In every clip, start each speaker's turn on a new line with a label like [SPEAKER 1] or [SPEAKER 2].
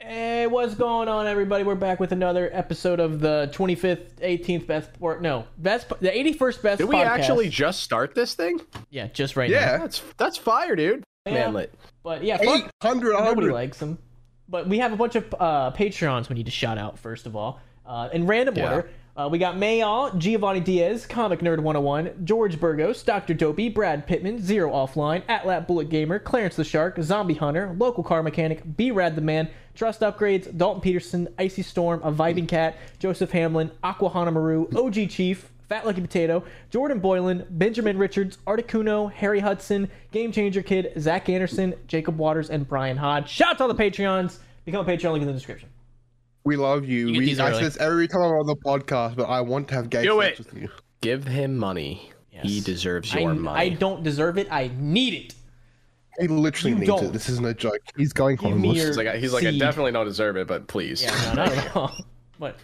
[SPEAKER 1] Hey, what's going on, everybody? We're back with another episode of the 25th, 18th best, or no, best, the 81st best.
[SPEAKER 2] Did we
[SPEAKER 1] podcast.
[SPEAKER 2] actually just start this thing?
[SPEAKER 1] Yeah, just right now.
[SPEAKER 3] Yeah.
[SPEAKER 2] That's that's fire, dude.
[SPEAKER 1] Yeah.
[SPEAKER 2] Manlet.
[SPEAKER 1] But yeah, fuck,
[SPEAKER 3] Eight hundred
[SPEAKER 1] nobody
[SPEAKER 3] hundred.
[SPEAKER 1] likes them. But we have a bunch of uh, Patreons we need to shout out first of all. Uh, in random
[SPEAKER 2] Yeah.
[SPEAKER 1] order, uh, we got Mayall, Giovanni Diaz, Comic Nerd 101, George Burgos, Dr. Dopey, Brad Pittman, Zero Offline, Atlat Bullet Gamer, Clarence the Shark, Zombie Hunter, Local Car Mechanic, B Rad the Man, Trust Upgrades, Dalton Peterson, Icy Storm, A Vibing Cat, Joseph Hamlin, Aquahana Maru, OG Chief, Fat Lucky Potato, Jordan Boylan, Benjamin Richards, Articuno, Harry Hudson, Game Changer Kid, Zach Anderson, Jacob Waters, and Brian Hodge. Shout out to all the Patreons. Become a Patreon link in the description.
[SPEAKER 3] We love you.
[SPEAKER 4] You get
[SPEAKER 3] we
[SPEAKER 4] these
[SPEAKER 3] I
[SPEAKER 4] early.
[SPEAKER 3] say this every time I'm on the podcast, but I want to have gay
[SPEAKER 2] Do
[SPEAKER 3] sex
[SPEAKER 2] it.
[SPEAKER 3] with you.
[SPEAKER 2] Give him money. He
[SPEAKER 1] Yes.
[SPEAKER 2] deserves
[SPEAKER 1] I,
[SPEAKER 2] your
[SPEAKER 1] I
[SPEAKER 2] money.
[SPEAKER 1] don't deserve it. I need it.
[SPEAKER 3] He literally
[SPEAKER 1] You
[SPEAKER 3] needs
[SPEAKER 1] don't.
[SPEAKER 3] it. This isn't a joke. He's going
[SPEAKER 1] Give me your
[SPEAKER 3] homeless.
[SPEAKER 2] he's like, he's like, I
[SPEAKER 1] seed.
[SPEAKER 2] definitely don't deserve it, but please.
[SPEAKER 1] Yeah, no, not at all. But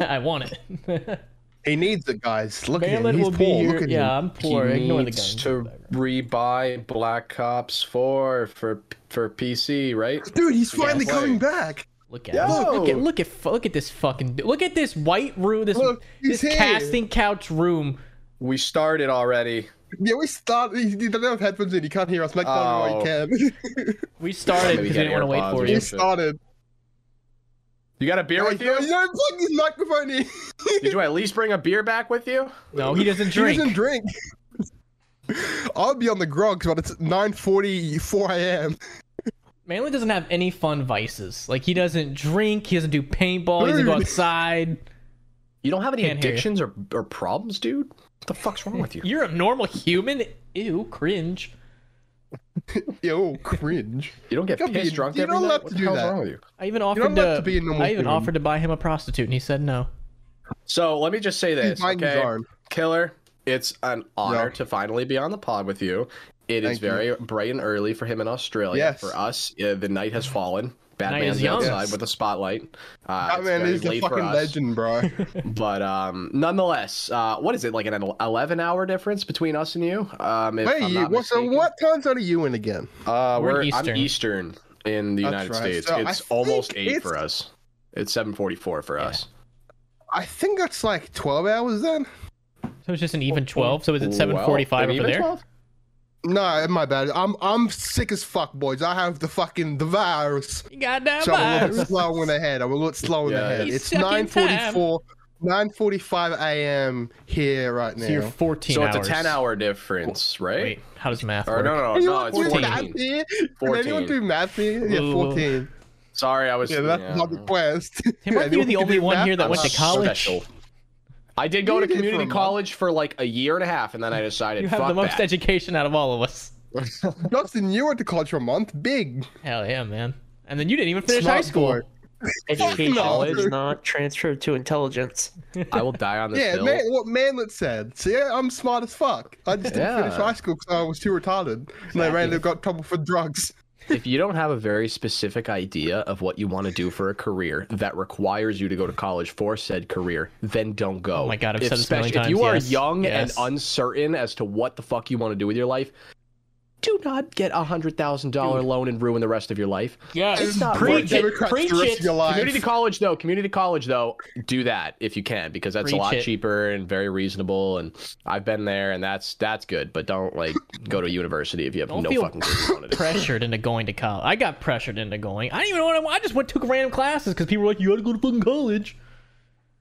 [SPEAKER 1] I, I want it.
[SPEAKER 3] He needs it, guys. Look at
[SPEAKER 1] Maryland
[SPEAKER 3] him. He's
[SPEAKER 1] will be
[SPEAKER 3] poor.
[SPEAKER 1] here.
[SPEAKER 3] Look at
[SPEAKER 1] yeah,
[SPEAKER 3] him.
[SPEAKER 1] I'm
[SPEAKER 2] He
[SPEAKER 1] poor. Ignore the
[SPEAKER 2] needs
[SPEAKER 1] guns.
[SPEAKER 2] to rebuy Black Ops 4 for for PC, right?
[SPEAKER 3] Dude, he's finally
[SPEAKER 2] play.
[SPEAKER 3] coming back.
[SPEAKER 1] Look at, him. look at look at look at this fucking look at this white room. This
[SPEAKER 3] Look,
[SPEAKER 1] this
[SPEAKER 3] he's here.
[SPEAKER 1] casting couch room.
[SPEAKER 2] We started already.
[SPEAKER 3] Yeah, we start. He, he doesn't have headphones in. He can't hear us. Make fun
[SPEAKER 2] Oh.
[SPEAKER 3] of him while he can.
[SPEAKER 1] We started
[SPEAKER 2] Maybe
[SPEAKER 1] because we
[SPEAKER 2] get
[SPEAKER 1] didn't want to wait
[SPEAKER 2] AirPods
[SPEAKER 1] for
[SPEAKER 2] or
[SPEAKER 3] he
[SPEAKER 1] you.
[SPEAKER 2] shit.
[SPEAKER 3] started.
[SPEAKER 2] You got a beer
[SPEAKER 3] Like,
[SPEAKER 2] with
[SPEAKER 3] you
[SPEAKER 2] you?
[SPEAKER 3] know, plug his microphone in.
[SPEAKER 2] Did you at least bring a beer back with you?
[SPEAKER 1] No, he doesn't
[SPEAKER 3] He
[SPEAKER 1] drink.
[SPEAKER 3] doesn't drink. I'll be on the grog, but it's 9.44 a.m.
[SPEAKER 1] Manly doesn't have any fun vices. Like he doesn't drink, he doesn't do paintball, he doesn't go
[SPEAKER 3] Dude.
[SPEAKER 1] outside.
[SPEAKER 2] You don't have any
[SPEAKER 1] Can't hear you.
[SPEAKER 2] addictions or, or problems, dude? What the fuck's wrong with you?
[SPEAKER 1] You're a normal human. Ew, cringe.
[SPEAKER 3] Yo, oh, cringe.
[SPEAKER 2] You don't get
[SPEAKER 3] Don't be-
[SPEAKER 2] pissed drunk
[SPEAKER 3] you
[SPEAKER 2] every
[SPEAKER 3] don't
[SPEAKER 2] night?
[SPEAKER 3] have
[SPEAKER 2] What
[SPEAKER 3] to
[SPEAKER 2] the
[SPEAKER 3] do
[SPEAKER 2] hell's
[SPEAKER 3] that.
[SPEAKER 2] wrong with you?
[SPEAKER 1] I even offered
[SPEAKER 3] allowed to be a normal
[SPEAKER 1] I even
[SPEAKER 3] human.
[SPEAKER 1] offered to buy him a prostitute, and he said no.
[SPEAKER 2] So let me just say this,
[SPEAKER 3] Mine is
[SPEAKER 2] okay,
[SPEAKER 3] hard.
[SPEAKER 2] Killer? It's an honor
[SPEAKER 3] Yeah.
[SPEAKER 2] to finally be on the pod with you. It is
[SPEAKER 3] Thank you.
[SPEAKER 2] very bright and early for him in Australia.
[SPEAKER 3] Yes.
[SPEAKER 2] For us, uh, the night has fallen.
[SPEAKER 1] is
[SPEAKER 2] Batman's
[SPEAKER 1] young.
[SPEAKER 2] outside
[SPEAKER 3] Yes.
[SPEAKER 2] with a spotlight. Uh, it's
[SPEAKER 3] Batman
[SPEAKER 2] very
[SPEAKER 3] is the
[SPEAKER 2] late for
[SPEAKER 3] fucking
[SPEAKER 2] us,
[SPEAKER 3] legend, bro.
[SPEAKER 2] But um, nonetheless, uh, what is it like an eleven-hour difference between us and you? Um, if I'm
[SPEAKER 3] Wait,
[SPEAKER 2] not
[SPEAKER 3] what, so
[SPEAKER 2] mistaken.
[SPEAKER 3] what time zone are you in again?
[SPEAKER 2] Uh,
[SPEAKER 1] We're
[SPEAKER 2] we're,
[SPEAKER 1] Eastern.
[SPEAKER 2] I'm Eastern in the
[SPEAKER 3] That's
[SPEAKER 2] United
[SPEAKER 3] right.
[SPEAKER 2] States.
[SPEAKER 3] So I
[SPEAKER 2] it's
[SPEAKER 3] think
[SPEAKER 2] almost eight
[SPEAKER 3] it's-
[SPEAKER 2] for us. It's seven forty-four for us.
[SPEAKER 3] I think that's like 12 hours then.
[SPEAKER 1] So it's just an
[SPEAKER 2] Oh,
[SPEAKER 1] even twelve. So is it
[SPEAKER 2] Well,
[SPEAKER 1] seven forty-five
[SPEAKER 2] an
[SPEAKER 1] over
[SPEAKER 2] even
[SPEAKER 1] there?
[SPEAKER 2] 12?
[SPEAKER 3] No, my bad. I'm I'm sick as fuck, boys. I have the fucking the virus.
[SPEAKER 1] You got that
[SPEAKER 3] So I'm a little
[SPEAKER 1] virus.
[SPEAKER 3] bit slow in the head. I'm a little slow in
[SPEAKER 2] Yeah.
[SPEAKER 3] the head.
[SPEAKER 1] He's
[SPEAKER 3] It's
[SPEAKER 1] stuck in
[SPEAKER 3] 9:44, 9:45 a.m. here right now.
[SPEAKER 1] So you're fourteen
[SPEAKER 2] So
[SPEAKER 1] hours.
[SPEAKER 2] it's a ten-hour difference, right?
[SPEAKER 1] Wait, how does math
[SPEAKER 2] Or
[SPEAKER 1] work?
[SPEAKER 2] no, no, no, no,
[SPEAKER 3] Anyone
[SPEAKER 2] it's
[SPEAKER 3] do
[SPEAKER 2] 14.
[SPEAKER 3] math here? Can
[SPEAKER 2] 14.
[SPEAKER 3] anyone do math here? Yeah,
[SPEAKER 1] Ooh.
[SPEAKER 3] 14.
[SPEAKER 2] Sorry, I was.
[SPEAKER 3] Yeah, that's
[SPEAKER 2] yeah.
[SPEAKER 3] not the quest.
[SPEAKER 1] Tim, aren't you
[SPEAKER 3] Anyone
[SPEAKER 1] the
[SPEAKER 3] can
[SPEAKER 1] only
[SPEAKER 3] do
[SPEAKER 1] one
[SPEAKER 3] math?
[SPEAKER 1] here that
[SPEAKER 2] I'm
[SPEAKER 1] went to college?
[SPEAKER 2] special. I did go
[SPEAKER 3] You
[SPEAKER 2] to
[SPEAKER 3] did for a
[SPEAKER 2] community
[SPEAKER 3] month.
[SPEAKER 2] college for like a year and a half, and then I decided
[SPEAKER 1] You have
[SPEAKER 2] fuck
[SPEAKER 1] the most
[SPEAKER 2] that.
[SPEAKER 1] education out of all of us.
[SPEAKER 3] Justin, you went to college for a month. Big.
[SPEAKER 1] Hell yeah, man. And then you didn't even finish high
[SPEAKER 3] Smart
[SPEAKER 1] school.
[SPEAKER 3] boy.
[SPEAKER 4] Education
[SPEAKER 3] no.
[SPEAKER 4] is not transferred to intelligence.
[SPEAKER 2] I will die on this
[SPEAKER 3] Yeah,
[SPEAKER 2] hill.
[SPEAKER 3] man, what Manlet said. See, yeah, I'm smart as fuck. I just didn't finish
[SPEAKER 2] Yeah.
[SPEAKER 3] high school because I was too retarded. And I randomly got trouble for drugs.
[SPEAKER 2] If you don't have a very specific idea of what you want to do for a career that requires you to go to college for said career, then don't go.
[SPEAKER 1] Oh my God, I've
[SPEAKER 2] if
[SPEAKER 1] said this a million
[SPEAKER 2] spec-
[SPEAKER 1] times,
[SPEAKER 2] If you are
[SPEAKER 1] yes,
[SPEAKER 2] young
[SPEAKER 1] yes.
[SPEAKER 2] and uncertain as to what the fuck you want to do with your life, do not get a hundred thousand dollar loan and ruin the rest of your life.
[SPEAKER 1] Yeah,
[SPEAKER 2] It's not
[SPEAKER 3] Poor
[SPEAKER 2] Preach it,
[SPEAKER 3] Democrats the rest of your life.
[SPEAKER 2] Community college though, community college though, do that if you can because that's
[SPEAKER 1] Preach
[SPEAKER 2] a lot
[SPEAKER 1] it.
[SPEAKER 2] cheaper and very reasonable. And I've been there, and that's that's good. But don't like go to university if you have
[SPEAKER 1] Don't
[SPEAKER 2] no
[SPEAKER 1] feel
[SPEAKER 2] fucking clue what you want to do.
[SPEAKER 1] pressured into going to college. I got pressured into going. I didn't even want to. I just went took random classes because people were like, "You got to go to fucking college."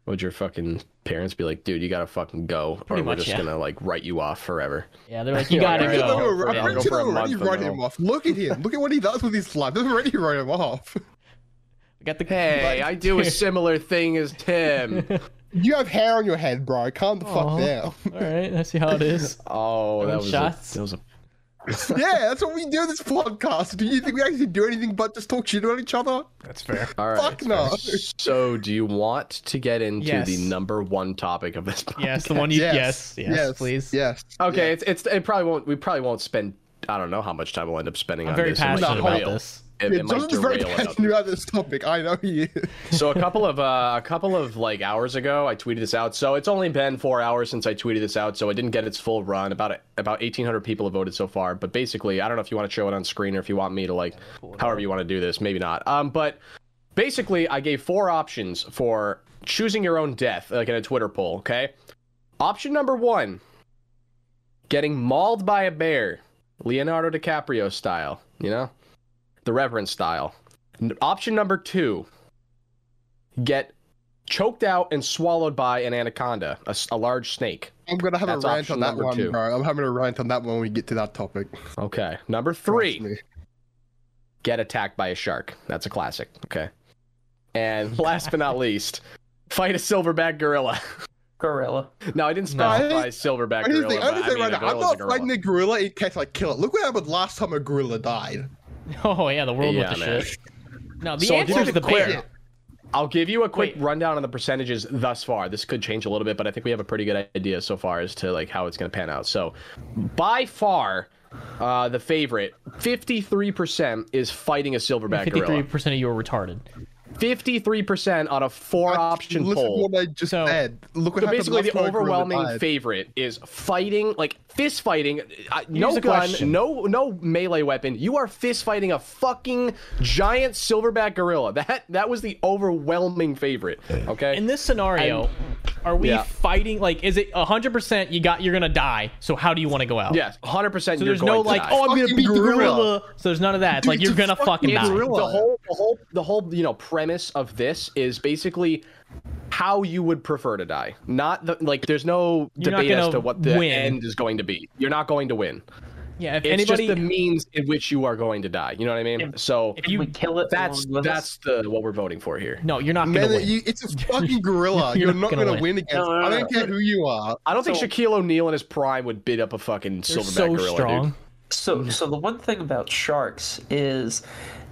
[SPEAKER 2] Would your fucking parents be like, dude, you gotta fucking go,
[SPEAKER 1] Pretty
[SPEAKER 2] or
[SPEAKER 1] much,
[SPEAKER 2] we're just
[SPEAKER 1] yeah.
[SPEAKER 2] gonna like write you off forever?
[SPEAKER 1] Yeah, they're like, "You got
[SPEAKER 2] Yeah,
[SPEAKER 1] to
[SPEAKER 2] right.
[SPEAKER 3] They
[SPEAKER 1] go."
[SPEAKER 2] Yeah,
[SPEAKER 3] were- I'm
[SPEAKER 2] I'll go
[SPEAKER 3] pretty sure
[SPEAKER 2] for a
[SPEAKER 3] they already
[SPEAKER 2] month and
[SPEAKER 3] wrote
[SPEAKER 2] then
[SPEAKER 3] him off. Look at him. Look at what he does with his life. They've already wrote him off.
[SPEAKER 1] I got the
[SPEAKER 2] Hey, I do a similar thing as Tim.
[SPEAKER 3] You have hair on your head, bro. Calm the fuck down.
[SPEAKER 1] All right, I see how it is.
[SPEAKER 2] Oh, that was a-
[SPEAKER 1] shots.
[SPEAKER 2] that was a
[SPEAKER 3] yeah, that's what we do in this podcast. Do you think we actually do anything but just talk shit about each other?
[SPEAKER 1] That's fair.
[SPEAKER 2] all right.
[SPEAKER 3] Fuck no.
[SPEAKER 2] So, do you want to get into
[SPEAKER 1] Yes.
[SPEAKER 2] the number one topic of this? Podcast?
[SPEAKER 1] Yes, the one you. Yes, yes, please.
[SPEAKER 3] Yes.
[SPEAKER 2] Okay, it's it's it probably won't. We probably won't spend. I don't know how much time we'll end up spending
[SPEAKER 1] I'm
[SPEAKER 2] on
[SPEAKER 1] very
[SPEAKER 2] this. It might
[SPEAKER 1] passionate about
[SPEAKER 2] derail-
[SPEAKER 1] this.
[SPEAKER 2] It,
[SPEAKER 3] Yeah,
[SPEAKER 2] it might
[SPEAKER 3] Justin's very
[SPEAKER 2] derail another
[SPEAKER 3] passionate about this topic. I know he is.
[SPEAKER 2] so a couple of uh, a couple of like hours ago, I tweeted this out. So it's only been four hours since I tweeted this out, so I didn't get its full run. About about eighteen hundred people have voted so far, but basically, I don't know if you want to show it on screen or if you want me to like, however you want to do this. Maybe not. Um, but basically I gave four options for choosing your own death, like in a Twitter poll. Okay, option number one: getting mauled by a bear, Leonardo DiCaprio style. You know, the Reverend style. N- Option number two: get choked out and swallowed by an anaconda, a, s- a large snake.
[SPEAKER 3] I'm gonna have
[SPEAKER 2] That's
[SPEAKER 3] a rant
[SPEAKER 2] option
[SPEAKER 3] on that
[SPEAKER 2] number
[SPEAKER 3] one,
[SPEAKER 2] two.
[SPEAKER 3] bro. I'm having a rant on that one when we get to that topic. Trust
[SPEAKER 2] Okay, number three.
[SPEAKER 3] me.
[SPEAKER 2] get attacked by a shark. That's a classic. Okay. And last but not least, fight a silverback gorilla.
[SPEAKER 4] Gorilla.
[SPEAKER 2] No, I didn't
[SPEAKER 1] No.
[SPEAKER 2] specify silverback
[SPEAKER 3] I
[SPEAKER 2] gorilla.
[SPEAKER 3] didn't think,
[SPEAKER 2] but
[SPEAKER 3] I didn't
[SPEAKER 2] I
[SPEAKER 3] think
[SPEAKER 2] mean,
[SPEAKER 3] right
[SPEAKER 2] a
[SPEAKER 3] now. I'm
[SPEAKER 2] gorilla's a
[SPEAKER 3] not fighting
[SPEAKER 2] gorilla.
[SPEAKER 3] the gorilla in case I kill it. Look what happened last time a gorilla died.
[SPEAKER 1] Oh yeah, the world
[SPEAKER 2] Yeah,
[SPEAKER 1] with the
[SPEAKER 2] man.
[SPEAKER 1] shit. No, the
[SPEAKER 2] So I'll give
[SPEAKER 1] answer
[SPEAKER 2] you
[SPEAKER 1] is
[SPEAKER 2] the
[SPEAKER 1] the
[SPEAKER 2] quick-
[SPEAKER 1] bear.
[SPEAKER 2] I'll give you a quick
[SPEAKER 1] Wait.
[SPEAKER 2] rundown on the percentages thus far. This could change a little bit, but I think we have a pretty good idea so far as to like how it's going to pan out. So, by far, uh, the favorite, 53% is fighting a silverback
[SPEAKER 1] Fifty-three
[SPEAKER 2] gorilla.
[SPEAKER 1] percent of you are retarded.
[SPEAKER 2] 53% on a four-option
[SPEAKER 3] Listen
[SPEAKER 2] poll.
[SPEAKER 3] to what I just
[SPEAKER 1] So-
[SPEAKER 3] said. Look what
[SPEAKER 2] So
[SPEAKER 3] happened
[SPEAKER 2] basically,
[SPEAKER 3] last
[SPEAKER 2] the
[SPEAKER 3] time a gorilla
[SPEAKER 2] overwhelming
[SPEAKER 3] died.
[SPEAKER 2] favorite is fighting, like fist fighting. uh, I- No
[SPEAKER 1] Here's a
[SPEAKER 2] gun,
[SPEAKER 1] question.
[SPEAKER 2] no no melee weapon. You are fist fighting a fucking giant silverback gorilla. That that was the overwhelming favorite. Okay.
[SPEAKER 1] In this scenario, are we
[SPEAKER 2] Yeah.
[SPEAKER 1] fighting? Like, is it hundred percent? You got, you're gonna die. So how do you want to go out?
[SPEAKER 2] yes, hundred percent.
[SPEAKER 1] So there's no like, oh, I'm gonna
[SPEAKER 3] Fucking
[SPEAKER 1] beat the gorilla.
[SPEAKER 3] gorilla.
[SPEAKER 1] So there's none of that. It's like
[SPEAKER 3] Dude,
[SPEAKER 1] you're
[SPEAKER 3] it's a
[SPEAKER 1] gonna fucking
[SPEAKER 3] fucking
[SPEAKER 1] die.
[SPEAKER 3] gorilla.
[SPEAKER 2] the whole the whole the whole you know premise of this is basically how you would prefer to die. Not the like. There's no
[SPEAKER 1] You're not
[SPEAKER 2] debate as
[SPEAKER 1] gonna
[SPEAKER 2] to what the
[SPEAKER 1] win.
[SPEAKER 2] end is going to be. You're not going to win.
[SPEAKER 1] Yeah. If
[SPEAKER 2] It's
[SPEAKER 1] anybody,
[SPEAKER 2] just the means in which you are going to die. You know what I mean? so
[SPEAKER 4] If you we kill it,
[SPEAKER 2] that's
[SPEAKER 4] along with us-
[SPEAKER 2] that's the what we're voting for here.
[SPEAKER 1] no, you're not gonna
[SPEAKER 3] Man,
[SPEAKER 1] win.
[SPEAKER 3] you, it's a fucking gorilla. You're, not gonna, win, against.
[SPEAKER 4] No, no,
[SPEAKER 3] I
[SPEAKER 4] no,
[SPEAKER 3] don't
[SPEAKER 4] no.
[SPEAKER 3] care who you are.
[SPEAKER 2] I don't think
[SPEAKER 4] So-
[SPEAKER 2] Shaquille O'Neal in his prime would bid up a fucking
[SPEAKER 1] They're
[SPEAKER 2] silverback
[SPEAKER 1] so
[SPEAKER 2] gorilla,
[SPEAKER 1] strong.
[SPEAKER 2] dude.
[SPEAKER 4] So, so the one thing about sharks is,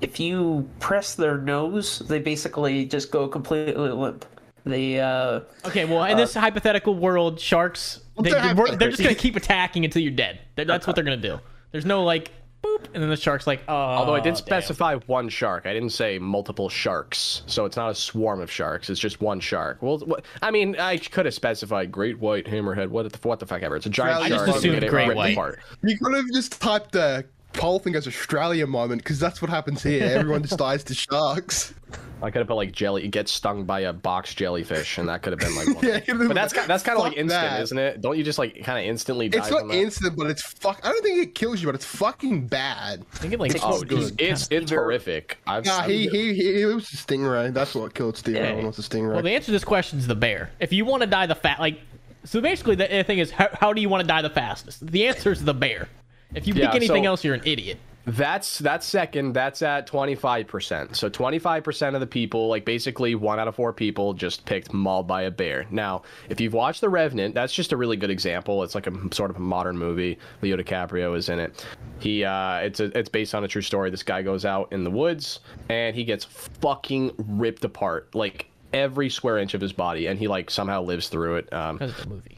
[SPEAKER 4] if you press their nose, they basically just go completely limp. They uh,
[SPEAKER 1] Okay, well, in this hypothetical world, sharks they,
[SPEAKER 3] they're
[SPEAKER 1] they're, we're- they're just
[SPEAKER 3] hypothetical.
[SPEAKER 1] gonna keep attacking until you're dead. That- that's what they're gonna do. There's no like boop, and then the shark's like, oh.
[SPEAKER 2] Although I did specify one shark, I didn't say multiple sharks, so it's not a swarm of sharks. It's just one shark. Well, what, I mean, I could have specified great white hammerhead. What the what the fuck ever? It's a giant
[SPEAKER 3] I just
[SPEAKER 2] shark.
[SPEAKER 1] assumed
[SPEAKER 2] Get it
[SPEAKER 1] great
[SPEAKER 2] ripped
[SPEAKER 1] white.
[SPEAKER 2] apart.
[SPEAKER 3] You could have just typed the poll thing as Australia moment because that's what happens here. Everyone just dies to sharks.
[SPEAKER 2] I could have put like jelly. Get stung by a box jellyfish, and that could have been like. One.
[SPEAKER 3] Yeah,
[SPEAKER 2] yeah, but that's ki- that's kind of like
[SPEAKER 3] fuck
[SPEAKER 2] instant,
[SPEAKER 3] that.
[SPEAKER 2] isn't it? Don't you just like kind of instantly die
[SPEAKER 3] It's
[SPEAKER 2] from
[SPEAKER 3] not
[SPEAKER 2] that?
[SPEAKER 3] instant, but it's fuck. I don't think it kills you, but it's fucking bad.
[SPEAKER 1] I think it like
[SPEAKER 2] Oh,
[SPEAKER 1] just
[SPEAKER 2] dude, it's it's horrific. I've,
[SPEAKER 3] Nah,
[SPEAKER 2] I've-
[SPEAKER 3] he, he he it was the stingray. That's what killed Steve
[SPEAKER 4] Yeah.
[SPEAKER 3] Irwin was the stingray.
[SPEAKER 1] Well, the answer to this question is the bear. If you want to die the fat, like, so basically the the thing is, how, how do you want to die the fastest? The answer is the bear. If you
[SPEAKER 2] Yeah,
[SPEAKER 1] pick anything
[SPEAKER 2] so-
[SPEAKER 1] else, you're an idiot.
[SPEAKER 2] That's that's second. That's at twenty five percent. So twenty five percent of the people, like basically one out of four people, just picked mauled by a bear. Now, if you've watched The Revenant, that's just a really good example. It's like a m- sort of a modern movie. Leo DiCaprio is in it. He, uh, it's a, it's based on a true story. This guy goes out in the woods and he gets fucking ripped apart, like every square inch of his body, and he like somehow lives through it. Um,
[SPEAKER 1] Because it's a movie.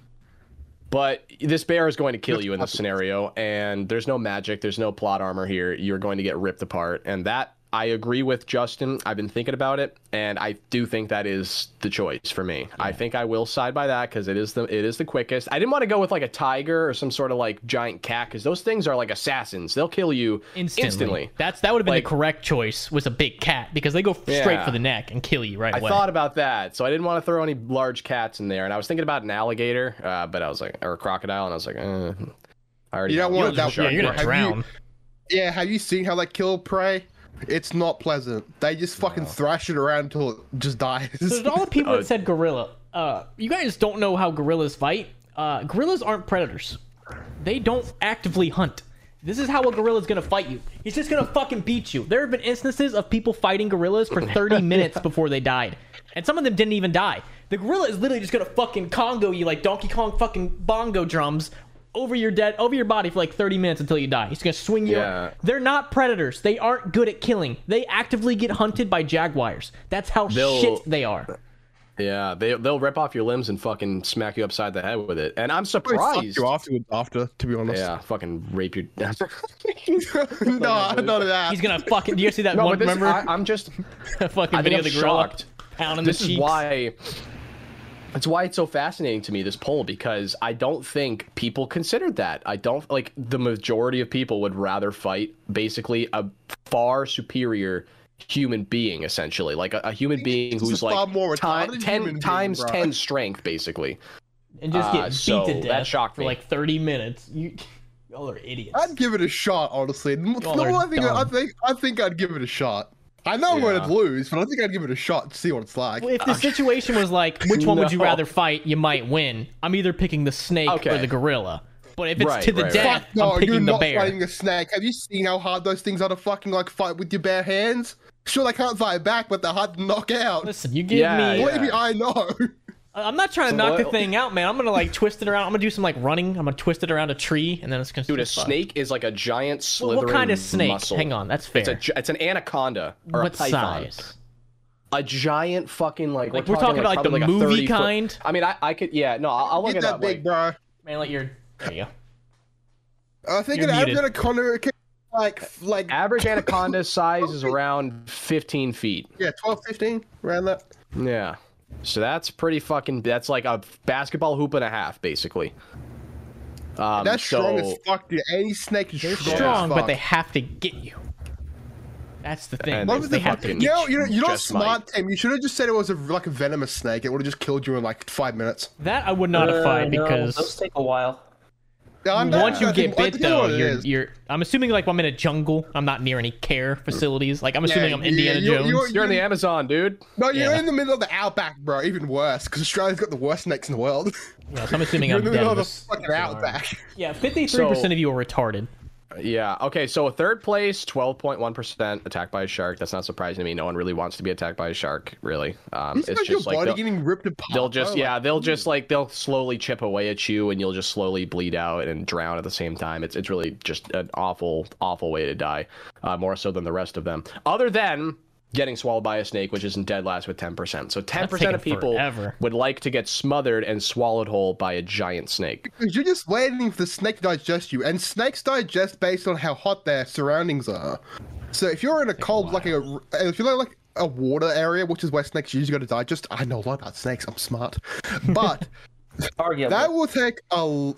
[SPEAKER 2] but this bear is going to kill you in this scenario, and there's no magic, there's no plot armor here. You're going to get ripped apart, and that I agree with Justin. I've been thinking about it, and I do think that is the choice for me. I think I will side by that because it is the it is the quickest. I didn't want to go with like a tiger or some sort of like giant cat because those things are like assassins. They'll kill you
[SPEAKER 1] Instantly.
[SPEAKER 2] instantly.
[SPEAKER 1] That's that would have been
[SPEAKER 2] Like-
[SPEAKER 1] the correct choice. Was a big cat because they go straight
[SPEAKER 2] Yeah.
[SPEAKER 1] for the neck and kill you right
[SPEAKER 2] I
[SPEAKER 1] away.
[SPEAKER 2] thought about that, so I didn't want to throw any large cats in there, and I was thinking about an alligator, uh, but I was like, or a crocodile, and I was like, eh, I already
[SPEAKER 3] You don't
[SPEAKER 2] know.
[SPEAKER 3] want
[SPEAKER 2] You'll
[SPEAKER 3] that
[SPEAKER 2] just
[SPEAKER 1] yeah,
[SPEAKER 2] shark
[SPEAKER 3] one.
[SPEAKER 1] you're gonna
[SPEAKER 3] Have you-
[SPEAKER 1] drown.
[SPEAKER 3] yeah, have you seen how they kill prey? It's not pleasant. They just fucking thrash it around until it just dies.
[SPEAKER 1] So to all the people that said gorilla, uh, you guys don't know how gorillas fight. Uh, gorillas aren't predators. They don't actively hunt. This is how a gorilla's gonna fight you. He's just gonna fucking beat you. There have been instances of people fighting gorillas for 30 minutes before they died, and some of them didn't even die. The gorilla is literally just gonna fucking Congo you like Donkey Kong fucking bongo drums over your dead over your body for like 30 minutes until you die. He's gonna swing you.
[SPEAKER 2] Yeah.
[SPEAKER 1] They're not predators. They aren't good at killing. They actively get hunted by jaguars. That's how
[SPEAKER 2] They'll-
[SPEAKER 1] shit they are.
[SPEAKER 2] Yeah, they they'll rip off your limbs and fucking smack you upside the head with it. And I'm
[SPEAKER 3] They suck
[SPEAKER 2] surprised.
[SPEAKER 3] you afterwards. After, to be honest.
[SPEAKER 2] Yeah, fucking rape your.
[SPEAKER 3] no, none of that.
[SPEAKER 1] He's gonna fucking. Do you see that
[SPEAKER 2] Uh, no,
[SPEAKER 1] one?
[SPEAKER 2] but this,
[SPEAKER 1] remember
[SPEAKER 2] I, I'm just.
[SPEAKER 1] the fucking
[SPEAKER 2] I think
[SPEAKER 1] video of
[SPEAKER 2] I'm
[SPEAKER 1] the gorilla
[SPEAKER 2] shocked.
[SPEAKER 1] pounding
[SPEAKER 2] This
[SPEAKER 1] the
[SPEAKER 2] is
[SPEAKER 1] cheeks?
[SPEAKER 2] why. That's why it's so fascinating to me this poll because I don't think people considered that. I don't like the majority of people would rather fight basically a far superior human being essentially, like a, a human being
[SPEAKER 3] This is
[SPEAKER 2] who's
[SPEAKER 3] far
[SPEAKER 2] like
[SPEAKER 3] more
[SPEAKER 2] ti-
[SPEAKER 3] retarded
[SPEAKER 2] ten
[SPEAKER 3] human being,
[SPEAKER 2] times
[SPEAKER 3] bro.
[SPEAKER 2] ten strength basically.
[SPEAKER 1] and just
[SPEAKER 2] Uh,
[SPEAKER 1] get beat
[SPEAKER 2] so
[SPEAKER 1] to
[SPEAKER 2] that
[SPEAKER 1] death
[SPEAKER 2] shocked
[SPEAKER 1] for
[SPEAKER 2] me.
[SPEAKER 1] like 30 minutes. You, y'all are idiots.
[SPEAKER 3] I'd give it a shot, honestly. No,
[SPEAKER 1] Y'all are
[SPEAKER 3] I think I
[SPEAKER 1] Oh, dumb.
[SPEAKER 3] think I think I'd give it a shot. I know I'm
[SPEAKER 2] Yeah.
[SPEAKER 3] gonna lose, but I think I'd give it a shot to see what it's like.
[SPEAKER 1] Well, if the situation was like, which one would you
[SPEAKER 2] No.
[SPEAKER 1] rather fight? You might win. I'm either picking the snake or
[SPEAKER 2] Okay.
[SPEAKER 1] the gorilla. But if it's
[SPEAKER 2] Right,
[SPEAKER 1] to the
[SPEAKER 2] right, right.
[SPEAKER 1] death,
[SPEAKER 3] Fuck no,
[SPEAKER 1] I'm
[SPEAKER 3] you're
[SPEAKER 1] picking the
[SPEAKER 3] not
[SPEAKER 1] bear.
[SPEAKER 3] fighting a snake. Have you seen how hard those things are to fucking like fight with your bare hands? Sure, they can't fight back, but they're hard to knock out.
[SPEAKER 1] Listen, you give
[SPEAKER 2] Yeah,
[SPEAKER 1] me.
[SPEAKER 2] yeah.
[SPEAKER 3] Believe me, I know.
[SPEAKER 1] I- I'm not trying to
[SPEAKER 2] So
[SPEAKER 1] knock
[SPEAKER 2] what-
[SPEAKER 1] the thing out, man. I'm gonna like twist it around. I'm gonna do some like running. I'm gonna twist it around a tree, and then it's gonna.
[SPEAKER 2] Dude, a
[SPEAKER 1] it's fine.
[SPEAKER 2] snake is like a giant
[SPEAKER 1] What,
[SPEAKER 2] slithering
[SPEAKER 1] what kind of snake?
[SPEAKER 2] muscle.
[SPEAKER 1] Hang on, that's fair.
[SPEAKER 2] It's, a, gi- it's an anaconda or
[SPEAKER 1] what
[SPEAKER 2] a python.
[SPEAKER 1] size?
[SPEAKER 2] A giant fucking like,
[SPEAKER 1] Like, we're talking about, like,
[SPEAKER 2] probably
[SPEAKER 1] the
[SPEAKER 2] a
[SPEAKER 1] movie
[SPEAKER 2] 30 foot-
[SPEAKER 1] kind?
[SPEAKER 2] I mean, I, I could yeah no I'll, I'll look
[SPEAKER 3] Get
[SPEAKER 2] it
[SPEAKER 3] that
[SPEAKER 2] up.
[SPEAKER 3] big,
[SPEAKER 2] like,
[SPEAKER 3] bro.
[SPEAKER 1] Man, like you're. There you go.
[SPEAKER 3] I think
[SPEAKER 1] You're
[SPEAKER 3] an average
[SPEAKER 1] muted.
[SPEAKER 3] anaconda can, like f- like
[SPEAKER 2] average anaconda size is around 15 feet.
[SPEAKER 3] yeah, 12, 15, around that.
[SPEAKER 2] Yeah, so that's pretty fucking. That's like a basketball hoop and a half basically. Um,
[SPEAKER 3] That's
[SPEAKER 2] so,
[SPEAKER 3] strong as fuck, dude. Any snake is
[SPEAKER 1] They're
[SPEAKER 3] strong,
[SPEAKER 1] strong,
[SPEAKER 3] as fuck.
[SPEAKER 1] but they have to get you. That's the thing.
[SPEAKER 2] And
[SPEAKER 1] They,
[SPEAKER 2] they-
[SPEAKER 1] have to
[SPEAKER 2] fucking-
[SPEAKER 1] get
[SPEAKER 3] You
[SPEAKER 1] you.
[SPEAKER 3] know, you're, you're not
[SPEAKER 2] Just might.
[SPEAKER 3] smart, Tim. You should have just said it was a, like a venomous snake. It would have just killed you in like five minutes.
[SPEAKER 1] That I would not have
[SPEAKER 4] Uh,
[SPEAKER 1] fight
[SPEAKER 4] no,
[SPEAKER 1] because
[SPEAKER 4] those take a while.
[SPEAKER 3] I'm not-
[SPEAKER 1] once you
[SPEAKER 3] I think-
[SPEAKER 1] get
[SPEAKER 3] I
[SPEAKER 1] bit
[SPEAKER 3] think I know
[SPEAKER 1] though,
[SPEAKER 3] what it
[SPEAKER 1] you're,
[SPEAKER 3] is.
[SPEAKER 1] you're I'm assuming like I'm in a jungle. I'm not near any care facilities. Like I'm assuming I'm
[SPEAKER 3] yeah,
[SPEAKER 1] Indiana
[SPEAKER 3] you're-
[SPEAKER 1] Jones.
[SPEAKER 3] you're-
[SPEAKER 2] You're in the Amazon, dude.
[SPEAKER 3] No, you're
[SPEAKER 1] Yeah.
[SPEAKER 3] in the middle of the outback, bro. Even worse, because Australia's got the worst snakes in the world.
[SPEAKER 1] Yeah, so I'm assuming
[SPEAKER 3] you're
[SPEAKER 1] I'm
[SPEAKER 3] in the
[SPEAKER 1] dead.
[SPEAKER 3] middle
[SPEAKER 1] in
[SPEAKER 3] of the
[SPEAKER 1] this-
[SPEAKER 3] fucking outback.
[SPEAKER 1] Yeah, 53% of you are retarded.
[SPEAKER 2] Yeah. Okay. So third place, twelve point one percent attacked by a shark. That's not surprising to me. No one really wants to be attacked by a shark, really. Um,
[SPEAKER 3] It's
[SPEAKER 2] it's
[SPEAKER 3] your
[SPEAKER 2] just like
[SPEAKER 3] body
[SPEAKER 2] they'll,
[SPEAKER 3] getting ripped apart.
[SPEAKER 2] they'll just
[SPEAKER 3] bro.
[SPEAKER 2] yeah, they'll just like they'll slowly chip away at you, and you'll just slowly bleed out and drown at the same time. It's it's really just an awful awful way to die, uh, more so than the rest of them. Other than getting swallowed by a snake, which isn't dead last with ten percent. So ten percent of
[SPEAKER 1] taking
[SPEAKER 2] people
[SPEAKER 1] forever.
[SPEAKER 2] would like to get smothered and swallowed whole by a giant snake.
[SPEAKER 3] Because you're just waiting for the snake to digest you, and snakes digest based on how hot their surroundings are. So if you're in a cold, like a, if you're like a water area, which is where snakes usually go to digest, I know a lot about snakes. I'm smart, but
[SPEAKER 4] Arguably.
[SPEAKER 3] that will take a, l-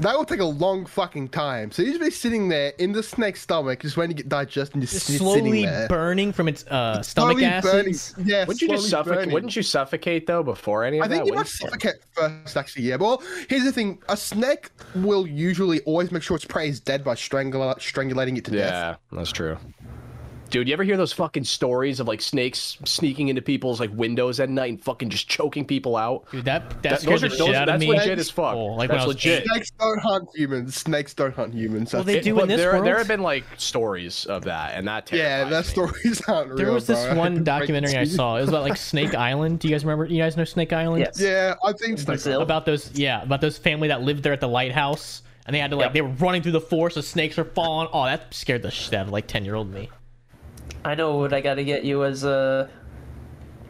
[SPEAKER 3] that will take a long fucking time. So you'll just be sitting there in the snake's stomach, just waiting to get digested, and just sit- sitting
[SPEAKER 1] Slowly
[SPEAKER 3] there.
[SPEAKER 1] burning from its uh, stomach
[SPEAKER 3] Slowly burning.
[SPEAKER 1] acids.
[SPEAKER 3] Yeah,
[SPEAKER 2] Wouldn't you just
[SPEAKER 3] slowly
[SPEAKER 2] suffocate?
[SPEAKER 3] burning.
[SPEAKER 2] Wouldn't you suffocate though before any of
[SPEAKER 3] I
[SPEAKER 2] that?
[SPEAKER 3] think you
[SPEAKER 2] Wouldn't
[SPEAKER 3] must suffocate first, actually. Yeah, well, here's the thing: a snake will usually always make sure its prey is dead by strangula- strangulating it to death.
[SPEAKER 2] Yeah, that's true. Dude, you ever hear those fucking stories of like snakes sneaking into people's like windows at night and fucking just choking people out?
[SPEAKER 1] Dude, that,
[SPEAKER 2] That-
[SPEAKER 1] that scared
[SPEAKER 2] those are-
[SPEAKER 1] the shit
[SPEAKER 2] those-
[SPEAKER 1] out of
[SPEAKER 2] that's
[SPEAKER 1] me.
[SPEAKER 2] legit as fuck.
[SPEAKER 1] Oh, like when
[SPEAKER 2] That's
[SPEAKER 1] I was
[SPEAKER 2] legit.
[SPEAKER 1] eight.
[SPEAKER 3] Snakes don't hunt humans. Snakes don't hunt humans.
[SPEAKER 1] Well,
[SPEAKER 3] That's-
[SPEAKER 1] they do
[SPEAKER 2] But
[SPEAKER 1] in this
[SPEAKER 2] there,
[SPEAKER 1] world.
[SPEAKER 2] there have been like stories of that, and that
[SPEAKER 3] yeah,
[SPEAKER 2] terrifies
[SPEAKER 3] their
[SPEAKER 2] me.
[SPEAKER 3] stories aren't real.
[SPEAKER 1] There was
[SPEAKER 3] bro. I
[SPEAKER 1] this
[SPEAKER 3] had to
[SPEAKER 1] one
[SPEAKER 3] break
[SPEAKER 1] documentary
[SPEAKER 3] it
[SPEAKER 1] I
[SPEAKER 3] to you.
[SPEAKER 1] saw. It was about like Snake Island. Do you guys remember? You guys know Snake Island?
[SPEAKER 4] yes.
[SPEAKER 3] Yeah, I think snakes.
[SPEAKER 4] Brazil.
[SPEAKER 1] About those, yeah, about those family that lived there at the lighthouse, and they had to like
[SPEAKER 4] Yep.
[SPEAKER 1] they were running through the forest. The snakes were falling. Oh, that scared the shit out of like ten year old me.
[SPEAKER 4] I know what I got to get you as a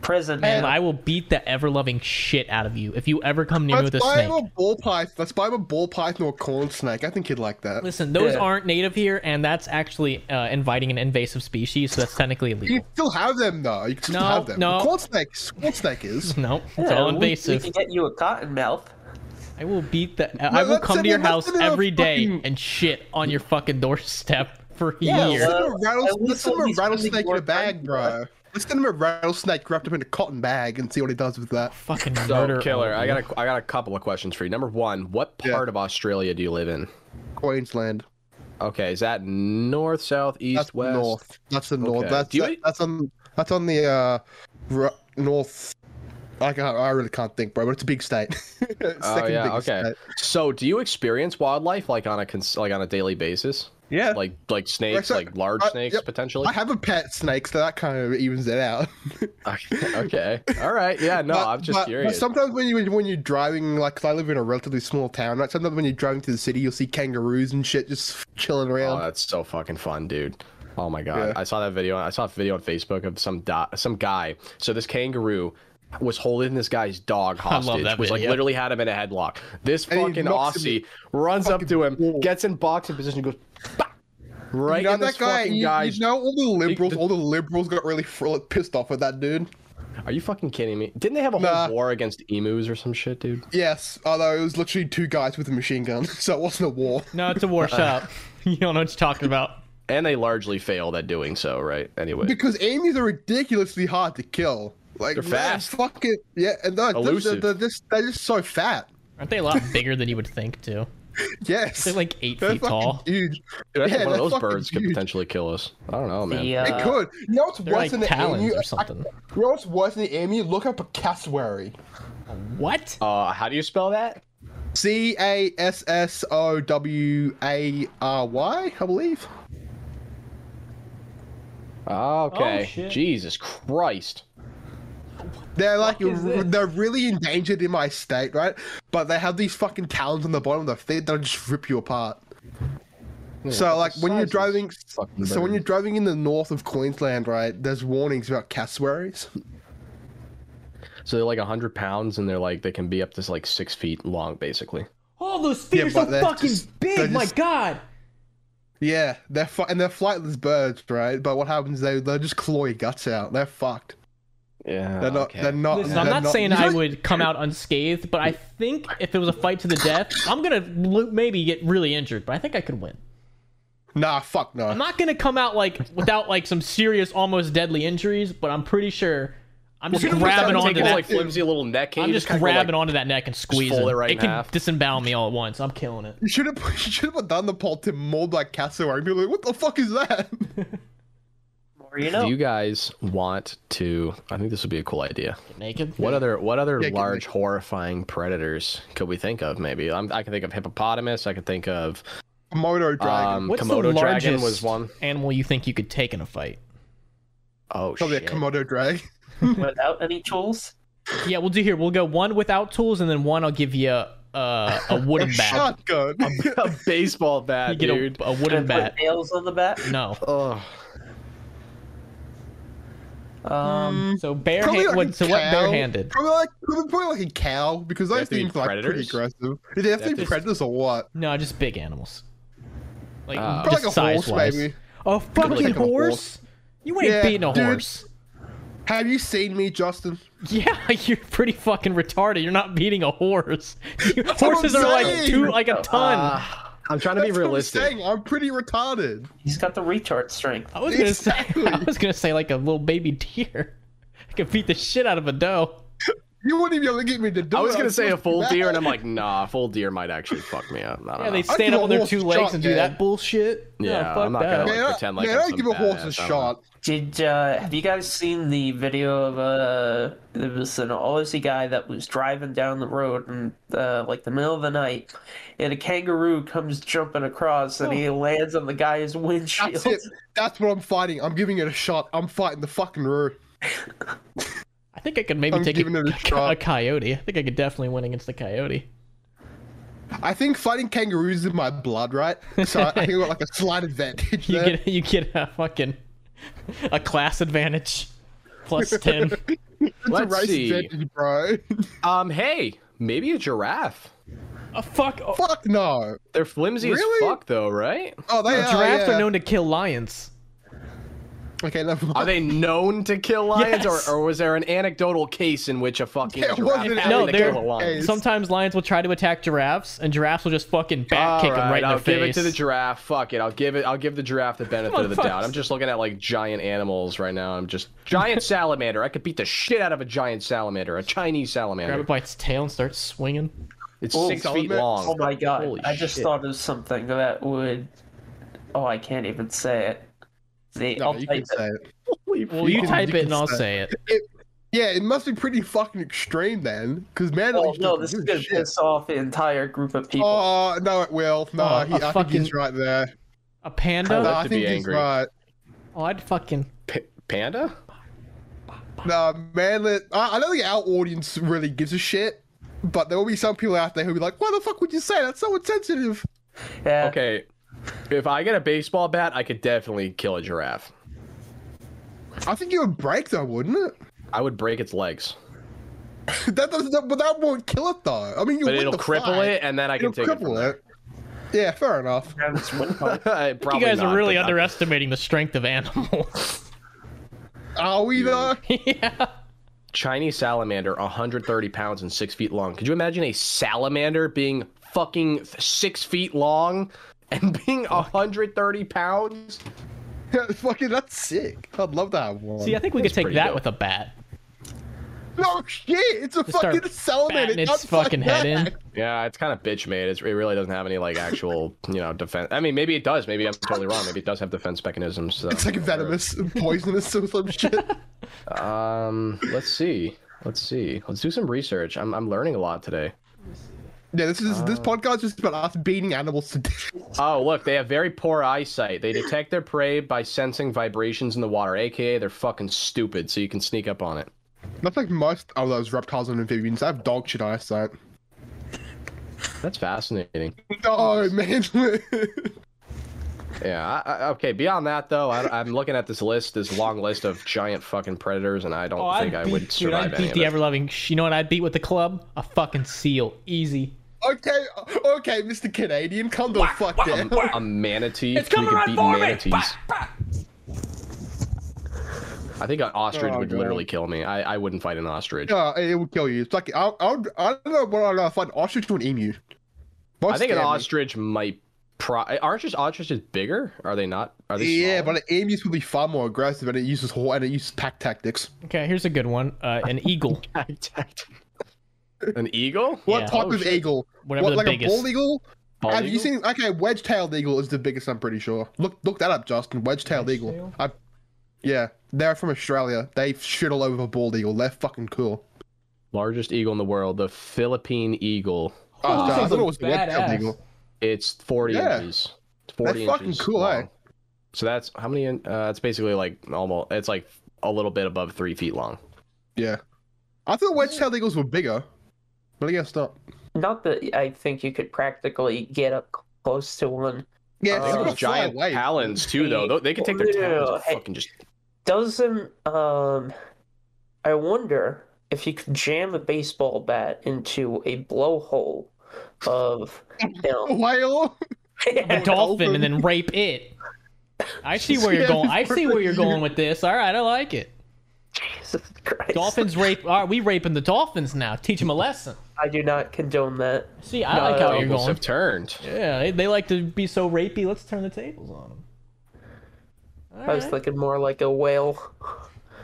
[SPEAKER 4] present, man.
[SPEAKER 1] And I will beat the ever loving shit out of you if you ever come near me
[SPEAKER 3] Let's
[SPEAKER 1] with a
[SPEAKER 3] buy
[SPEAKER 1] snake.
[SPEAKER 3] him a bull python. Let's buy him a bull python or a corn snake. I think he'd like that.
[SPEAKER 1] Listen, those
[SPEAKER 4] Yeah.
[SPEAKER 1] aren't native here, and that's actually uh, inviting an invasive species, so that's technically
[SPEAKER 3] you
[SPEAKER 1] illegal.
[SPEAKER 3] can still have them though. You can still
[SPEAKER 1] No,
[SPEAKER 3] have them.
[SPEAKER 1] no.
[SPEAKER 3] Corn snakes. Corn snake is.
[SPEAKER 1] No, it's
[SPEAKER 4] Yeah,
[SPEAKER 1] all
[SPEAKER 4] we-
[SPEAKER 1] invasive.
[SPEAKER 4] We, can get you a cottonmouth.
[SPEAKER 1] I will beat the. I will
[SPEAKER 3] let's
[SPEAKER 1] come
[SPEAKER 3] send
[SPEAKER 1] to your
[SPEAKER 3] him- let's
[SPEAKER 1] house
[SPEAKER 3] send him a
[SPEAKER 1] every day
[SPEAKER 3] fucking-
[SPEAKER 1] and shit on your fucking doorstep for
[SPEAKER 4] Yeah,
[SPEAKER 1] years.
[SPEAKER 4] well-
[SPEAKER 3] Let's send him a rattles-
[SPEAKER 4] at least
[SPEAKER 3] let's send him
[SPEAKER 4] when
[SPEAKER 3] a
[SPEAKER 4] he's really
[SPEAKER 3] rattlesnake in a
[SPEAKER 4] more
[SPEAKER 3] bag,
[SPEAKER 4] friendly,
[SPEAKER 3] bro. Let's send him a rattlesnake wrapped up in a cotton bag and see what he does with that.
[SPEAKER 1] fucking
[SPEAKER 2] So,
[SPEAKER 1] murder.
[SPEAKER 2] killer,
[SPEAKER 1] all
[SPEAKER 2] I
[SPEAKER 1] of
[SPEAKER 2] got
[SPEAKER 1] you.
[SPEAKER 2] a, I got a couple of questions for you. Number one, what
[SPEAKER 3] Yeah.
[SPEAKER 2] part of Australia do you live in?
[SPEAKER 3] Queensland.
[SPEAKER 2] Okay, is that north, south, east,
[SPEAKER 3] That's
[SPEAKER 2] west?
[SPEAKER 3] north. That's the north.
[SPEAKER 2] Okay.
[SPEAKER 3] That's
[SPEAKER 2] Do you- e-
[SPEAKER 3] that- that's on that's on the uh r- north. I can't, I really can't think, bro. But it's a big state. Second
[SPEAKER 2] Oh yeah,
[SPEAKER 3] biggest
[SPEAKER 2] okay.
[SPEAKER 3] state.
[SPEAKER 2] So, do you experience wildlife like on a cons- like on a daily basis?
[SPEAKER 3] Yeah.
[SPEAKER 2] Like like snakes,
[SPEAKER 3] so-
[SPEAKER 2] like large
[SPEAKER 3] uh,
[SPEAKER 2] snakes
[SPEAKER 3] yep.
[SPEAKER 2] potentially.
[SPEAKER 3] I have a pet snake, so that kind of evens it out.
[SPEAKER 2] Okay. okay. All right. Yeah. No,
[SPEAKER 3] But-
[SPEAKER 2] I'm just
[SPEAKER 3] but- but
[SPEAKER 2] curious.
[SPEAKER 3] sometimes when you when you're driving, like 'cause I live in a relatively small town, right? Sometimes when you're driving to the city, you'll see kangaroos and shit just chilling
[SPEAKER 2] Oh,
[SPEAKER 3] around.
[SPEAKER 2] that's so fucking fun, dude. Oh my god.
[SPEAKER 3] Yeah.
[SPEAKER 2] I saw that video. I saw a video on Facebook of some do- some guy. So this kangaroo was holding this guy's dog hostage.
[SPEAKER 1] that
[SPEAKER 2] was like
[SPEAKER 1] video.
[SPEAKER 2] literally had him in a headlock. This
[SPEAKER 3] And he
[SPEAKER 2] fucking
[SPEAKER 3] knocks him
[SPEAKER 2] Aussie runs up
[SPEAKER 3] fucking
[SPEAKER 2] to him,
[SPEAKER 3] wall.
[SPEAKER 2] gets in boxing position, goes bah! right
[SPEAKER 3] you know
[SPEAKER 2] in this
[SPEAKER 3] that guy.
[SPEAKER 2] fucking
[SPEAKER 3] You,
[SPEAKER 2] guy's.
[SPEAKER 3] you know all the liberals.
[SPEAKER 2] the-
[SPEAKER 3] All the liberals got really fr- like, pissed off at that dude.
[SPEAKER 2] Are you fucking kidding me? Didn't they have a whole
[SPEAKER 3] Nah.
[SPEAKER 2] war against emus or some shit, dude?
[SPEAKER 3] Yes, although it was literally two guys with a machine gun, so it wasn't a war.
[SPEAKER 1] No, it's a war shop. you don't know what you're talking about.
[SPEAKER 2] and they largely failed at doing so, right? Anyway,
[SPEAKER 3] Because emus are ridiculously hard to kill. Like
[SPEAKER 2] They're
[SPEAKER 3] man,
[SPEAKER 2] fast.
[SPEAKER 3] fucking yeah, and they're, they're, they're,
[SPEAKER 2] Elusive.
[SPEAKER 3] they're just they're just so fat.
[SPEAKER 1] Aren't they a lot bigger than you would think, too?
[SPEAKER 3] Yes,
[SPEAKER 1] They're like eight
[SPEAKER 3] They're
[SPEAKER 1] feet
[SPEAKER 3] fucking
[SPEAKER 1] tall.
[SPEAKER 3] Huge.
[SPEAKER 2] Dude, I think one
[SPEAKER 3] Yeah,
[SPEAKER 2] of
[SPEAKER 3] they're
[SPEAKER 2] those
[SPEAKER 3] fucking
[SPEAKER 2] birds could
[SPEAKER 3] huge.
[SPEAKER 2] potentially kill us. I don't know, man.
[SPEAKER 4] The,
[SPEAKER 2] Yeah.
[SPEAKER 4] uh,
[SPEAKER 3] It could. You know what's
[SPEAKER 1] They're
[SPEAKER 3] worse
[SPEAKER 1] like
[SPEAKER 3] than an
[SPEAKER 1] talons
[SPEAKER 3] emu?
[SPEAKER 1] or something.
[SPEAKER 3] I, you know what's worse than an emu? Look up a cassowary.
[SPEAKER 1] What?
[SPEAKER 2] Uh, how do you spell that?
[SPEAKER 3] C A S S O W A R Y, I believe.
[SPEAKER 2] Okay.
[SPEAKER 1] shit.
[SPEAKER 2] Jesus Christ.
[SPEAKER 3] They're like
[SPEAKER 1] Fuck is this?
[SPEAKER 3] they're really endangered in my state, right? But they have these fucking talons on the bottom of their feet that'll just rip you apart. So like when you're driving,
[SPEAKER 2] fucking
[SPEAKER 3] so when
[SPEAKER 2] bird.
[SPEAKER 3] you're driving in the north of Queensland, right? There's warnings about cassowaries.
[SPEAKER 2] So they're like hundred pounds, and they're like they can be up to like six feet long, basically.
[SPEAKER 1] All those feet
[SPEAKER 3] Yeah,
[SPEAKER 1] are so
[SPEAKER 3] but they're
[SPEAKER 1] fucking
[SPEAKER 3] just-
[SPEAKER 1] big.
[SPEAKER 3] they're
[SPEAKER 1] My
[SPEAKER 3] just-
[SPEAKER 1] God.
[SPEAKER 3] Yeah, they're fu- and they're flightless birds, right? But what happens? They they just claw your guts out. They're fucked.
[SPEAKER 2] Yeah.
[SPEAKER 3] They're not. They're not.
[SPEAKER 1] Oh, Listen,
[SPEAKER 3] they're
[SPEAKER 1] I'm not, saying
[SPEAKER 3] you
[SPEAKER 1] I
[SPEAKER 3] know-
[SPEAKER 1] would come out unscathed, but I think if it was a fight to the death, I'm gonna lo- maybe get really injured, but I think I could win.
[SPEAKER 3] Nah, fuck no.
[SPEAKER 1] I'm not gonna come out like without like some serious, almost deadly injuries, but I'm pretty sure I'm just
[SPEAKER 3] you're gonna
[SPEAKER 1] grabbing
[SPEAKER 3] take
[SPEAKER 1] onto
[SPEAKER 2] Take
[SPEAKER 1] that.
[SPEAKER 2] his, like flimsy little neck.
[SPEAKER 1] I'm just grabbing onto that neck and squeezing.
[SPEAKER 2] fold it right in
[SPEAKER 1] it can
[SPEAKER 2] half.
[SPEAKER 1] disembowel me all at once. I'm killing it.
[SPEAKER 3] You should have. You should have done the poll to mold like cassowary. and Be like, what the fuck is that?
[SPEAKER 4] Or, you
[SPEAKER 2] Do
[SPEAKER 4] know,
[SPEAKER 2] you guys want to? I think this would be a cool idea.
[SPEAKER 1] Get naked.
[SPEAKER 2] What other what other
[SPEAKER 3] Yeah, give me-
[SPEAKER 2] large horrifying predators could we think of? Maybe I'm, I can think of hippopotamus. I could think of
[SPEAKER 3] Komodo dragon.
[SPEAKER 2] um,
[SPEAKER 1] What's
[SPEAKER 2] Komodo
[SPEAKER 1] the
[SPEAKER 2] dragon
[SPEAKER 1] largest
[SPEAKER 2] was one.
[SPEAKER 1] animal you think you could take in a fight?
[SPEAKER 2] Oh
[SPEAKER 3] Probably
[SPEAKER 2] shit!
[SPEAKER 3] a Komodo dragon.
[SPEAKER 4] without any tools.
[SPEAKER 1] Yeah, we'll do here. We'll go one without tools, and then one I'll give you a, uh, a wooden bat.
[SPEAKER 3] Shotgun.
[SPEAKER 2] a baseball bat,
[SPEAKER 1] You get
[SPEAKER 2] dude.
[SPEAKER 1] a, a
[SPEAKER 4] Can
[SPEAKER 1] wooden
[SPEAKER 4] I put
[SPEAKER 1] bat.
[SPEAKER 4] nails on the bat?
[SPEAKER 1] No.
[SPEAKER 2] Oh,
[SPEAKER 4] Um,
[SPEAKER 1] So bare
[SPEAKER 3] Probably
[SPEAKER 1] hand,
[SPEAKER 3] like
[SPEAKER 1] what,
[SPEAKER 3] a
[SPEAKER 1] so what
[SPEAKER 3] cow.
[SPEAKER 1] barehanded?
[SPEAKER 3] Probably like probably, probably like a cow because
[SPEAKER 2] They
[SPEAKER 3] those
[SPEAKER 2] have to be
[SPEAKER 3] things are like pretty
[SPEAKER 2] predators?
[SPEAKER 3] aggressive. Did they have to
[SPEAKER 2] have
[SPEAKER 3] be
[SPEAKER 2] to-
[SPEAKER 3] predators or what?
[SPEAKER 1] No, just big animals. Like just
[SPEAKER 2] Uh,
[SPEAKER 3] Probably like a
[SPEAKER 1] size
[SPEAKER 3] horse,
[SPEAKER 1] wise.
[SPEAKER 3] maybe.
[SPEAKER 1] A fucking
[SPEAKER 3] like a
[SPEAKER 1] horse?
[SPEAKER 3] horse.
[SPEAKER 1] You ain't
[SPEAKER 3] Yeah,
[SPEAKER 1] beating a
[SPEAKER 3] dude.
[SPEAKER 1] horse.
[SPEAKER 3] Have you seen me, Justin?
[SPEAKER 1] Yeah, you're pretty fucking retarded. You're not beating a horse. You- Horses are like
[SPEAKER 3] saying.
[SPEAKER 1] two, like a ton.
[SPEAKER 2] Uh, I'm trying to be
[SPEAKER 3] That's what I'm
[SPEAKER 2] realistic.
[SPEAKER 3] saying, I'm, pretty retarded.
[SPEAKER 4] he's got the retard strength.
[SPEAKER 1] I was gonna
[SPEAKER 3] exactly.
[SPEAKER 1] say, I was gonna say like a little baby deer. I could beat the shit out of a doe.
[SPEAKER 3] You wouldn't even be able to get me to do
[SPEAKER 2] I was
[SPEAKER 3] it.
[SPEAKER 2] gonna say a
[SPEAKER 3] supposed to
[SPEAKER 2] full
[SPEAKER 3] be
[SPEAKER 2] deer,
[SPEAKER 3] mad.
[SPEAKER 2] and I'm like, nah, a full deer might actually fuck me up. I don't
[SPEAKER 1] Yeah,
[SPEAKER 2] know.
[SPEAKER 1] they
[SPEAKER 3] I'd
[SPEAKER 1] stand
[SPEAKER 3] give
[SPEAKER 1] up
[SPEAKER 3] a
[SPEAKER 1] on their
[SPEAKER 3] horse
[SPEAKER 1] two
[SPEAKER 3] a
[SPEAKER 1] legs
[SPEAKER 3] shot,
[SPEAKER 1] and do
[SPEAKER 3] man.
[SPEAKER 1] that bullshit.
[SPEAKER 2] Yeah,
[SPEAKER 1] fuck
[SPEAKER 2] I'm not
[SPEAKER 1] that.
[SPEAKER 2] gonna
[SPEAKER 3] Man, I-
[SPEAKER 2] pretend like
[SPEAKER 3] man,
[SPEAKER 2] I'm
[SPEAKER 3] I
[SPEAKER 2] some
[SPEAKER 3] don't give a horse
[SPEAKER 2] badass. I don't
[SPEAKER 3] a shot.
[SPEAKER 4] Did uh, have you guys seen the video of uh, there was an Aussie guy that was driving down the road in uh, like the middle of the night, and a kangaroo comes jumping across and he lands on the guy's windshield.
[SPEAKER 3] Oh. That's it. That's what I'm fighting. I'm giving it a shot. I'm fighting the fucking root.
[SPEAKER 1] I think I could maybe
[SPEAKER 3] I'm
[SPEAKER 1] take
[SPEAKER 3] giving
[SPEAKER 1] a,
[SPEAKER 3] it a
[SPEAKER 1] a,
[SPEAKER 3] shot.
[SPEAKER 1] coyote. I think I could definitely win against the coyote.
[SPEAKER 3] I think fighting kangaroos is in my blood, right? So I I think I got like a slight advantage.
[SPEAKER 1] You
[SPEAKER 3] there.
[SPEAKER 1] get you get a fucking a class advantage, plus ten.
[SPEAKER 3] It's a
[SPEAKER 2] Let's
[SPEAKER 3] race
[SPEAKER 2] see.
[SPEAKER 3] advantage, bro.
[SPEAKER 2] Um, hey, maybe a giraffe.
[SPEAKER 1] a fuck. Oh,
[SPEAKER 3] Fuck no.
[SPEAKER 2] They're flimsy
[SPEAKER 3] Really?
[SPEAKER 2] as fuck, though, right?
[SPEAKER 3] Oh, they are.
[SPEAKER 1] giraffes
[SPEAKER 3] yeah.
[SPEAKER 1] are known to kill lions.
[SPEAKER 3] Okay, never mind.
[SPEAKER 2] Are they known to kill lions,
[SPEAKER 1] Yes.
[SPEAKER 2] or, or was there an anecdotal case in which a fucking
[SPEAKER 3] Yeah, it
[SPEAKER 2] giraffe
[SPEAKER 3] wasn't
[SPEAKER 2] happened
[SPEAKER 1] No,
[SPEAKER 2] to
[SPEAKER 1] there-
[SPEAKER 2] kill a lion?
[SPEAKER 3] Yes.
[SPEAKER 1] Sometimes lions will try to attack giraffes, and giraffes will just fucking back kick them
[SPEAKER 2] Alright,
[SPEAKER 1] right in
[SPEAKER 2] I'll
[SPEAKER 1] the face.
[SPEAKER 2] give it to the giraffe. Fuck it. I'll give it. I'll give the giraffe the benefit
[SPEAKER 1] on,
[SPEAKER 2] of the
[SPEAKER 1] fuck.
[SPEAKER 2] doubt. I'm just looking at like giant animals right now. I'm just giant salamander. I could beat the shit out of a giant salamander, a Chinese
[SPEAKER 1] Grab
[SPEAKER 2] salamander.
[SPEAKER 1] it by its tail and start swinging.
[SPEAKER 2] It's
[SPEAKER 4] Oh,
[SPEAKER 2] six feet
[SPEAKER 3] salamander-
[SPEAKER 2] long.
[SPEAKER 4] Oh my god!
[SPEAKER 2] Holy
[SPEAKER 4] I just
[SPEAKER 2] shit.
[SPEAKER 4] thought of something that would. Oh, I can't even say it. The,
[SPEAKER 3] No,
[SPEAKER 4] I'll
[SPEAKER 3] you
[SPEAKER 4] type
[SPEAKER 3] can
[SPEAKER 4] it.
[SPEAKER 3] say it.
[SPEAKER 1] Well, you
[SPEAKER 3] can-
[SPEAKER 1] type
[SPEAKER 3] you
[SPEAKER 1] it
[SPEAKER 3] can
[SPEAKER 1] and I'll
[SPEAKER 3] say-
[SPEAKER 1] say it.
[SPEAKER 3] Yeah, it must be pretty fucking extreme then, because man, at
[SPEAKER 4] Oh
[SPEAKER 3] least
[SPEAKER 4] no,
[SPEAKER 3] you
[SPEAKER 4] this
[SPEAKER 3] can
[SPEAKER 4] is
[SPEAKER 3] do
[SPEAKER 4] gonna
[SPEAKER 3] shit.
[SPEAKER 4] piss off the entire group of people.
[SPEAKER 3] Oh no, it will. No,
[SPEAKER 1] Oh,
[SPEAKER 3] he,
[SPEAKER 1] a
[SPEAKER 3] I think
[SPEAKER 1] fucking-
[SPEAKER 3] he's right there.
[SPEAKER 1] A
[SPEAKER 3] No,
[SPEAKER 1] panda?
[SPEAKER 2] I'd
[SPEAKER 3] I
[SPEAKER 2] to be
[SPEAKER 3] think he's
[SPEAKER 2] angry.
[SPEAKER 3] right.
[SPEAKER 1] Oh, I'd fucking.
[SPEAKER 2] Pa- panda?
[SPEAKER 3] No, man, let, I, I don't think our audience really gives a shit, but there will be some people out there who'll be like, "Why the fuck would you say that's so insensitive?"
[SPEAKER 4] yeah.
[SPEAKER 2] Okay. If I get a baseball bat, I could definitely kill a giraffe.
[SPEAKER 3] I think you would break though, wouldn't
[SPEAKER 2] I would break its legs,
[SPEAKER 3] it? that doesn't, that, but that won't kill it though. I mean, you
[SPEAKER 2] but
[SPEAKER 3] win
[SPEAKER 2] it'll
[SPEAKER 3] the
[SPEAKER 2] cripple
[SPEAKER 3] fight.
[SPEAKER 2] it, and then I can
[SPEAKER 3] It'll
[SPEAKER 2] take it. From
[SPEAKER 3] cripple it. Yeah, fair enough.
[SPEAKER 4] Grab its windpipe.
[SPEAKER 2] there. Probably
[SPEAKER 1] You guys
[SPEAKER 2] not,
[SPEAKER 1] are really
[SPEAKER 2] but uh, I-
[SPEAKER 1] underestimating the strength of animals.
[SPEAKER 3] Are we though?
[SPEAKER 1] yeah.
[SPEAKER 2] Chinese salamander, 130 pounds and six feet long. Could you imagine a salamander being fucking th- six feet long and being 130 pounds.
[SPEAKER 3] Fucking, that's sick. I'd love that one.
[SPEAKER 1] See, I think we could take
[SPEAKER 2] pretty
[SPEAKER 1] that
[SPEAKER 2] dope.
[SPEAKER 1] with a bat.
[SPEAKER 3] no shit, it's a
[SPEAKER 1] start
[SPEAKER 3] fucking salamander.
[SPEAKER 1] batting its
[SPEAKER 3] not like
[SPEAKER 1] fucking head in.
[SPEAKER 3] that.
[SPEAKER 2] Yeah, it's kind of bitch made. It's, it really doesn't have any like actual, you know, defense. I mean, maybe it does. Maybe I'm totally wrong. Maybe it does have defense mechanisms. so-
[SPEAKER 3] It's like venomous, and poisonous, or some shit.
[SPEAKER 2] Um, let's see. Let's see. Let's do some research. I'm I'm learning a lot today.
[SPEAKER 3] Yeah, this is
[SPEAKER 1] Uh.
[SPEAKER 3] this podcast is about us beating animals to death.
[SPEAKER 2] Oh, look, they have very poor eyesight. They detect their prey by sensing vibrations in the water, aka they're fucking stupid, so you can sneak up on it.
[SPEAKER 3] That's like most of those reptiles and amphibians. They have dog shit eyesight.
[SPEAKER 2] That's fascinating.
[SPEAKER 3] No, man.
[SPEAKER 2] Yeah. I, I, okay. Beyond that, though, I, I'm looking at this list, this long list of giant fucking predators, and I don't think I would
[SPEAKER 1] dude,
[SPEAKER 2] survive
[SPEAKER 1] I'd Oh, beat
[SPEAKER 2] any
[SPEAKER 1] the
[SPEAKER 2] of it.
[SPEAKER 1] ever loving. You know what I'd beat with the club? A fucking seal, easy.
[SPEAKER 3] okay, okay, Mr. Canadian, come the fuck down.
[SPEAKER 2] A manatee. It's we could beat manatees. I think an ostrich
[SPEAKER 3] Oh,
[SPEAKER 2] would
[SPEAKER 3] God.
[SPEAKER 2] literally kill me. I, I wouldn't fight an ostrich.
[SPEAKER 3] No, it will kill you. It's like I, I, would- I don't know what I'd rather find ostrich or an emu. Both
[SPEAKER 2] I think an
[SPEAKER 3] scare me.
[SPEAKER 2] ostrich might. Pro- aren't just ostriches bigger? Are they not? Are they?
[SPEAKER 3] Yeah,
[SPEAKER 2] smaller?
[SPEAKER 3] but an emu's probably far more aggressive, and it uses hor- and it uses pack tactics.
[SPEAKER 1] Okay, here's a good one. Uh, an eagle.
[SPEAKER 2] an eagle?
[SPEAKER 3] What
[SPEAKER 1] Yeah.
[SPEAKER 3] type
[SPEAKER 2] Oh,
[SPEAKER 3] of
[SPEAKER 2] shit.
[SPEAKER 3] eagle?
[SPEAKER 1] Whatever
[SPEAKER 3] what,
[SPEAKER 1] the
[SPEAKER 3] like
[SPEAKER 1] biggest-
[SPEAKER 3] a bald eagle?
[SPEAKER 2] Bald
[SPEAKER 3] Have you
[SPEAKER 2] eagle?
[SPEAKER 3] seen? Okay, wedge-tailed eagle is the biggest. I'm pretty sure. Look, look that up, Justin. Wedge-tailed eagle.
[SPEAKER 1] Wedge-tail?
[SPEAKER 3] I, yeah, they're from Australia. They shit all over the bald eagle. They're fucking cool.
[SPEAKER 2] largest eagle in the world, the Philippine eagle.
[SPEAKER 3] Oh,
[SPEAKER 1] those
[SPEAKER 3] I thought
[SPEAKER 1] are
[SPEAKER 3] it was a wedge-tailed
[SPEAKER 1] badass.
[SPEAKER 3] eagle.
[SPEAKER 2] It's 40
[SPEAKER 3] Yeah.
[SPEAKER 2] inches. It's 40
[SPEAKER 3] That's
[SPEAKER 2] inches
[SPEAKER 3] fucking cool,
[SPEAKER 2] long.
[SPEAKER 3] eh?
[SPEAKER 2] So that's how many? In, uh, it's basically like almost. It's like a little bit above three feet long.
[SPEAKER 3] Yeah, I thought wedge-tailed eagles were bigger, but I guess not.
[SPEAKER 4] Not that I think you could practically get up close to one.
[SPEAKER 3] Yeah,
[SPEAKER 2] I
[SPEAKER 3] it's
[SPEAKER 2] think
[SPEAKER 3] gonna
[SPEAKER 2] those
[SPEAKER 3] fly
[SPEAKER 2] Uh, giant
[SPEAKER 3] away.
[SPEAKER 2] talons too, though. Tho- They could take their talons and
[SPEAKER 4] Hey.
[SPEAKER 2] fucking just.
[SPEAKER 4] Doesn't um, I wonder if you could jam a baseball bat into a blowhole of
[SPEAKER 3] A
[SPEAKER 4] you
[SPEAKER 3] whale.
[SPEAKER 1] a
[SPEAKER 4] know,
[SPEAKER 1] dolphin and then rape it. I see where you're
[SPEAKER 3] Yeah,
[SPEAKER 1] going. I
[SPEAKER 3] for
[SPEAKER 1] see where you're
[SPEAKER 3] you.
[SPEAKER 1] going with this. All right, I like it.
[SPEAKER 4] Jesus Christ.
[SPEAKER 1] Dolphins rape. All right, we raping the dolphins now. Teach them a lesson.
[SPEAKER 4] I do not condone that.
[SPEAKER 1] See, I like how you're
[SPEAKER 2] Tables
[SPEAKER 1] going.
[SPEAKER 2] have turned.
[SPEAKER 1] Yeah, they, they like to be so rapey. Let's turn the tables on them.
[SPEAKER 4] I was thinking more like a whale.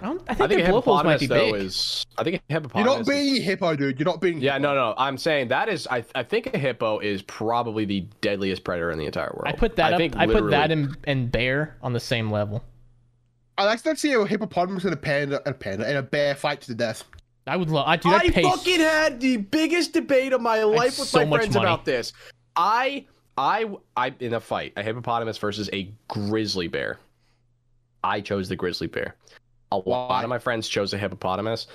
[SPEAKER 1] I, don't, I think,
[SPEAKER 2] I think a
[SPEAKER 1] their blowholes might
[SPEAKER 2] hippopotamus
[SPEAKER 1] be
[SPEAKER 2] though
[SPEAKER 1] big.
[SPEAKER 2] is. I think a
[SPEAKER 3] You're
[SPEAKER 2] hippopotamus.
[SPEAKER 3] not
[SPEAKER 2] is-
[SPEAKER 3] being a hippo, dude. You're not being.
[SPEAKER 2] Yeah, no, no. I'm saying that is. I, I think a hippo is probably the deadliest predator in the entire world.
[SPEAKER 1] I put that up.
[SPEAKER 2] think
[SPEAKER 1] I put that
[SPEAKER 2] literally-
[SPEAKER 1] and and bear on the same level.
[SPEAKER 3] I actually see a hippopotamus and a panda and a panda and a bear fight to the death.
[SPEAKER 1] I would love. I do.
[SPEAKER 2] I
[SPEAKER 1] I'd pay.
[SPEAKER 2] fucking had the biggest debate of my life with
[SPEAKER 1] so
[SPEAKER 2] my
[SPEAKER 1] much
[SPEAKER 2] friends
[SPEAKER 1] money.
[SPEAKER 2] about this. I, I, I, in a fight, a hippopotamus versus a grizzly bear. I chose the grizzly bear. A
[SPEAKER 3] Why?
[SPEAKER 2] lot of my friends chose a hippopotamus.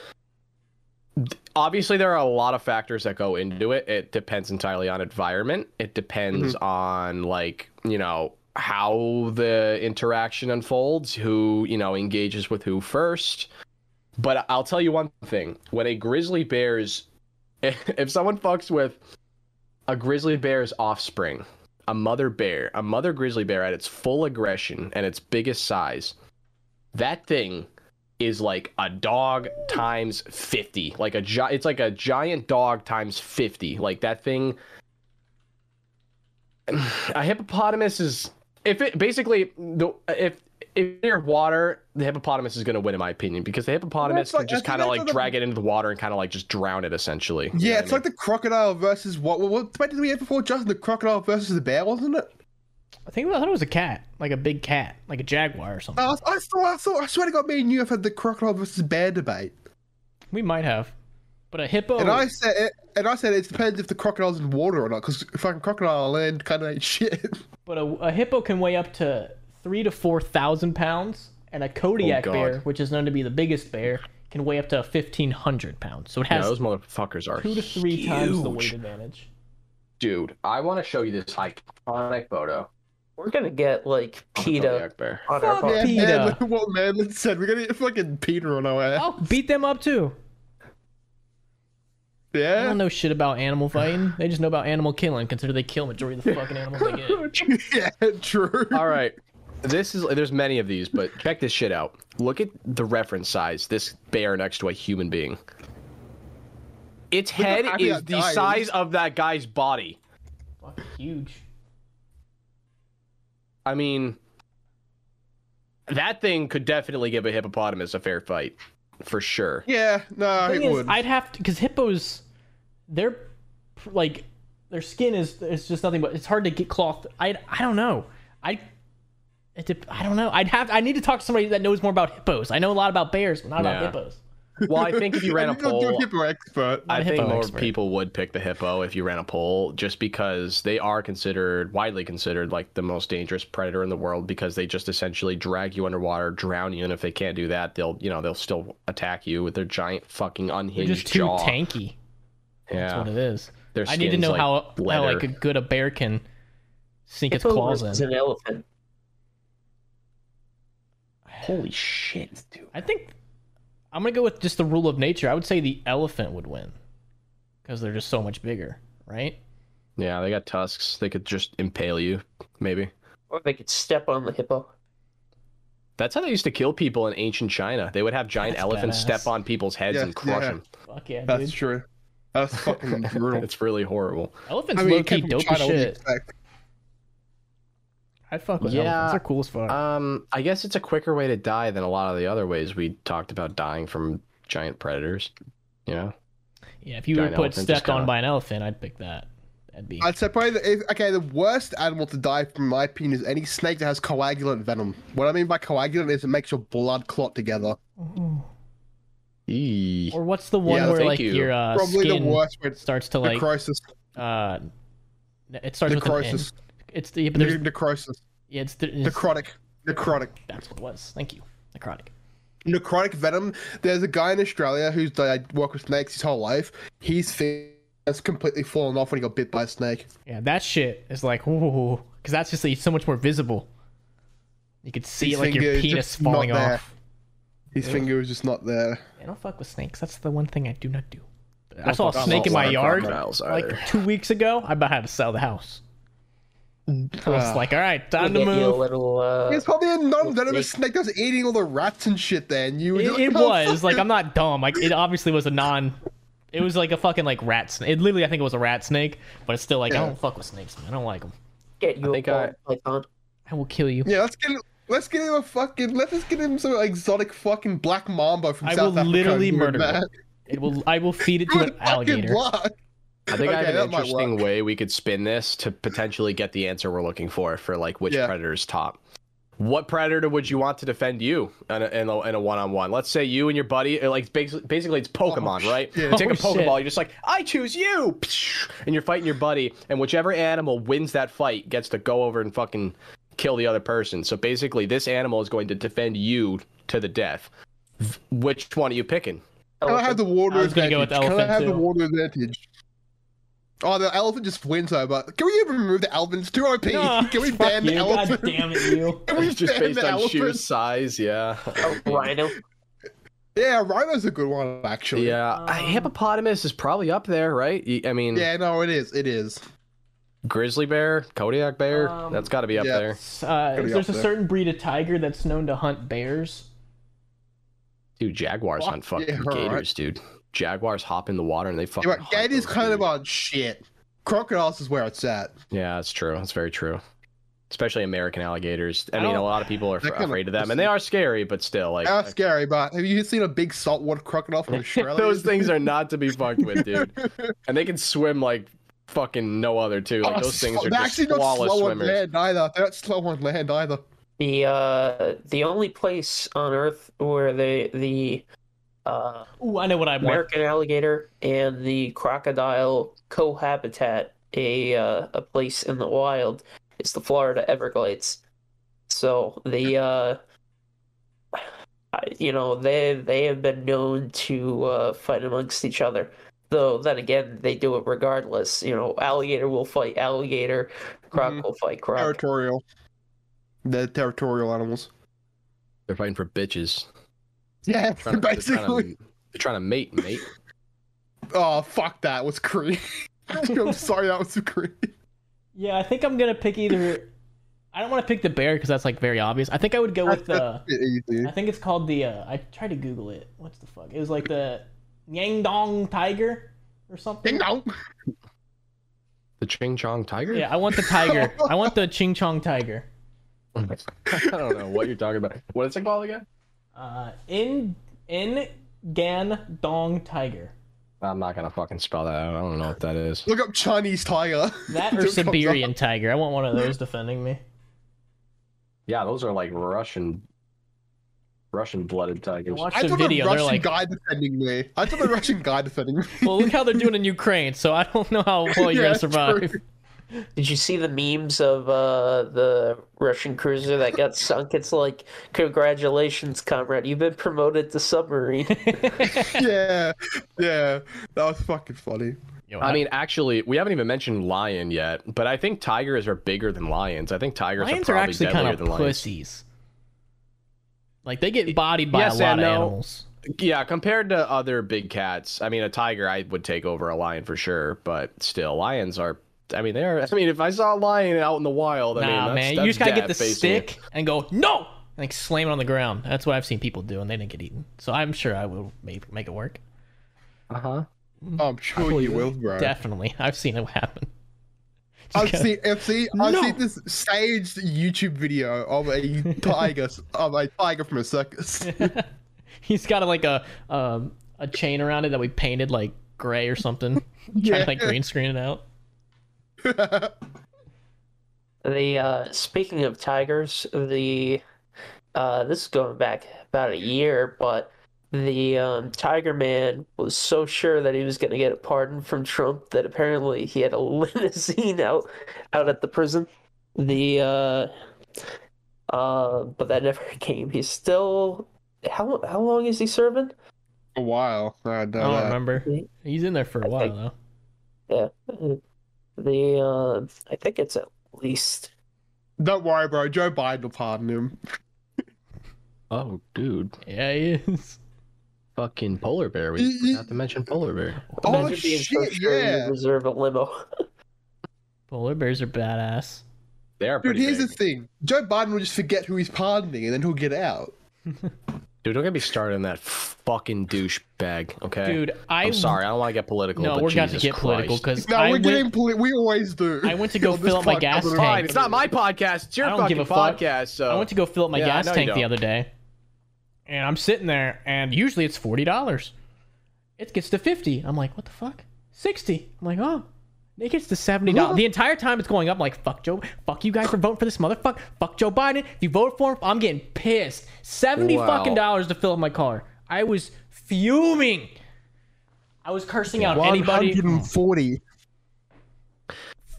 [SPEAKER 2] Obviously, there are a lot of factors that go into it. It depends entirely on environment. It depends on like you know how the interaction unfolds, who you know engages with who first. But I'll tell you one thing: when a grizzly bear's, if someone fucks with a grizzly bear's offspring, a mother bear, a mother grizzly bear at its full aggression and its biggest size, that thing is like a dog times 50 like a gi- it's like a giant dog times 50 like that thing a hippopotamus is if it basically the if if you're water the hippopotamus is going to win in my opinion because the hippopotamus
[SPEAKER 3] like-
[SPEAKER 2] can just
[SPEAKER 3] I think
[SPEAKER 2] kind of
[SPEAKER 3] that's
[SPEAKER 2] like
[SPEAKER 3] what the-
[SPEAKER 2] drag it into the water and kind of like just drown it essentially You know
[SPEAKER 3] Yeah,
[SPEAKER 2] what
[SPEAKER 3] it's
[SPEAKER 2] I
[SPEAKER 3] like the crocodile versus what? What, what debate did we have before, Justin? The crocodile versus the bear, wasn't it?
[SPEAKER 1] I think I thought it was a cat, like a big cat, like a jaguar or something.
[SPEAKER 3] I, I thought, I thought, I swear to God, me and you have had the crocodile versus bear debate,
[SPEAKER 1] we might have, but a hippo.
[SPEAKER 3] and I said, it, and I said it depends if the crocodile's in water or not, because fucking crocodile land kind of ain't shit.
[SPEAKER 1] But a, a hippo can weigh up to three to four thousand pounds, and a Kodiak
[SPEAKER 2] Oh, God.
[SPEAKER 1] bear, which is known to be the biggest bear, can weigh up to fifteen hundred pounds. So it
[SPEAKER 2] mean? yeah,
[SPEAKER 1] has
[SPEAKER 2] those motherfuckers are
[SPEAKER 1] two to three times the weight
[SPEAKER 2] huge.
[SPEAKER 1] advantage.
[SPEAKER 2] dude i want to show you this iconic photo
[SPEAKER 4] We're gonna get like
[SPEAKER 2] of a
[SPEAKER 4] PETA
[SPEAKER 2] Kodiak bear
[SPEAKER 4] on our
[SPEAKER 1] Fuck
[SPEAKER 4] podcast.
[SPEAKER 1] yeah.
[SPEAKER 3] Man,
[SPEAKER 1] Peter.
[SPEAKER 3] look what Manlin said? We're gonna get fucking Peter on our ass.
[SPEAKER 1] I'll beat them up too. I
[SPEAKER 3] yeah,
[SPEAKER 1] don't know shit about animal fighting. They just know about animal killing. Consider they kill majority of the fucking animals they get.
[SPEAKER 3] yeah, true.
[SPEAKER 2] All right. This is there's many of these, but check this shit out. Look at the reference size. This bear next to a human being. Its head
[SPEAKER 3] happy
[SPEAKER 2] is
[SPEAKER 3] that
[SPEAKER 2] the
[SPEAKER 3] guy is.
[SPEAKER 2] size of that guy's body.
[SPEAKER 1] Fucking huge.
[SPEAKER 2] I mean, that thing could definitely give a hippopotamus a fair fight, for sure.
[SPEAKER 3] Yeah, no,
[SPEAKER 1] Thing
[SPEAKER 3] it
[SPEAKER 1] is,
[SPEAKER 3] would.
[SPEAKER 1] I'd have to because hippos, they're pr- like their skin is it's just nothing but it's hard to get cloth. I I don't know. I it, dep- I don't know. I'd have I need to talk to somebody that knows more about hippos. I know a lot about bears, but not
[SPEAKER 2] Yeah.
[SPEAKER 1] about hippos.
[SPEAKER 2] Well, I think if you ran a
[SPEAKER 3] You're not doing
[SPEAKER 2] poll,
[SPEAKER 3] hippo expert.
[SPEAKER 2] I
[SPEAKER 1] a
[SPEAKER 2] think
[SPEAKER 1] hippo
[SPEAKER 2] more
[SPEAKER 1] expert.
[SPEAKER 2] people would pick the hippo if you ran a poll, just because they are considered widely considered like the most dangerous predator in the world because they just essentially drag you underwater, drown you, and if they can't do that, they'll you know they'll still attack you with their giant fucking
[SPEAKER 1] They're
[SPEAKER 2] unhinged
[SPEAKER 1] just too
[SPEAKER 2] jaw.
[SPEAKER 1] tanky. That's what
[SPEAKER 2] yeah,
[SPEAKER 1] it is.
[SPEAKER 2] Their
[SPEAKER 1] I need to
[SPEAKER 2] skin's
[SPEAKER 1] know
[SPEAKER 2] like
[SPEAKER 1] how how
[SPEAKER 2] leather.
[SPEAKER 1] like a good a bear can sink its
[SPEAKER 4] Hippo
[SPEAKER 1] claws
[SPEAKER 4] versus
[SPEAKER 1] in.
[SPEAKER 4] an elephant. Holy shit, dude.
[SPEAKER 1] I think I'm gonna go with just the rule of nature. I would say the elephant would win because they're just so much bigger, right?
[SPEAKER 2] yeah, they got tusks. They could just impale you, maybe.
[SPEAKER 4] Or they could step on the hippo.
[SPEAKER 2] That's how they used to kill people in ancient China. They would have giant
[SPEAKER 1] That's
[SPEAKER 2] elephants
[SPEAKER 1] badass.
[SPEAKER 2] step on people's heads
[SPEAKER 3] Yeah,
[SPEAKER 2] and crush
[SPEAKER 3] yeah.
[SPEAKER 2] them.
[SPEAKER 1] Fuck yeah,
[SPEAKER 3] That's
[SPEAKER 1] dude.
[SPEAKER 3] true. That's fucking brutal.
[SPEAKER 2] It's really horrible.
[SPEAKER 1] Elephants
[SPEAKER 3] I mean,
[SPEAKER 1] low
[SPEAKER 3] it came
[SPEAKER 1] key
[SPEAKER 3] from
[SPEAKER 1] dope as
[SPEAKER 3] China, what do you
[SPEAKER 1] shit.
[SPEAKER 3] expect?
[SPEAKER 1] I fuck with
[SPEAKER 2] Yeah,
[SPEAKER 1] elephants. They're cool as fuck.
[SPEAKER 2] Um, I guess it's a quicker way to die than a lot of the other ways we talked about dying from giant predators. You know,
[SPEAKER 1] yeah, if you were
[SPEAKER 2] giant
[SPEAKER 1] put
[SPEAKER 2] elephant just uh,
[SPEAKER 1] stepped on
[SPEAKER 2] kinda-
[SPEAKER 1] by an elephant, I'd pick that. That'd be
[SPEAKER 3] I'd say probably the, if, okay. The worst animal to die, from my opinion, is any snake that has coagulant venom. What I mean by coagulant is it makes your blood clot together.
[SPEAKER 2] Eee.
[SPEAKER 1] or what's the one
[SPEAKER 3] Yeah,
[SPEAKER 1] where
[SPEAKER 2] thank
[SPEAKER 1] like
[SPEAKER 2] you.
[SPEAKER 1] your uh,
[SPEAKER 3] Probably the
[SPEAKER 1] skin
[SPEAKER 3] worst. Where it's
[SPEAKER 1] starts to like
[SPEAKER 3] necrosis,
[SPEAKER 1] uh, n- it starts with
[SPEAKER 3] necrosis,
[SPEAKER 1] an N. It's the yeah, but
[SPEAKER 3] ne-
[SPEAKER 1] there's,
[SPEAKER 3] necrosis,
[SPEAKER 1] yeah, it's, the, it's
[SPEAKER 3] necrotic, necrotic,
[SPEAKER 1] that's what it was. Thank you, necrotic.
[SPEAKER 3] necrotic venom. There's a guy in Australia who's died worked with snakes his whole life. His fin has completely fallen off when he got bit by a snake.
[SPEAKER 1] Yeah, that shit is like ooh, because that's just like, so much more visible. You could see
[SPEAKER 3] These
[SPEAKER 1] it like your
[SPEAKER 3] fingers
[SPEAKER 1] penis
[SPEAKER 3] just not
[SPEAKER 1] falling
[SPEAKER 3] there.
[SPEAKER 1] off.
[SPEAKER 3] His finger was just not there.
[SPEAKER 1] I don't fuck with snakes. That's the one thing I do not do. I saw a
[SPEAKER 2] fuck
[SPEAKER 1] snake
[SPEAKER 2] with
[SPEAKER 1] in my
[SPEAKER 2] wild
[SPEAKER 1] yard
[SPEAKER 2] crocodiles either.
[SPEAKER 1] like two weeks ago. I about had to sell the house. I
[SPEAKER 3] Ah.
[SPEAKER 1] was like, all right, time to
[SPEAKER 4] Get you a
[SPEAKER 1] move.
[SPEAKER 4] little, uh,
[SPEAKER 3] It's probably a non-venomous snake that was eating all the rats and shit. Then you, were
[SPEAKER 1] It,
[SPEAKER 3] just
[SPEAKER 1] it
[SPEAKER 3] "Oh,
[SPEAKER 1] was
[SPEAKER 3] fuck
[SPEAKER 1] like
[SPEAKER 3] it."
[SPEAKER 1] I'm not dumb. Like it obviously was a non. It was like a fucking like rat snake. It literally, I think it was a rat snake, but it's still like I
[SPEAKER 3] Yeah.
[SPEAKER 1] don't fuck with snakes. Man. I don't like them.
[SPEAKER 4] get you a
[SPEAKER 2] think I-
[SPEAKER 4] bald python.
[SPEAKER 1] I will kill you.
[SPEAKER 3] Yeah, let's get let's get him a fucking let's just get him some exotic fucking black mamba from
[SPEAKER 1] I
[SPEAKER 3] South
[SPEAKER 1] will
[SPEAKER 3] Africa.
[SPEAKER 1] literally
[SPEAKER 3] and do it,
[SPEAKER 1] murder
[SPEAKER 3] man.
[SPEAKER 1] it. It will. I will feed it to
[SPEAKER 3] Good
[SPEAKER 1] an
[SPEAKER 3] fucking
[SPEAKER 1] alligator.
[SPEAKER 3] luck.
[SPEAKER 2] I think I
[SPEAKER 3] Okay,
[SPEAKER 2] have an
[SPEAKER 3] that might
[SPEAKER 2] interesting way we could spin this to potentially get the answer we're looking for for like which
[SPEAKER 3] Yeah.
[SPEAKER 2] predator's top. What predator would you want to defend you in a, in a, in a one-on-one? Let's say you and your buddy, uh, like basically, basically it's Pokemon, right?
[SPEAKER 3] Oh, shit.
[SPEAKER 2] You Take a
[SPEAKER 1] Oh, shit.
[SPEAKER 2] Pokeball, you're just like, I choose you, and you're fighting your buddy, and whichever animal wins that fight gets to go over and fucking kill the other person. So basically, this animal is going to defend you to the death. Which one are you picking?
[SPEAKER 3] Can I have the water
[SPEAKER 1] I was gonna
[SPEAKER 3] advantage?
[SPEAKER 1] go with
[SPEAKER 3] can I
[SPEAKER 1] elephant,
[SPEAKER 3] have
[SPEAKER 1] too.
[SPEAKER 3] the water advantage? Oh, the elephant just wins though, but can we even remove the elephant? It's too OP.
[SPEAKER 1] Ah,
[SPEAKER 3] can we
[SPEAKER 1] fuck
[SPEAKER 3] ban the
[SPEAKER 1] you.
[SPEAKER 3] elephant?
[SPEAKER 1] God damn it, you.
[SPEAKER 3] Can we
[SPEAKER 2] Just
[SPEAKER 3] ban
[SPEAKER 2] based
[SPEAKER 3] the
[SPEAKER 2] on sheer
[SPEAKER 3] elephant?
[SPEAKER 2] size, yeah.
[SPEAKER 4] Oh, rhino.
[SPEAKER 3] Yeah, rhino's a good one actually.
[SPEAKER 2] Yeah, a hippopotamus is probably up there, right? Y- I mean,
[SPEAKER 3] Yeah, no, it is. It is.
[SPEAKER 2] grizzly bear, Kodiak bear,
[SPEAKER 1] Um,
[SPEAKER 2] that's got to be up
[SPEAKER 3] yeah.
[SPEAKER 2] there.
[SPEAKER 1] Uh,
[SPEAKER 3] Gotta be
[SPEAKER 1] there's
[SPEAKER 3] up
[SPEAKER 1] a
[SPEAKER 3] there.
[SPEAKER 1] certain breed of tiger that's known to hunt bears.
[SPEAKER 2] Dude, jaguars hunt
[SPEAKER 3] Fuck,
[SPEAKER 2] fucking
[SPEAKER 3] yeah, right.
[SPEAKER 2] gators, dude. Jaguars hop in the water and they fucking.
[SPEAKER 3] Yeah, but
[SPEAKER 2] hunt
[SPEAKER 3] gators
[SPEAKER 2] those,
[SPEAKER 3] kind of
[SPEAKER 2] dude.
[SPEAKER 3] on shit. Crocodiles is where it's at.
[SPEAKER 2] Yeah, that's true. That's very true. Especially American alligators. I,
[SPEAKER 1] I
[SPEAKER 2] mean, a
[SPEAKER 1] don't-
[SPEAKER 2] lot of people are
[SPEAKER 3] Oh, That
[SPEAKER 2] f-
[SPEAKER 3] kinda
[SPEAKER 2] afraid of them, and they are scary, but still, like
[SPEAKER 3] That's scary, but have you seen a big saltwater crocodile from Australia?
[SPEAKER 2] those things are not to be fucked with, dude. And they can swim like fucking no other too. Like
[SPEAKER 3] Oh,
[SPEAKER 2] those things
[SPEAKER 3] sl-
[SPEAKER 2] are
[SPEAKER 3] they're
[SPEAKER 2] just
[SPEAKER 3] actually not
[SPEAKER 2] flawless
[SPEAKER 3] slow
[SPEAKER 2] swimmers.
[SPEAKER 3] on land either. They're not slow on land either.
[SPEAKER 4] The uh, the only place on Earth where they the uh,
[SPEAKER 1] Ooh, I know what I want.
[SPEAKER 4] American alligator and the crocodile cohabitat a uh, a place in the wild is the Florida Everglades. So the uh, I- you know they they have been known to uh, fight amongst each other. Though then again, they do it regardless. You know, alligator will fight alligator, croc
[SPEAKER 3] Mhm.
[SPEAKER 4] will fight croc.
[SPEAKER 3] Territorial. They're territorial animals.
[SPEAKER 2] They're fighting for bitches.
[SPEAKER 3] Yeah,
[SPEAKER 2] Trying to, They're trying,
[SPEAKER 3] basically.
[SPEAKER 2] to, they're trying to mate, mate.
[SPEAKER 3] Oh, fuck that. Was creepy. I'm sorry, that was creepy.
[SPEAKER 1] Yeah, I think I'm gonna pick either. I don't want to pick the bear because that's like very obvious. I think I would go with the.
[SPEAKER 3] Easy.
[SPEAKER 1] I think it's called the. Uh, I tried to Google it. What's the fuck? It was like the Yang Dong Tiger or something.
[SPEAKER 3] Ding dong.
[SPEAKER 2] The Ching Chong Tiger?
[SPEAKER 1] Yeah, I want the tiger. I want the Ching Chong Tiger.
[SPEAKER 2] I don't know what you're talking about. What is it called again?
[SPEAKER 1] Uh, in in Gan Dong Tiger.
[SPEAKER 2] I'm not gonna fucking spell that out. I don't know what that is.
[SPEAKER 3] Look up Chinese tiger.
[SPEAKER 1] That or
[SPEAKER 3] Just comes up.
[SPEAKER 1] Siberian Tiger. I want one of those defending me.
[SPEAKER 2] Yeah, those are like Russian, Russian blooded tigers.
[SPEAKER 1] Watch
[SPEAKER 3] I
[SPEAKER 1] the
[SPEAKER 3] told a
[SPEAKER 1] video. They're
[SPEAKER 3] Russian
[SPEAKER 1] like,
[SPEAKER 3] guy defending me. I told a Russian guy defending me.
[SPEAKER 1] well, look how they're doing in Ukraine. So I don't know how well you're
[SPEAKER 3] Yeah,
[SPEAKER 1] gonna survive.
[SPEAKER 3] true.
[SPEAKER 4] Did you see the memes of uh, the Russian cruiser that got sunk? It's like, congratulations, comrade, you've been promoted to submarine.
[SPEAKER 3] yeah, yeah, that was fucking funny.
[SPEAKER 1] Yo,
[SPEAKER 2] I mean, actually, we haven't even mentioned lion yet, but I think tigers are bigger than lions. I think tigers
[SPEAKER 1] lions
[SPEAKER 2] are
[SPEAKER 1] are
[SPEAKER 2] probably
[SPEAKER 1] actually
[SPEAKER 2] deadlier
[SPEAKER 1] kind of
[SPEAKER 2] than lions.
[SPEAKER 1] pussies. Like they get bodied by
[SPEAKER 2] yes
[SPEAKER 1] a lot
[SPEAKER 2] and
[SPEAKER 1] of
[SPEAKER 2] no.
[SPEAKER 1] animals.
[SPEAKER 2] Yeah, compared to other big cats, I mean, a tiger I would take over a lion for sure, but still, lions are. I mean, they are. I mean, if I saw a lion out in the wild, I mean,
[SPEAKER 1] nah,
[SPEAKER 2] that's,
[SPEAKER 1] man,
[SPEAKER 2] that's
[SPEAKER 1] you just gotta
[SPEAKER 2] death
[SPEAKER 1] get the
[SPEAKER 2] facing you.
[SPEAKER 1] stick and go no, and like slam it on the ground. That's what I've seen people do, and they didn't get eaten. So I'm sure I will make make it work. Mm.
[SPEAKER 3] I'm sure you will, bro.
[SPEAKER 1] Definitely, I've seen it happen.
[SPEAKER 3] I've seen, I've seen, I've
[SPEAKER 1] No.
[SPEAKER 3] seen this staged YouTube video of a tiger, of a tiger from a circus.
[SPEAKER 1] He's got like a um, a chain around it that we painted like gray or something, trying
[SPEAKER 3] Yeah.
[SPEAKER 1] to like green screen it out.
[SPEAKER 4] The uh, speaking of tigers, the uh, this is going back about a year, but the um, Tiger Man was so sure that he was going to get a pardon from Trump that apparently he had a limousine out out at the prison. The uh, uh, but that never came. He's still how how long is he serving?
[SPEAKER 3] a while. I don't
[SPEAKER 1] I don't
[SPEAKER 3] know.
[SPEAKER 1] remember. He's in there for a while though.
[SPEAKER 4] Yeah, the uh, I think it's at least
[SPEAKER 3] Don't worry, bro. Joe Biden will pardon him.
[SPEAKER 2] Oh, dude,
[SPEAKER 1] Yeah, he is.
[SPEAKER 2] fucking polar bear. We forgot to mention polar bear.
[SPEAKER 3] Oh
[SPEAKER 4] Imagine being so
[SPEAKER 3] shit!
[SPEAKER 4] sure you
[SPEAKER 3] Yeah,
[SPEAKER 4] reserve a limo.
[SPEAKER 1] Polar bears are badass.
[SPEAKER 2] They are
[SPEAKER 3] dude.
[SPEAKER 2] pretty
[SPEAKER 3] Here's
[SPEAKER 2] big.
[SPEAKER 3] the thing: Joe Biden will just forget who he's pardoning, and then he'll get out.
[SPEAKER 2] Dude, don't get me started on that fucking douchebag. Okay,
[SPEAKER 1] Dude, I-
[SPEAKER 2] I'm sorry. I don't want to get political.
[SPEAKER 1] No,
[SPEAKER 2] but
[SPEAKER 1] we're
[SPEAKER 2] Jesus
[SPEAKER 1] about to get political
[SPEAKER 2] Christ.
[SPEAKER 1] because
[SPEAKER 3] No,
[SPEAKER 1] I
[SPEAKER 3] we're
[SPEAKER 1] went,
[SPEAKER 3] getting poli- We always do.
[SPEAKER 1] I went to go
[SPEAKER 3] On this
[SPEAKER 1] fill up my
[SPEAKER 3] podcast,
[SPEAKER 1] gas
[SPEAKER 3] we're
[SPEAKER 1] tank.
[SPEAKER 2] Fine, it's not my podcast. It's your
[SPEAKER 1] I don't
[SPEAKER 2] fucking
[SPEAKER 1] give a fuck.
[SPEAKER 2] podcast. So
[SPEAKER 1] I went to go fill up my
[SPEAKER 2] Yeah, I
[SPEAKER 1] gas
[SPEAKER 2] know you
[SPEAKER 1] tank the
[SPEAKER 2] don't.
[SPEAKER 1] other day, and I'm sitting there, and usually it's forty dollars. It gets to fifty. I'm like, what the fuck? Sixty. I'm like, oh. It gets to seventy dollars. The entire time it's going up. I'm like, fuck Joe. Fuck you guys for voting for this motherfucker. Fuck Joe Biden. If you vote for him, I'm getting pissed. Seventy
[SPEAKER 2] Wow.
[SPEAKER 1] fucking dollars to fill up my car. I was fuming. I was cursing out anybody.
[SPEAKER 3] 140.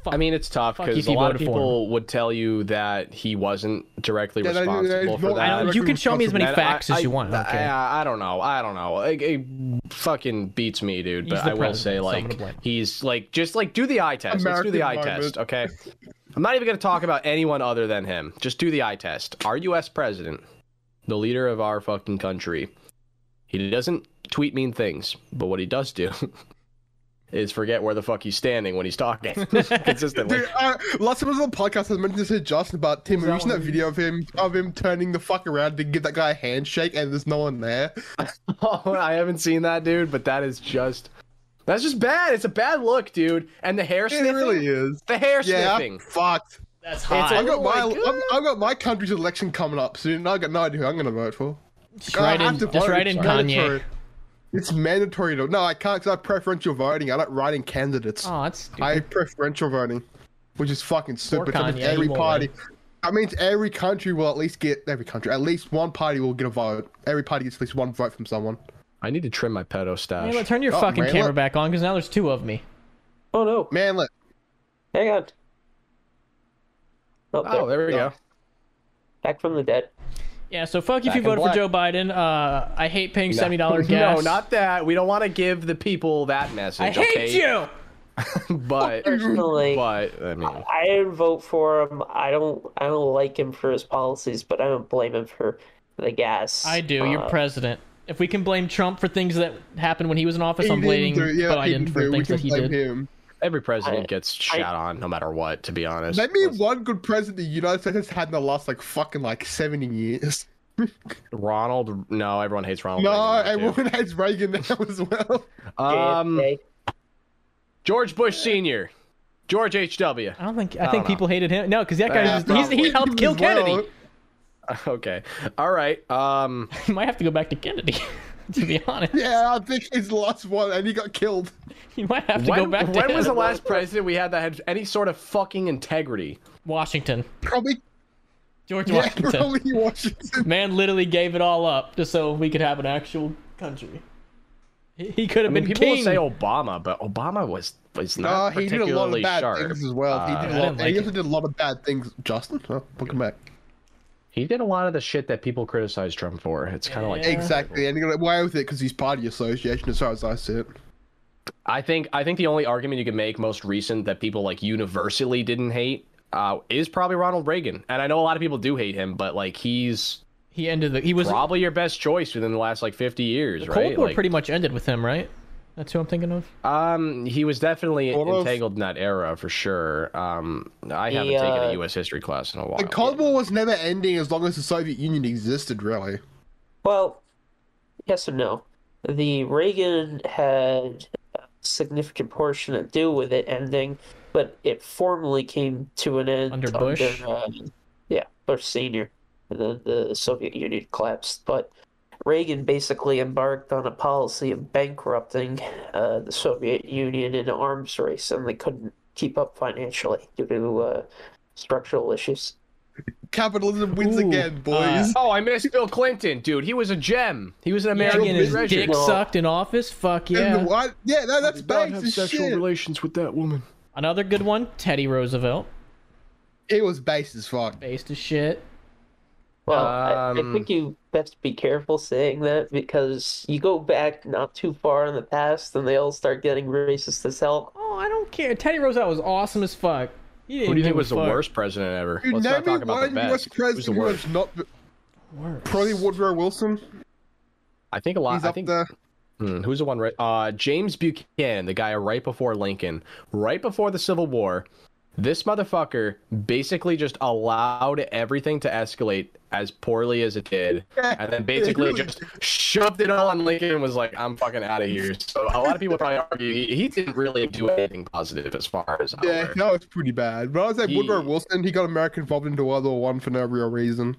[SPEAKER 2] I mean, it's tough
[SPEAKER 1] Fuck you
[SPEAKER 2] because
[SPEAKER 1] if
[SPEAKER 2] a
[SPEAKER 1] you
[SPEAKER 2] lot of
[SPEAKER 1] voted for
[SPEAKER 2] people would tell you that he wasn't directly
[SPEAKER 3] Yeah, that- that-
[SPEAKER 2] responsible for
[SPEAKER 3] that-
[SPEAKER 1] I
[SPEAKER 2] that.
[SPEAKER 1] don't, you can show me as many
[SPEAKER 2] And
[SPEAKER 1] facts
[SPEAKER 2] I-
[SPEAKER 1] as you
[SPEAKER 2] I-
[SPEAKER 1] want. I don't care.
[SPEAKER 2] I, I don't know. I don't know. It, it fucking beats me, dude.
[SPEAKER 1] He's
[SPEAKER 2] But
[SPEAKER 1] the
[SPEAKER 2] I will say,
[SPEAKER 1] president, so I'm gonna
[SPEAKER 2] like,
[SPEAKER 1] blame him.
[SPEAKER 2] he's like, just like, do the eye test. Let's do the eye
[SPEAKER 3] American
[SPEAKER 2] test, okay? I'm not even gonna talk about anyone other than him. Just do the eye test. Our U.S. president, the leader of our fucking country, he doesn't tweet mean things, but what he does do. Is forget where the fuck he's standing when he's talking consistently.
[SPEAKER 3] Dude, uh, last time I was on the podcast, I mentioned this to Justin about Tim. Have you seen that video of him of him turning the fuck around to give that guy a handshake, and there's no one there?
[SPEAKER 2] Oh, I haven't seen that, dude. But that is just that's just bad. It's a bad look, dude. And the hair
[SPEAKER 3] It
[SPEAKER 2] sniffing.
[SPEAKER 3] really is.
[SPEAKER 2] The hair
[SPEAKER 3] Yeah,
[SPEAKER 2] sniffing.
[SPEAKER 3] I'm fucked.
[SPEAKER 1] That's
[SPEAKER 2] It's a-
[SPEAKER 3] I got
[SPEAKER 2] Oh
[SPEAKER 3] my,
[SPEAKER 2] my God.
[SPEAKER 3] I've, I've got my country's election coming up soon. and I got no idea who I'm going to vote for.
[SPEAKER 1] Just write
[SPEAKER 3] I have
[SPEAKER 1] in,
[SPEAKER 3] to
[SPEAKER 1] just
[SPEAKER 3] vote.
[SPEAKER 1] write in
[SPEAKER 3] It's
[SPEAKER 1] Kanye.
[SPEAKER 3] mandatory. It's mandatory to no. I can't because I have preferential voting. I don't write in candidates.
[SPEAKER 1] Oh, that's stupid.
[SPEAKER 3] I have preferential voting, which is fucking stupid. That means
[SPEAKER 1] Kanye,
[SPEAKER 3] every
[SPEAKER 1] he won't
[SPEAKER 3] party. That means every country will at least get every country. At least one party will get a vote. Every party gets at least one vote from someone.
[SPEAKER 2] I need to trim my pedo
[SPEAKER 1] Hey,
[SPEAKER 2] stash.
[SPEAKER 1] look, turn your
[SPEAKER 3] Oh,
[SPEAKER 1] fucking
[SPEAKER 3] man,
[SPEAKER 1] camera
[SPEAKER 3] look.
[SPEAKER 1] back on because now there's two of me.
[SPEAKER 4] Oh no!
[SPEAKER 3] Man, look.
[SPEAKER 4] Hang on. Oh,
[SPEAKER 2] oh,
[SPEAKER 4] there.
[SPEAKER 2] there we go.
[SPEAKER 4] Back from the dead.
[SPEAKER 1] Yeah, so fuck if
[SPEAKER 2] Back
[SPEAKER 1] you
[SPEAKER 2] in
[SPEAKER 1] voted for
[SPEAKER 2] black.
[SPEAKER 1] Joe Biden. Uh, I hate paying seventy dollars gas.
[SPEAKER 2] No, not that. We don't want to give the people that message.
[SPEAKER 1] I hate
[SPEAKER 2] okay?
[SPEAKER 1] you.
[SPEAKER 2] But
[SPEAKER 4] Personally,
[SPEAKER 2] but I mean,
[SPEAKER 4] I didn't vote for him. I don't. I don't like him for his policies, but I don't blame him for the gas.
[SPEAKER 1] I do. You're
[SPEAKER 4] Uh,
[SPEAKER 1] president. If we can blame Trump for things that happened when he was in office, I'm
[SPEAKER 3] He didn't
[SPEAKER 1] blaming
[SPEAKER 3] do- yeah,
[SPEAKER 1] Biden
[SPEAKER 3] he didn't
[SPEAKER 1] for
[SPEAKER 3] do it. We
[SPEAKER 1] things that
[SPEAKER 3] can
[SPEAKER 1] he
[SPEAKER 3] blame
[SPEAKER 1] did.
[SPEAKER 3] Him.
[SPEAKER 2] every president
[SPEAKER 4] I-
[SPEAKER 2] gets shot on no matter what. To be honest,
[SPEAKER 3] Maybe one good president the United States has had in the last like fucking like seventy years.
[SPEAKER 2] Ronald. No, everyone hates Ronald.
[SPEAKER 3] No,
[SPEAKER 2] Reagan now, too.
[SPEAKER 3] everyone hates Reagan now as well.
[SPEAKER 2] Um,
[SPEAKER 4] JFK.
[SPEAKER 2] George Bush Senior. George H.W.
[SPEAKER 1] I don't think I,
[SPEAKER 2] I
[SPEAKER 1] think
[SPEAKER 2] don't know.
[SPEAKER 1] people hated him. No, because that guy
[SPEAKER 2] Yeah,
[SPEAKER 1] was- he's, he
[SPEAKER 2] probably.
[SPEAKER 1] helped kill
[SPEAKER 3] As well.
[SPEAKER 1] Kennedy.
[SPEAKER 2] Okay. All right. Um,
[SPEAKER 1] He might have to go back to Kennedy. to be honest,
[SPEAKER 3] Yeah, I think he's the last one, and he got killed.
[SPEAKER 1] he might have to go
[SPEAKER 2] when
[SPEAKER 1] back to
[SPEAKER 2] when was the
[SPEAKER 1] Kennedy.
[SPEAKER 2] last president we had that had any sort of fucking integrity?
[SPEAKER 1] Washington.
[SPEAKER 3] Probably,
[SPEAKER 1] George
[SPEAKER 3] yeah,
[SPEAKER 1] Washington.
[SPEAKER 3] probably Washington.
[SPEAKER 1] Man literally gave it all up just so we could have an actual country. He, he could have
[SPEAKER 2] I mean,
[SPEAKER 1] been
[SPEAKER 2] people will
[SPEAKER 1] king.
[SPEAKER 2] say oh, Obama, but Obama was was
[SPEAKER 3] Uh,
[SPEAKER 2] not
[SPEAKER 3] he did a lot
[SPEAKER 2] particularly
[SPEAKER 3] of bad
[SPEAKER 2] sharp.
[SPEAKER 3] things as well.
[SPEAKER 2] Uh,
[SPEAKER 3] he did
[SPEAKER 1] I
[SPEAKER 3] a lot.
[SPEAKER 1] didn't like
[SPEAKER 3] he
[SPEAKER 1] it.
[SPEAKER 3] also did a lot of bad things. Justin, oh, welcome back.
[SPEAKER 2] He did a lot of the shit that people criticize Trump for. It's kind of like
[SPEAKER 1] Yeah.
[SPEAKER 3] Exactly, and he got away with it because he's part of the association, as far as I see it.
[SPEAKER 2] I think I think the only argument you could make most recent that people like universally didn't hate uh, is probably Ronald Reagan. And I know a lot of people do hate him, but like he's
[SPEAKER 1] he ended the. He was
[SPEAKER 2] probably your best choice within the last like 50 years,
[SPEAKER 1] Cold
[SPEAKER 2] right?
[SPEAKER 1] War
[SPEAKER 2] Like,
[SPEAKER 1] pretty much ended with him, right? That's who I'm thinking of.
[SPEAKER 2] um he was definitely
[SPEAKER 3] Sort of.
[SPEAKER 2] entangled in that era for sure. Um I haven't
[SPEAKER 4] He,
[SPEAKER 2] taken
[SPEAKER 4] uh,
[SPEAKER 2] a US history class in a while.
[SPEAKER 3] The Cold War was never ending as long as the Soviet Union existed, really.
[SPEAKER 4] Well, yes and no. The Reagan had a significant portion to do with it ending, but it formally came to an end
[SPEAKER 1] Under Bush?
[SPEAKER 4] uh, yeah, Bush Senior. The the Soviet Union collapsed, but Reagan basically embarked on a policy of bankrupting uh, the Soviet Union in an arms race, and they couldn't keep up financially due to uh, structural issues.
[SPEAKER 3] Capitalism wins
[SPEAKER 1] Ooh,
[SPEAKER 3] again, boys.
[SPEAKER 1] uh,
[SPEAKER 2] Oh, I miss Bill Clinton, dude. He was a gem. He was an American
[SPEAKER 1] Reagan
[SPEAKER 3] Reagan
[SPEAKER 1] his
[SPEAKER 3] Reagan.
[SPEAKER 2] treasure.
[SPEAKER 1] dick sucked in office. Fuck
[SPEAKER 3] And the
[SPEAKER 1] yeah.
[SPEAKER 3] what? Yeah, no, that's
[SPEAKER 2] Not
[SPEAKER 3] banked
[SPEAKER 2] have
[SPEAKER 3] as
[SPEAKER 2] sexual
[SPEAKER 3] shit.
[SPEAKER 2] relations with that woman.
[SPEAKER 1] Another good one. Teddy Roosevelt.
[SPEAKER 3] it was based as fuck.
[SPEAKER 1] Based as shit.
[SPEAKER 4] Well, I, I
[SPEAKER 2] Um,
[SPEAKER 4] think you best be careful saying that because you go back not too far in the past and they all start getting racist as hell.
[SPEAKER 1] Oh, I don't care. Teddy Roosevelt was awesome as fuck. He didn't
[SPEAKER 2] Who do you
[SPEAKER 1] give
[SPEAKER 2] think
[SPEAKER 1] a
[SPEAKER 2] was the
[SPEAKER 1] fuck.
[SPEAKER 2] worst president ever?
[SPEAKER 3] Dude,
[SPEAKER 2] Let's
[SPEAKER 3] name
[SPEAKER 2] not
[SPEAKER 3] me
[SPEAKER 2] talk about the
[SPEAKER 3] one U.S.
[SPEAKER 2] best. Who's the
[SPEAKER 3] president who
[SPEAKER 2] worst?
[SPEAKER 3] has not
[SPEAKER 1] Worst.
[SPEAKER 3] probably Woodrow Wilson.
[SPEAKER 2] I think a lot.
[SPEAKER 3] He's
[SPEAKER 2] I
[SPEAKER 3] up
[SPEAKER 2] think
[SPEAKER 3] there.
[SPEAKER 2] Hmm, who's the one right? Uh, James Buchanan, the guy right before Lincoln, right before the Civil War. This motherfucker basically just allowed everything to escalate as poorly as it did,
[SPEAKER 3] Yeah,
[SPEAKER 2] and then
[SPEAKER 3] it
[SPEAKER 2] basically
[SPEAKER 3] really
[SPEAKER 2] just shoved it all on Lincoln and was like, "I'm fucking out of here." So a lot of people probably argue he, he didn't really do anything positive as far as I'm
[SPEAKER 3] Yeah,
[SPEAKER 2] aware.
[SPEAKER 3] no, it's pretty bad. But I would say
[SPEAKER 2] He-
[SPEAKER 3] Woodrow Wilson, he got America involved into World War One for no real reason.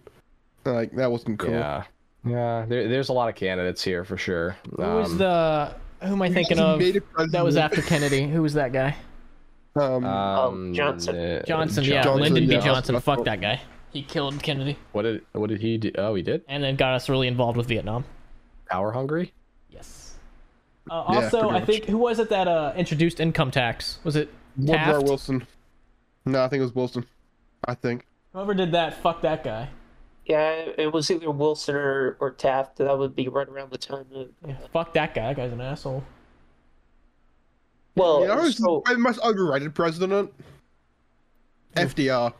[SPEAKER 3] Like that wasn't cool.
[SPEAKER 2] yeah, yeah. There, there's a lot of candidates here for sure.
[SPEAKER 1] Who was
[SPEAKER 2] Um,
[SPEAKER 1] the? Who am I thinking
[SPEAKER 3] He
[SPEAKER 1] of?
[SPEAKER 3] made it
[SPEAKER 1] That was
[SPEAKER 3] president.
[SPEAKER 1] after Kennedy. Who was that guy?
[SPEAKER 2] Uh,
[SPEAKER 3] Um,
[SPEAKER 2] um,
[SPEAKER 4] Johnson.
[SPEAKER 2] uh,
[SPEAKER 1] oh, Johnson. Yeah,
[SPEAKER 3] Johnson,
[SPEAKER 1] Lyndon B.
[SPEAKER 3] yeah.
[SPEAKER 1] Johnson. Fuck that guy. He killed Kennedy
[SPEAKER 2] What did what did he do? Oh, he did.
[SPEAKER 1] and then got us really involved with Vietnam.
[SPEAKER 2] Power hungry.
[SPEAKER 1] Yes. Uh, also,
[SPEAKER 3] pretty
[SPEAKER 1] I
[SPEAKER 3] much.
[SPEAKER 1] think who was it that uh, introduced income tax? Was it
[SPEAKER 3] Woodrow
[SPEAKER 1] Taft?
[SPEAKER 3] Wilson. No, I think it was Wilson. I think.
[SPEAKER 1] Whoever did that, fuck that guy.
[SPEAKER 4] Yeah, it was either Wilson or, or Taft. That would be right around the time of.
[SPEAKER 1] Yeah, fuck that guy. That guy's an asshole.
[SPEAKER 2] Oh,
[SPEAKER 4] Well,
[SPEAKER 3] You know who's
[SPEAKER 4] so
[SPEAKER 3] the most overrated president? FDR.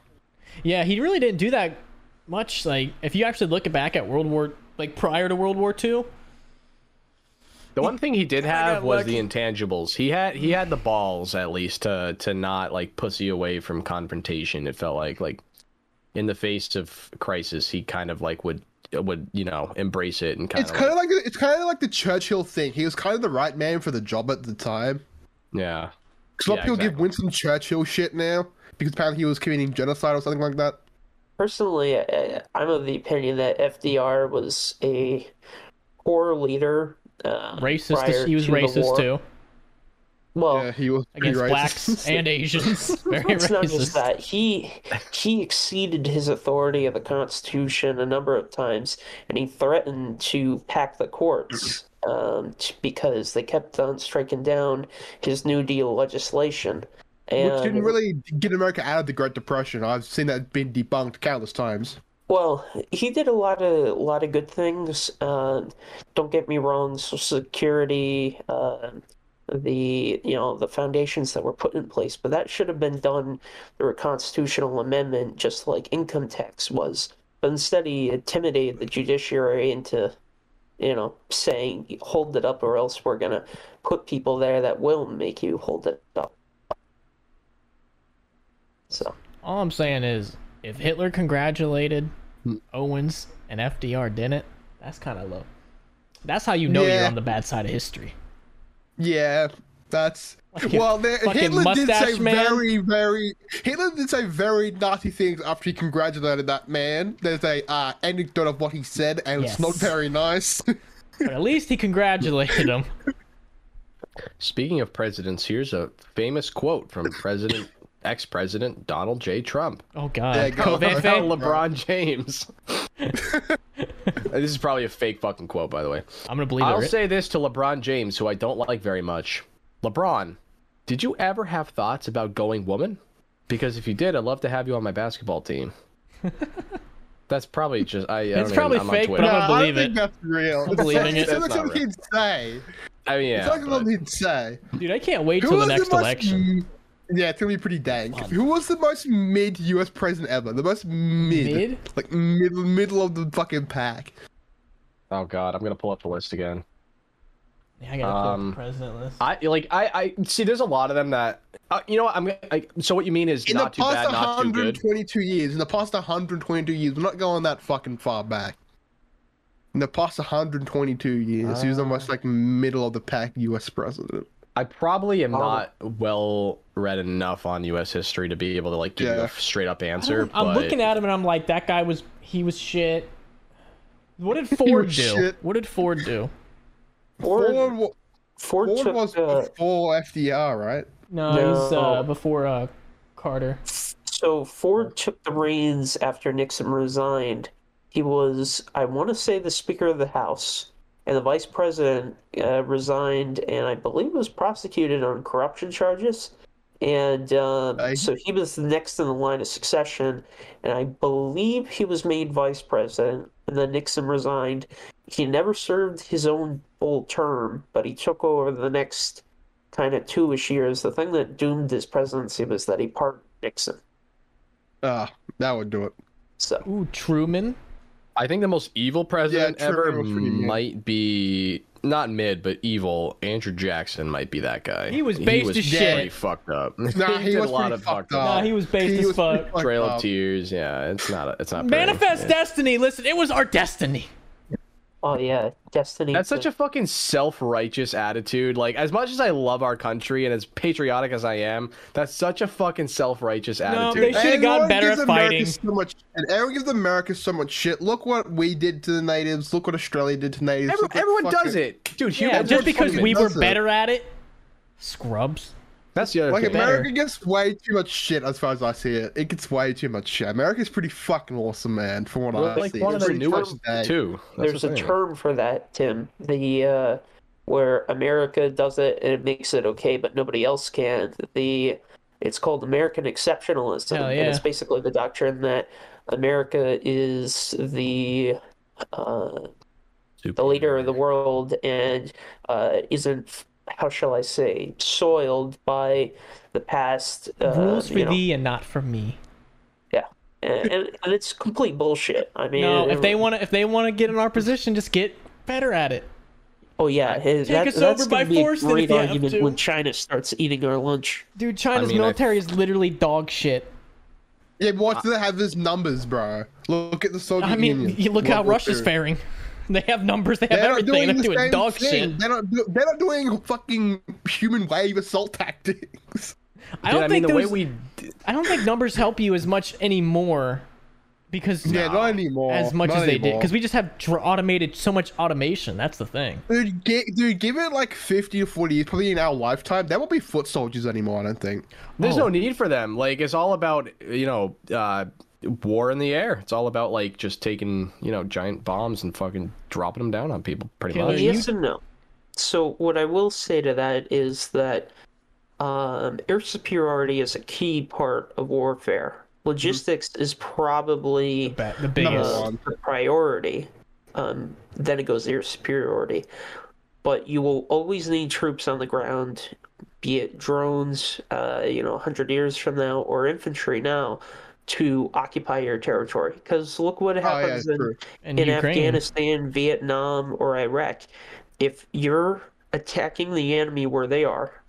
[SPEAKER 1] Yeah, he really didn't do that much. Like, if you actually look back at World War, like prior to World War II,
[SPEAKER 2] The one thing he did have
[SPEAKER 1] got
[SPEAKER 2] was
[SPEAKER 1] lucky.
[SPEAKER 2] the intangibles. He had he had the balls at least to to not like pussy away from confrontation. It felt like like in the face of crisis, he kind of like would would you know embrace it and kind
[SPEAKER 3] It's
[SPEAKER 2] of
[SPEAKER 3] kind of like it's kind of like the Churchill thing. He was kind of the right man for the job at the time.
[SPEAKER 2] yeah.
[SPEAKER 3] Because a lot
[SPEAKER 2] Yeah,
[SPEAKER 3] of people give
[SPEAKER 2] exactly.
[SPEAKER 3] Winston Churchill shit now because apparently he was committing genocide or something like that.
[SPEAKER 4] personally, I, I'm of the opinion that FDR was a poor leader. Uh,
[SPEAKER 1] racist.
[SPEAKER 4] prior
[SPEAKER 1] he was
[SPEAKER 4] to the war.
[SPEAKER 1] racist too
[SPEAKER 4] Well,
[SPEAKER 3] Yeah, he was pretty
[SPEAKER 1] against
[SPEAKER 3] racist.
[SPEAKER 1] blacks and Asians. Very
[SPEAKER 4] It's not just
[SPEAKER 1] racist.
[SPEAKER 4] that. He he exceeded his authority of the Constitution a number of times, and he threatened to pack the courts um, t- because they kept on striking down his New Deal legislation. And
[SPEAKER 3] Which didn't really get America out of the Great Depression. I've seen that been debunked countless times.
[SPEAKER 4] well, he did a lot of lot of good things. Uh, don't get me wrong, Social Security. Uh, the you know the foundations that were put in place but that should have been done through a constitutional amendment just like income tax was but instead he intimidated the judiciary into you know saying hold it up or else we're going to put people there that will make you hold it up so
[SPEAKER 1] All I'm saying is, if Hitler congratulated
[SPEAKER 3] Hmm.
[SPEAKER 1] Owens and FDR didn't, that's kind of low. That's how you know you're
[SPEAKER 3] Yeah.
[SPEAKER 1] on the bad side of history.
[SPEAKER 3] Yeah, That's
[SPEAKER 1] Fucking-
[SPEAKER 3] well, there,
[SPEAKER 1] fucking
[SPEAKER 3] Hitler did say
[SPEAKER 1] mustache man.
[SPEAKER 3] very, very Hitler did say very naughty things after he congratulated that man. There's a uh, anecdote of what he said, and it's not
[SPEAKER 1] Yes.
[SPEAKER 3] very nice.
[SPEAKER 1] But at least he congratulated him.
[SPEAKER 2] Speaking of presidents, here's a famous quote from President ex-president Donald J. Trump.
[SPEAKER 1] Oh
[SPEAKER 3] There
[SPEAKER 1] god.
[SPEAKER 3] you go.
[SPEAKER 1] Kobe
[SPEAKER 2] Now
[SPEAKER 1] Fe?
[SPEAKER 2] LeBron James. this is probably a fake fucking quote, by the way.
[SPEAKER 1] I'm gonna believe
[SPEAKER 2] I'll
[SPEAKER 1] it.
[SPEAKER 2] say this to LeBron James, who I don't like very much. LeBron, did you ever have thoughts about going woman? Because if you did, I'd love to have you on my basketball team. That's probably just I. I don't
[SPEAKER 1] It's
[SPEAKER 2] even-
[SPEAKER 1] probably
[SPEAKER 2] I'm
[SPEAKER 1] fake, but
[SPEAKER 2] On Twitter.
[SPEAKER 1] I'm-
[SPEAKER 3] I
[SPEAKER 1] gonna
[SPEAKER 3] don't
[SPEAKER 1] believe
[SPEAKER 3] think
[SPEAKER 1] it.
[SPEAKER 3] that's real. It's
[SPEAKER 1] believing
[SPEAKER 3] it's
[SPEAKER 2] it.
[SPEAKER 3] not
[SPEAKER 2] That's not
[SPEAKER 3] something he'd say.
[SPEAKER 2] I mean,
[SPEAKER 3] It's
[SPEAKER 2] yeah.
[SPEAKER 3] not something
[SPEAKER 2] but-
[SPEAKER 3] he'd say.
[SPEAKER 1] Dude, I can't wait
[SPEAKER 3] Who
[SPEAKER 1] till the
[SPEAKER 3] was
[SPEAKER 1] next
[SPEAKER 3] most-
[SPEAKER 1] election.
[SPEAKER 3] Yeah, it's gonna be pretty dank. Who was the most mid U.S. president ever? The most mid,
[SPEAKER 1] Mid?
[SPEAKER 3] like middle, middle of the fucking pack.
[SPEAKER 2] oh god, I'm gonna pull up the list again.
[SPEAKER 1] Yeah, I gotta pull up the
[SPEAKER 2] Um,
[SPEAKER 1] president list.
[SPEAKER 2] I like I I see. There's a lot of them that uh, you know. what, I'm I, so what you mean is
[SPEAKER 3] In
[SPEAKER 2] not
[SPEAKER 3] the
[SPEAKER 2] too
[SPEAKER 3] past
[SPEAKER 2] bad, not too good.
[SPEAKER 3] 122 years, in the past 122 years, we're not going that fucking far back. In the past 122 years, he was
[SPEAKER 1] Ah.
[SPEAKER 3] almost like middle of the pack U.S. president.
[SPEAKER 2] I probably
[SPEAKER 3] Oh.
[SPEAKER 2] am not well read enough on U.S. history to be able to like give you
[SPEAKER 3] Yeah.
[SPEAKER 2] a straight up answer.
[SPEAKER 1] I'm
[SPEAKER 2] but-
[SPEAKER 1] looking at him and I'm like, that guy was he was shit. What did Ford do?
[SPEAKER 3] was shit.
[SPEAKER 1] What did Ford do?
[SPEAKER 3] Ford,
[SPEAKER 5] Ford,
[SPEAKER 3] wa-
[SPEAKER 5] Ford,
[SPEAKER 3] Ford
[SPEAKER 5] took,
[SPEAKER 3] was
[SPEAKER 5] uh,
[SPEAKER 3] before FDR, right?
[SPEAKER 1] No, it was uh,
[SPEAKER 4] No.
[SPEAKER 1] before uh, Carter.
[SPEAKER 5] so
[SPEAKER 4] Ford took the reins after Nixon resigned. He was, I want to say, the Speaker of the House, and the Vice President uh, resigned, and I believe was prosecuted on corruption charges. And um,
[SPEAKER 3] Aye.
[SPEAKER 4] so he was the next in the line of succession, and I believe he was made Vice President, and then Nixon resigned. He never served his own full term, but he took over the next kind of two-ish years. The thing that doomed his presidency was that he pardoned Nixon.
[SPEAKER 3] Ah, that would do it.
[SPEAKER 4] So
[SPEAKER 1] Ooh, Truman.
[SPEAKER 2] I think the most evil president
[SPEAKER 3] Yeah, Truman
[SPEAKER 2] ever
[SPEAKER 3] was pretty mid.
[SPEAKER 2] might be not mid, but evil. Andrew Jackson might be that guy.
[SPEAKER 1] He was based as shit.
[SPEAKER 2] pretty fucked up.
[SPEAKER 3] Nah, he,
[SPEAKER 2] did
[SPEAKER 3] was
[SPEAKER 2] a lot
[SPEAKER 3] pretty
[SPEAKER 2] of
[SPEAKER 3] fucked
[SPEAKER 2] fucked
[SPEAKER 3] up.
[SPEAKER 2] up.
[SPEAKER 1] Nah, he was based as
[SPEAKER 3] was pretty
[SPEAKER 1] fuck.
[SPEAKER 3] fucked
[SPEAKER 2] Trail
[SPEAKER 3] up.
[SPEAKER 2] of Tears. Yeah, it's not. It's not. pretty.
[SPEAKER 1] Manifest
[SPEAKER 2] Yeah.
[SPEAKER 1] destiny. Listen, it was our destiny.
[SPEAKER 4] Oh yeah, Destiny.
[SPEAKER 2] That's such a fucking self-righteous attitude. Like, as much as I love our country and as patriotic as I am, that's such a fucking self-rigous attitude.
[SPEAKER 1] they should- Should've gotten
[SPEAKER 3] Everyone
[SPEAKER 1] better
[SPEAKER 3] gives
[SPEAKER 1] at
[SPEAKER 3] America
[SPEAKER 1] fighting.
[SPEAKER 3] So much, and everyone gives America so much shit. Look what we did to the natives. Look what Australia did to natives.
[SPEAKER 2] Every-
[SPEAKER 3] Look what
[SPEAKER 2] everyone
[SPEAKER 3] fucking-
[SPEAKER 2] does it, dude. Hugh
[SPEAKER 1] Yeah,
[SPEAKER 2] Edwards
[SPEAKER 1] just because
[SPEAKER 2] fucking-
[SPEAKER 1] we were
[SPEAKER 3] does it.
[SPEAKER 1] better at it. Scrubs.
[SPEAKER 2] That's the other
[SPEAKER 3] Like
[SPEAKER 2] thing.
[SPEAKER 3] America gets way too much shit as far as I see it. It gets way too much shit. America's pretty fucking awesome, man. From what
[SPEAKER 2] We're
[SPEAKER 3] I
[SPEAKER 2] like
[SPEAKER 3] see,
[SPEAKER 2] one of
[SPEAKER 3] It's
[SPEAKER 2] the
[SPEAKER 3] pretty
[SPEAKER 2] newest
[SPEAKER 3] fucking dank.
[SPEAKER 2] too. That's
[SPEAKER 4] There's
[SPEAKER 2] the
[SPEAKER 4] a
[SPEAKER 2] thing.
[SPEAKER 4] term for that, Tim. The uh, where America does it and it makes it okay, but nobody else can. The it's called American exceptionalism,
[SPEAKER 1] Hell
[SPEAKER 4] and it's
[SPEAKER 1] yeah.
[SPEAKER 4] basically the doctrine that America is the uh, the leader of the world and uh, isn't how shall I say soiled by the past uh,
[SPEAKER 1] Rules for
[SPEAKER 4] you know,
[SPEAKER 1] thee and not for me.
[SPEAKER 4] and, and and it's complete bullshit. I mean,
[SPEAKER 1] No, if
[SPEAKER 4] it-
[SPEAKER 1] they want to, if they want to get in our position, just get better at it.
[SPEAKER 4] Oh yeah, his,
[SPEAKER 1] Take
[SPEAKER 4] that,
[SPEAKER 1] us
[SPEAKER 4] that's
[SPEAKER 1] over
[SPEAKER 4] gonna
[SPEAKER 1] by
[SPEAKER 4] be
[SPEAKER 1] force
[SPEAKER 4] a
[SPEAKER 1] then if
[SPEAKER 4] great
[SPEAKER 1] you have
[SPEAKER 4] argument
[SPEAKER 1] to.
[SPEAKER 4] when China starts eating our lunch.
[SPEAKER 1] Dude, China's
[SPEAKER 2] I mean, I-
[SPEAKER 1] military is literally dog shit.
[SPEAKER 3] Yeah, but what do they have as numbers, bro? Look at the Soviet
[SPEAKER 1] I mean,
[SPEAKER 3] Union.
[SPEAKER 1] you look how
[SPEAKER 3] World War
[SPEAKER 1] Russia's
[SPEAKER 3] II.
[SPEAKER 1] faring. They have numbers. They have
[SPEAKER 3] They're not
[SPEAKER 1] everything.
[SPEAKER 3] doing
[SPEAKER 1] They're
[SPEAKER 3] the
[SPEAKER 1] doing
[SPEAKER 3] same
[SPEAKER 1] dog
[SPEAKER 3] thing.
[SPEAKER 1] shit.
[SPEAKER 3] They're not, do- they're not doing fucking human wave assault tactics.
[SPEAKER 1] I
[SPEAKER 2] Dude,
[SPEAKER 1] don't
[SPEAKER 2] I, mean,
[SPEAKER 1] think
[SPEAKER 2] the way
[SPEAKER 1] those-
[SPEAKER 2] we
[SPEAKER 1] I don't think numbers help you as much anymore because
[SPEAKER 3] Yeah, not anymore.
[SPEAKER 1] as much
[SPEAKER 3] Not
[SPEAKER 1] as they did
[SPEAKER 3] anymore.
[SPEAKER 1] because we just have dr- automated so much automation. That's the thing.
[SPEAKER 3] Dude, gi- dude, give it like 50 to 40 years, probably in our lifetime, there won't be foot soldiers anymore, I don't think.
[SPEAKER 2] There's
[SPEAKER 1] Oh.
[SPEAKER 2] no need for them. Like it's all about you know uh, war in the air. It's all about like just taking you know giant bombs and fucking dropping them down on people. Pretty
[SPEAKER 1] Killing
[SPEAKER 2] much.
[SPEAKER 1] you-
[SPEAKER 4] yes and no. So what I will say to that is that um, air superiority is a key part of warfare. Logistics is probably
[SPEAKER 1] Ba- Mm-hmm. The
[SPEAKER 3] Number
[SPEAKER 1] biggest.
[SPEAKER 3] one. Oh,
[SPEAKER 4] the priority. Um, then it goes to your superiority. But you will always need troops on the ground, be it drones, uh, you know, 100 years from now, or infantry now, to occupy your territory. Because look what
[SPEAKER 3] Oh, yeah,
[SPEAKER 4] happens
[SPEAKER 3] true.
[SPEAKER 1] In
[SPEAKER 4] in, in
[SPEAKER 1] Ukraine.
[SPEAKER 4] Afghanistan, Vietnam, or Iraq. If you're attacking the enemy where they are,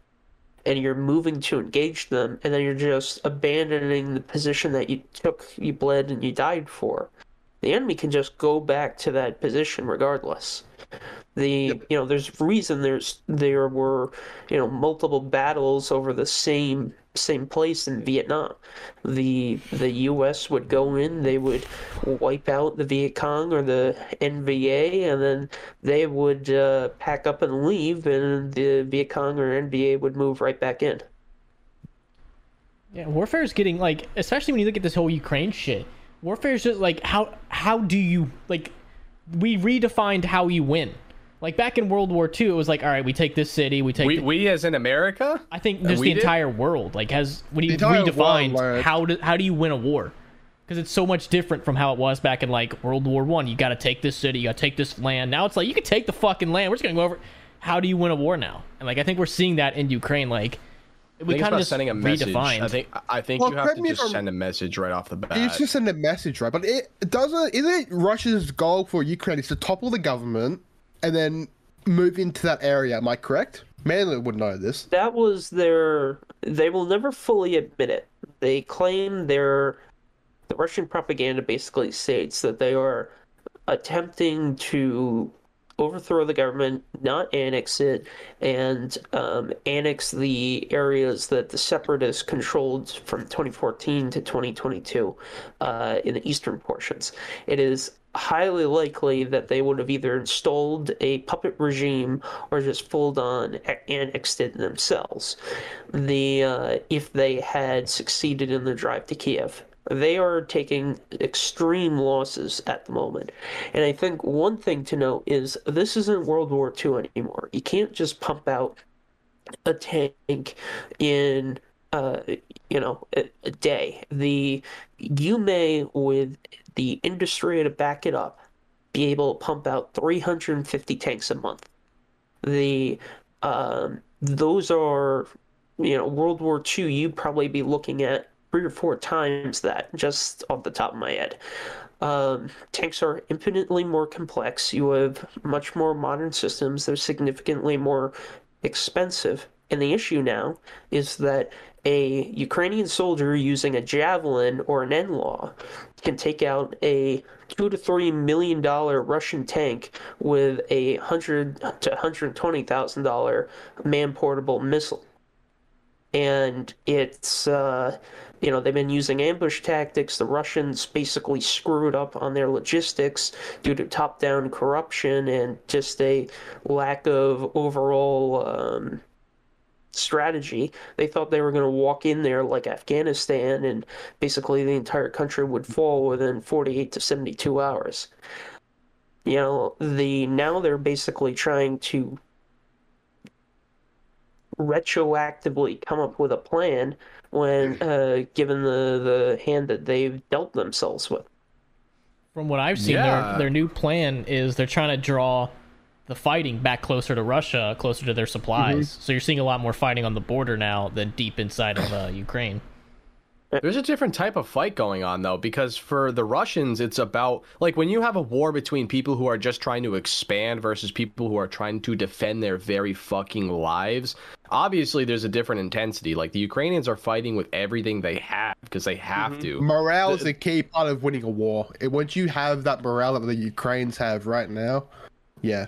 [SPEAKER 4] and you're moving to engage them, and then you're just abandoning the position that you took, you bled, and you died for. The enemy can just go back to that position regardless. The you know there's reason there's there were you know multiple battles over the same same place in Vietnam. The the U.S. would go in, they would wipe out the Viet Cong or the NVA, and then they would uh, pack up and leave, and the Viet Cong or NVA would move right back in.
[SPEAKER 1] Yeah, warfare is getting like, especially when you look at this whole Ukraine shit. Warfare is just like how how do you like? We redefined how you win. Like back in World War II, it was like, all right, we take this city, we take.
[SPEAKER 2] We,
[SPEAKER 1] the-
[SPEAKER 2] we as in America?
[SPEAKER 1] I think just
[SPEAKER 2] we
[SPEAKER 1] the
[SPEAKER 2] did?
[SPEAKER 1] entire world like has when you
[SPEAKER 3] entire world
[SPEAKER 1] redefined
[SPEAKER 3] learned.
[SPEAKER 1] how do how do you win a war? Because it's so much different from how it was back in like World War One. You got to take this city, you got to take this land. Now it's like you can take the fucking land. We're just gonna go over. How do you win a war now? And like I think we're seeing that in Ukraine. Like
[SPEAKER 2] I
[SPEAKER 1] we
[SPEAKER 2] think it's
[SPEAKER 1] kind
[SPEAKER 2] about
[SPEAKER 1] of just
[SPEAKER 2] sending a message.
[SPEAKER 1] redefined.
[SPEAKER 2] I think I think
[SPEAKER 3] Well,
[SPEAKER 2] you have
[SPEAKER 3] correct
[SPEAKER 2] to
[SPEAKER 3] me if
[SPEAKER 2] just
[SPEAKER 3] I'm-
[SPEAKER 2] send a message right off the bat.
[SPEAKER 3] It's just in a message, right? But it doesn't. Isn't it Russia's goal for Ukraine is to topple the government and then move into that area? Am I correct? Manly would know this.
[SPEAKER 4] that was their they will never fully admit it they claim their the russian propaganda basically states that they are attempting to overthrow the government not annex it and um, annex the areas that the separatists controlled from 2014 to 2022 uh, in the eastern portions it is highly likely that they would have either installed a puppet regime or just full on annexed it themselves. The uh, if they had succeeded in the drive to Kiev, they are taking extreme losses at the moment. And I think one thing to note is this isn't World War II anymore. You can't just pump out a tank in uh, you know a, a day. The you may with the industry to back it up be able to pump out 350 tanks a month. The um, those are you know World War II. You'd probably be looking at three or four times that just off the top of my head. Um, tanks are infinitely more complex. You have much more modern systems. They're significantly more expensive. And the issue now is that a Ukrainian soldier using a javelin or an N-law can take out a two to three million dollar Russian tank with a hundred to hundred twenty thousand dollar man portable missile and it's uh, you know they've been using ambush tactics. The Russians basically screwed up on their logistics due to top-down corruption and just a lack of overall um, strategy. They thought they were going to walk in there like Afghanistan, and basically the entire country would fall within 48 to 72 hours. You know, the now they're basically trying to retroactively come up with a plan when uh, given the, the hand that they've dealt themselves with.
[SPEAKER 1] From what I've seen,
[SPEAKER 2] Yeah.
[SPEAKER 1] their their new plan is they're trying to draw the fighting back closer to Russia, closer to their supplies. So you're seeing a lot more fighting on the border now than deep inside of uh, Ukraine.
[SPEAKER 2] There's a different type of fight going on though, because for the Russians, it's about like when you have a war between people who are just trying to expand versus people who are trying to defend their very fucking lives. Obviously, there's a different intensity. Like the Ukrainians are fighting with everything they have because they have
[SPEAKER 3] Mm-hmm.
[SPEAKER 2] to.
[SPEAKER 3] Morale is a key part of winning a war. It, once you have that morale that the Ukrainians have right now, yeah.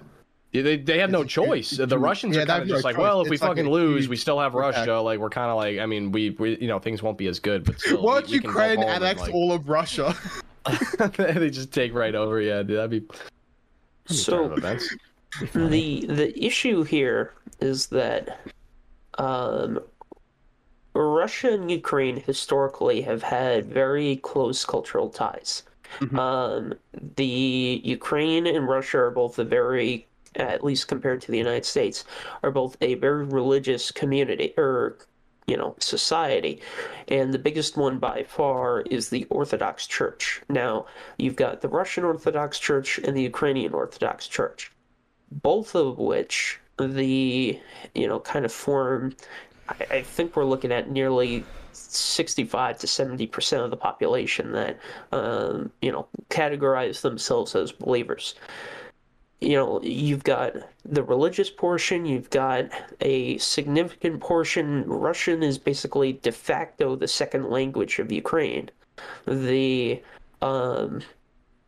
[SPEAKER 2] Yeah, They, they have no choice.
[SPEAKER 3] it's a
[SPEAKER 2] the
[SPEAKER 3] huge-
[SPEAKER 2] Russians
[SPEAKER 3] yeah,
[SPEAKER 2] are
[SPEAKER 3] they
[SPEAKER 2] kind
[SPEAKER 3] have
[SPEAKER 2] of
[SPEAKER 3] no
[SPEAKER 2] just like,
[SPEAKER 3] choice.
[SPEAKER 2] well, if we
[SPEAKER 3] It's like
[SPEAKER 2] fucking
[SPEAKER 3] a
[SPEAKER 2] lose,
[SPEAKER 3] huge
[SPEAKER 2] we still have
[SPEAKER 3] attack.
[SPEAKER 2] Russia. Like we're kind of like, I mean, we, we you know things won't be as good, but still.
[SPEAKER 3] Why
[SPEAKER 2] we-
[SPEAKER 3] don't
[SPEAKER 2] we can go
[SPEAKER 3] Ukraine
[SPEAKER 2] home and,
[SPEAKER 3] annex
[SPEAKER 2] like-
[SPEAKER 3] all of Russia?
[SPEAKER 2] they just take right over. Yeah, dude, that'd be.
[SPEAKER 4] So
[SPEAKER 2] Events.
[SPEAKER 4] the the issue here is that um, Russia and Ukraine historically have had very close cultural ties. Um, the Ukraine and Russia are both a very, at least compared to the United States, are both a very religious community or, you know, society. And the biggest one by far is the Orthodox Church. Now, you've got the Russian Orthodox Church and the Ukrainian Orthodox Church, both of which the, you know, kind of form, I, I think we're looking at nearly 65 to 70% of the population that, um, you know, categorize themselves as believers you know, you've got the religious portion, you've got a significant portion. Russian is basically de facto the second language of Ukraine. The um,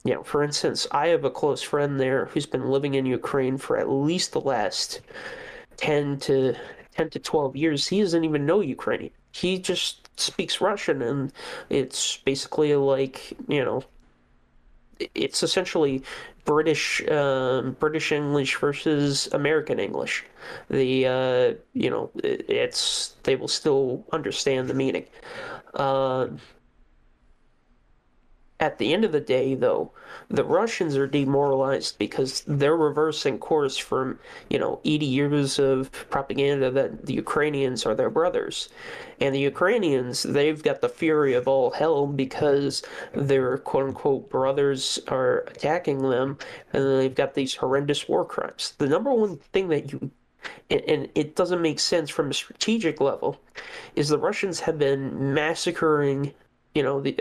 [SPEAKER 4] you know, for instance, I have a close friend there who's been living in Ukraine for at least the last 10 to 10 to 12 years. He doesn't even know Ukrainian. He just speaks Russian and it's basically like, you know, it's essentially British um, British English versus American English. The uh, you know it, it's they will still understand the meaning. Um at the end of the day, though, the Russians are demoralized because they're reversing course from you know 80 years of propaganda that the Ukrainians are their brothers, and the Ukrainians they've got the fury of all hell because their quote unquote brothers are attacking them, and then they've got these horrendous war crimes. The number one thing that you and, and it doesn't make sense from a strategic level, is the Russians have been massacring, you know, the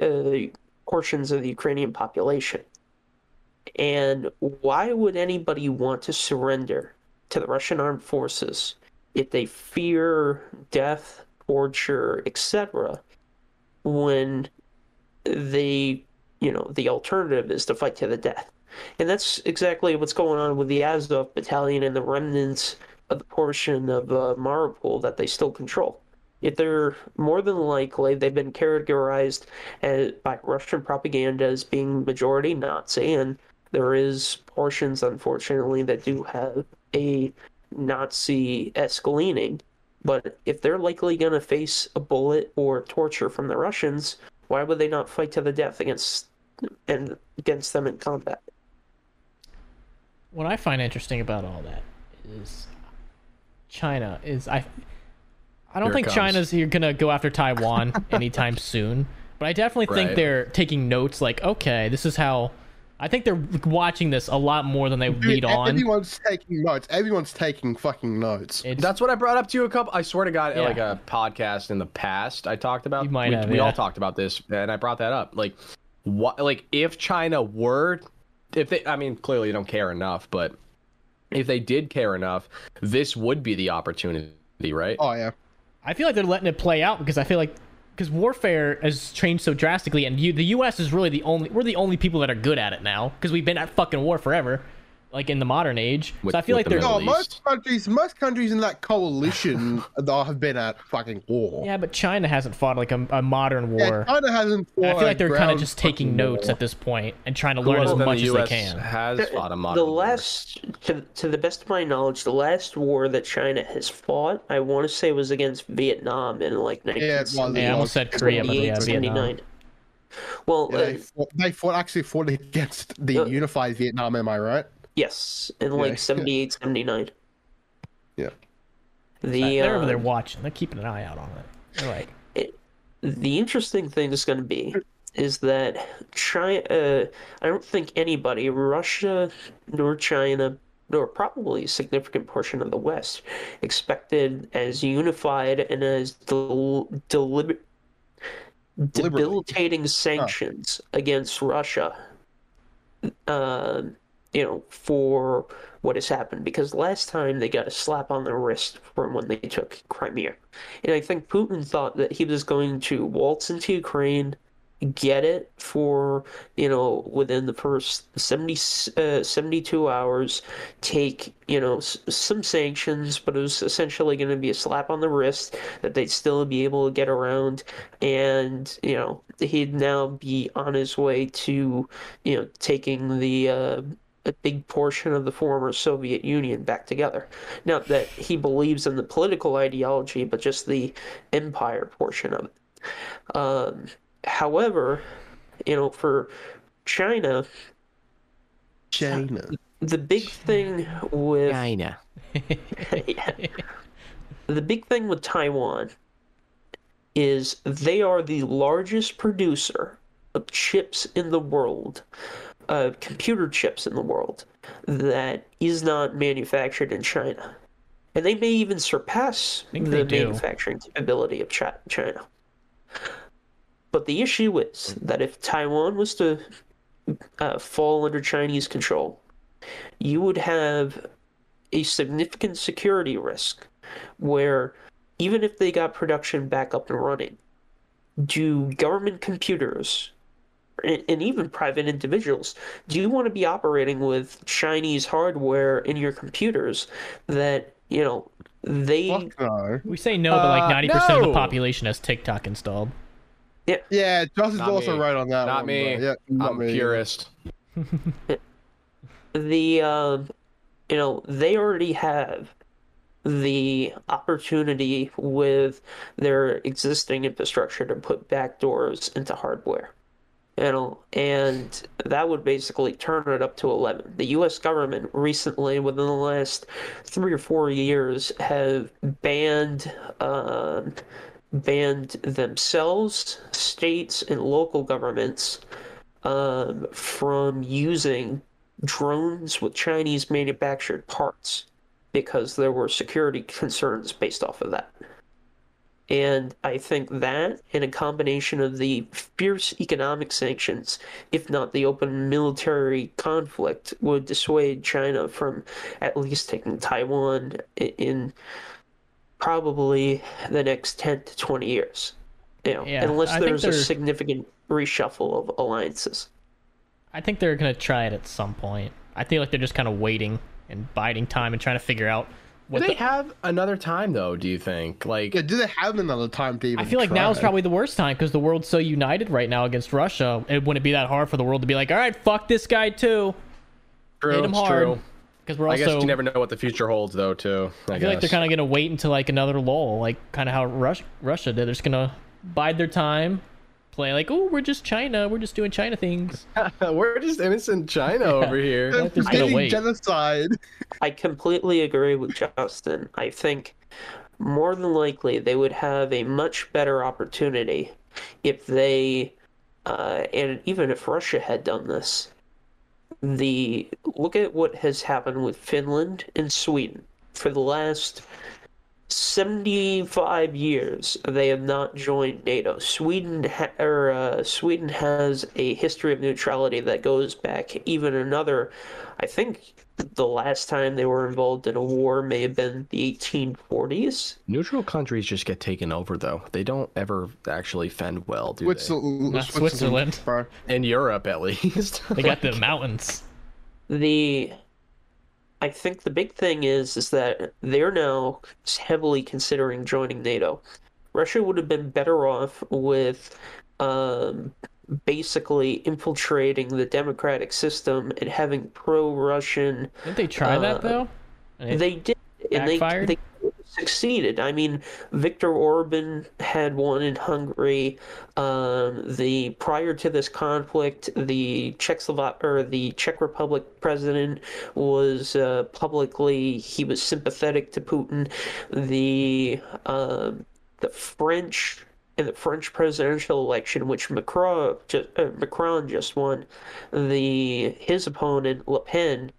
[SPEAKER 4] uh, portions of the Ukrainian population. And why would anybody want to surrender to the Russian armed forces if they fear death, torture, etc., when they, you know, the alternative is to fight to the death? And that's exactly what's going on with the Azov battalion and the remnants of the portion of uh, Mariupol that they still control. If they're more than likely, they've been characterized as, by Russian propaganda as being majority Nazi, and there is portions, unfortunately, that do have a Nazi-esque leaning. But if they're likely going to face a bullet or torture from the Russians, why would they not fight to the death against and against them in combat?
[SPEAKER 1] What I find interesting about all that is China is I I don't
[SPEAKER 2] Here it
[SPEAKER 1] think
[SPEAKER 2] comes.
[SPEAKER 1] China's you're gonna go after Taiwan anytime soon, but I definitely think
[SPEAKER 2] Right.
[SPEAKER 1] they're taking notes. Like, okay, this is how. I think they're watching this a lot more than they lead on.
[SPEAKER 3] Everyone's taking notes. Everyone's taking fucking notes.
[SPEAKER 1] It's,
[SPEAKER 2] That's what I brought up to you a couple. I swear to God,
[SPEAKER 1] Yeah.
[SPEAKER 2] like a podcast in the past, I talked about.
[SPEAKER 1] You might
[SPEAKER 2] we,
[SPEAKER 1] have,
[SPEAKER 2] we
[SPEAKER 1] yeah.
[SPEAKER 2] all talked about this, and I brought that up. Like, what? Like, if China were, if they, I mean, clearly they don't care enough, but if they did care enough, this would be the opportunity, right?
[SPEAKER 3] Oh yeah.
[SPEAKER 1] I feel like they're letting it play out because I feel like because warfare has changed so drastically, and you, the U.S. is really the only we're the only people that are good at it now because we've been at fucking war forever, like in the modern age.
[SPEAKER 2] With-
[SPEAKER 1] so I feel
[SPEAKER 2] with
[SPEAKER 1] like
[SPEAKER 2] the
[SPEAKER 1] they're
[SPEAKER 2] Middle
[SPEAKER 3] No,
[SPEAKER 2] East.
[SPEAKER 3] Oh, most countries, most countries in that coalition that have been at fucking war.
[SPEAKER 1] yeah, but China hasn't fought like a, a modern
[SPEAKER 3] Yeah,
[SPEAKER 1] war.
[SPEAKER 3] China hasn't.
[SPEAKER 1] And I
[SPEAKER 3] fought
[SPEAKER 1] feel
[SPEAKER 3] a
[SPEAKER 1] like they're kind of
[SPEAKER 3] ground
[SPEAKER 1] just taking
[SPEAKER 3] fucking
[SPEAKER 1] notes
[SPEAKER 3] war.
[SPEAKER 1] at this point and trying to
[SPEAKER 2] Who
[SPEAKER 1] learn as
[SPEAKER 2] else than
[SPEAKER 1] much
[SPEAKER 2] the
[SPEAKER 1] as they
[SPEAKER 2] US
[SPEAKER 1] can.
[SPEAKER 2] Has fought a modern
[SPEAKER 4] the
[SPEAKER 2] war?
[SPEAKER 4] last to, to the best of my knowledge the last war that china has fought i want to say was against vietnam in like
[SPEAKER 3] Yeah, it was.
[SPEAKER 4] 1978
[SPEAKER 1] Yeah, I almost said Korea, but yeah, uh, Vietnam.
[SPEAKER 4] 79 well
[SPEAKER 3] Yeah,
[SPEAKER 4] uh,
[SPEAKER 3] they, fought, they fought actually fought against the
[SPEAKER 4] Uh,
[SPEAKER 3] unified Vietnam. Am I right?
[SPEAKER 4] yes in like
[SPEAKER 3] yeah.
[SPEAKER 4] 78 79
[SPEAKER 3] Yeah.
[SPEAKER 4] the
[SPEAKER 1] They're over
[SPEAKER 4] uh,
[SPEAKER 1] there watching. They're keeping an eye out on it. They're like,
[SPEAKER 4] the interesting thing is going to be is that China. Uh, I don't think anybody, Russia nor China, nor probably a significant portion of the West, expected as unified and as del- deliber-
[SPEAKER 3] Deliberately.
[SPEAKER 4] debilitating sanctions against Russia. Um, you know, for what has happened, because last time they got a slap on the wrist from when they took Crimea. And I think Putin thought that he was going to waltz into Ukraine, get it for, you know, within the first 70, uh, 72 hours, take, you know, s- some sanctions, but it was essentially going to be a slap on the wrist that they'd still be able to get around. And, you know, he'd now be on his way to, you know, taking the. Uh, a big portion of the former Soviet Union back together. Not that he believes in the political ideology, but just the empire portion of it. Um, however, you know, for China,
[SPEAKER 3] China.
[SPEAKER 4] the big thing with
[SPEAKER 2] China.
[SPEAKER 4] Yeah. the big thing with Taiwan is they are the largest producer of chips in the world, uh, computer chips in the world, that is not manufactured in China. And they may even surpass
[SPEAKER 1] think
[SPEAKER 4] the
[SPEAKER 1] they do.
[SPEAKER 4] manufacturing capability of Chi- China. But the issue is that if Taiwan was to uh, fall under Chinese control, you would have a significant security risk where even if they got production back up and running, do government computers and and even private individuals. Do you want to be operating with Chinese hardware in your computers that, you know, they
[SPEAKER 3] Fuck no.
[SPEAKER 1] We say no, but like
[SPEAKER 2] Uh,
[SPEAKER 1] 90% of the
[SPEAKER 2] no.
[SPEAKER 1] population has TikTok installed.
[SPEAKER 3] Yeah, Josh is
[SPEAKER 2] Not
[SPEAKER 3] also
[SPEAKER 2] me.
[SPEAKER 3] right on that
[SPEAKER 2] Not
[SPEAKER 3] one,
[SPEAKER 2] me.
[SPEAKER 3] but Yeah, not
[SPEAKER 2] I'm
[SPEAKER 3] me.
[SPEAKER 2] purist.
[SPEAKER 4] the um you know they already have the opportunity with their existing infrastructure to put backdoors into hardware you know and that would basically turn it up to 11 the US government recently within the last 3 or 4 years have banned um banned themselves states and local governments um, from using drones with Chinese manufactured parts because there were security concerns based off of that. And I think that, in a combination of the fierce economic sanctions, if not the open military conflict, would dissuade China from at least taking Taiwan i- in probably the next 10 to 20 years. You know,
[SPEAKER 1] Yeah, I
[SPEAKER 4] unless
[SPEAKER 1] think
[SPEAKER 4] there's a
[SPEAKER 1] they're-
[SPEAKER 4] significant reshuffle of alliances.
[SPEAKER 1] I think they're gonna try it at some point. I feel like they're just kind of waiting and biding time and trying to figure out
[SPEAKER 2] Do
[SPEAKER 1] what.
[SPEAKER 2] they
[SPEAKER 1] The,
[SPEAKER 2] have another time though? Do you think? Like,
[SPEAKER 3] Yeah, do they have another time to even
[SPEAKER 1] I feel like
[SPEAKER 3] try?
[SPEAKER 1] now is probably the worst time because the world's so united right now against Russia. It wouldn't be that hard for the world to be like, all right, fuck this guy too,
[SPEAKER 2] true,
[SPEAKER 1] hit him
[SPEAKER 2] it's
[SPEAKER 1] hard.
[SPEAKER 2] true.
[SPEAKER 1] Because we're
[SPEAKER 2] I guess
[SPEAKER 1] also,
[SPEAKER 2] you never know what the future holds though. Too. I,
[SPEAKER 1] I feel like they're kind of gonna wait until like another lull, like kind of how Rush, Russia did. They're just gonna bide their time, play like, oh, we're just China, we're just doing China things.
[SPEAKER 2] of. We're just innocent China over here.
[SPEAKER 1] They're just gonna
[SPEAKER 3] Committing
[SPEAKER 1] wait.
[SPEAKER 3] genocide.
[SPEAKER 4] I completely agree with Justin. I think more than likely they would have a much better opportunity if they, uh, and even if Russia had done this. The look at what has happened with Finland and Sweden for the last 75 years they have not joined NATO. Sweden ha- or uh, Sweden has a history of neutrality that goes back even another I think the last time they were involved in a war may have been the 1840s.
[SPEAKER 2] Neutral countries just get taken over though. They don't ever actually fend well, do
[SPEAKER 3] Which
[SPEAKER 1] Switzerland.
[SPEAKER 3] bro.
[SPEAKER 2] they? In Europe, at least.
[SPEAKER 1] They got the mountains.
[SPEAKER 4] The I think the big thing is is that they're now heavily considering joining NATO. Russia would have been better off with um, basically infiltrating the democratic system and having pro-Russian
[SPEAKER 1] Didn't they try
[SPEAKER 2] Uh,
[SPEAKER 1] that though? And it-
[SPEAKER 4] They did, and they,
[SPEAKER 1] backfired?
[SPEAKER 4] they succeeded. I mean, Viktor Orban had one in Hungary. Um, the prior to this conflict, the Czechoslovak or the Czech Republic president was uh, publicly he was sympathetic to Putin. The um, the French. In the French presidential election, which Macron just, uh, Macron just won, the his opponent Le Pen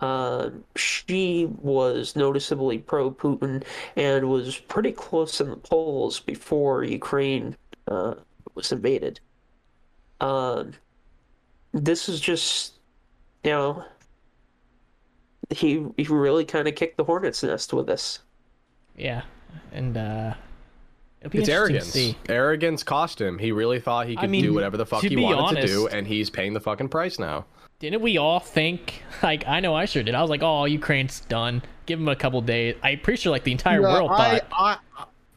[SPEAKER 4] um, she was noticeably pro Putin and was pretty close in the polls before Ukraine uh, was invaded. Um, this is just, you know, he, he really kind of kicked the hornet's nest with this.
[SPEAKER 1] Yeah, and uh, it'll be interesting
[SPEAKER 2] It's
[SPEAKER 1] to
[SPEAKER 2] arrogance.
[SPEAKER 1] see.
[SPEAKER 2] Arrogance cost him. He really thought he
[SPEAKER 1] I
[SPEAKER 2] could
[SPEAKER 1] mean,
[SPEAKER 2] do whatever the fuck
[SPEAKER 1] to
[SPEAKER 2] he
[SPEAKER 1] be
[SPEAKER 2] wanted to
[SPEAKER 1] honest-
[SPEAKER 2] do, and he's paying the fucking price now.
[SPEAKER 1] Didn't we all think? Like, I know I sure did. I was like, "Oh, Ukraine's done. Give him a couple days." I'm pretty sure like the entire
[SPEAKER 3] No,
[SPEAKER 1] world
[SPEAKER 3] I,
[SPEAKER 1] thought
[SPEAKER 3] I,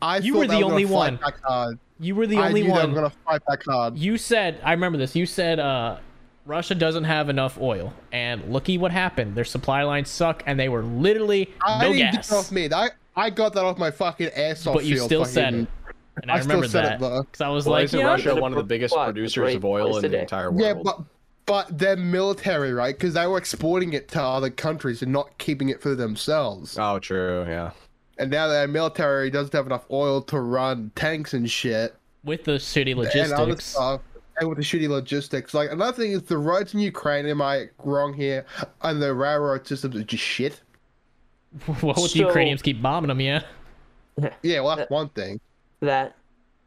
[SPEAKER 3] I, I
[SPEAKER 1] You
[SPEAKER 3] thought
[SPEAKER 1] were the
[SPEAKER 3] they gonna
[SPEAKER 1] only
[SPEAKER 3] fight
[SPEAKER 1] one.
[SPEAKER 3] Back hard.
[SPEAKER 1] you were the
[SPEAKER 3] I
[SPEAKER 1] only
[SPEAKER 3] knew they
[SPEAKER 1] one.
[SPEAKER 3] were gonna fight back hard.
[SPEAKER 1] You said, I remember this. You said, uh, Russia doesn't have enough oil, and looky what happened. Their supply lines suck, and they were literally
[SPEAKER 3] I
[SPEAKER 1] no
[SPEAKER 3] didn't get
[SPEAKER 1] gas.
[SPEAKER 3] it off me. I, I got that off my fucking ass off
[SPEAKER 1] but you
[SPEAKER 3] field,
[SPEAKER 1] still
[SPEAKER 3] fucking-
[SPEAKER 1] said it, and I,
[SPEAKER 3] I still
[SPEAKER 1] remember
[SPEAKER 3] said it,
[SPEAKER 1] that
[SPEAKER 3] though.
[SPEAKER 1] because I was
[SPEAKER 2] Why
[SPEAKER 1] like,
[SPEAKER 2] isn't
[SPEAKER 1] yeah,
[SPEAKER 2] Russia
[SPEAKER 4] gonna
[SPEAKER 2] one of the biggest
[SPEAKER 4] provide
[SPEAKER 2] producers
[SPEAKER 4] great
[SPEAKER 2] of oil
[SPEAKER 4] price
[SPEAKER 2] in the
[SPEAKER 4] today.
[SPEAKER 2] entire world?
[SPEAKER 3] Yeah, but but they're military, right? Because they were exporting it to other countries and not keeping it for themselves.
[SPEAKER 2] Oh, true. Yeah.
[SPEAKER 3] And now their military doesn't have enough oil to run tanks and shit
[SPEAKER 1] with the shitty
[SPEAKER 3] and other
[SPEAKER 1] logistics,
[SPEAKER 3] stuff. And with the shitty logistics, like another thing is the roads in Ukraine. Am I wrong here? And the railroad systems are just shit.
[SPEAKER 1] well, with the
[SPEAKER 4] So-
[SPEAKER 1] Ukrainians keep bombing them, yeah.
[SPEAKER 3] Yeah, well
[SPEAKER 1] Uh,
[SPEAKER 3] that's one thing.
[SPEAKER 4] that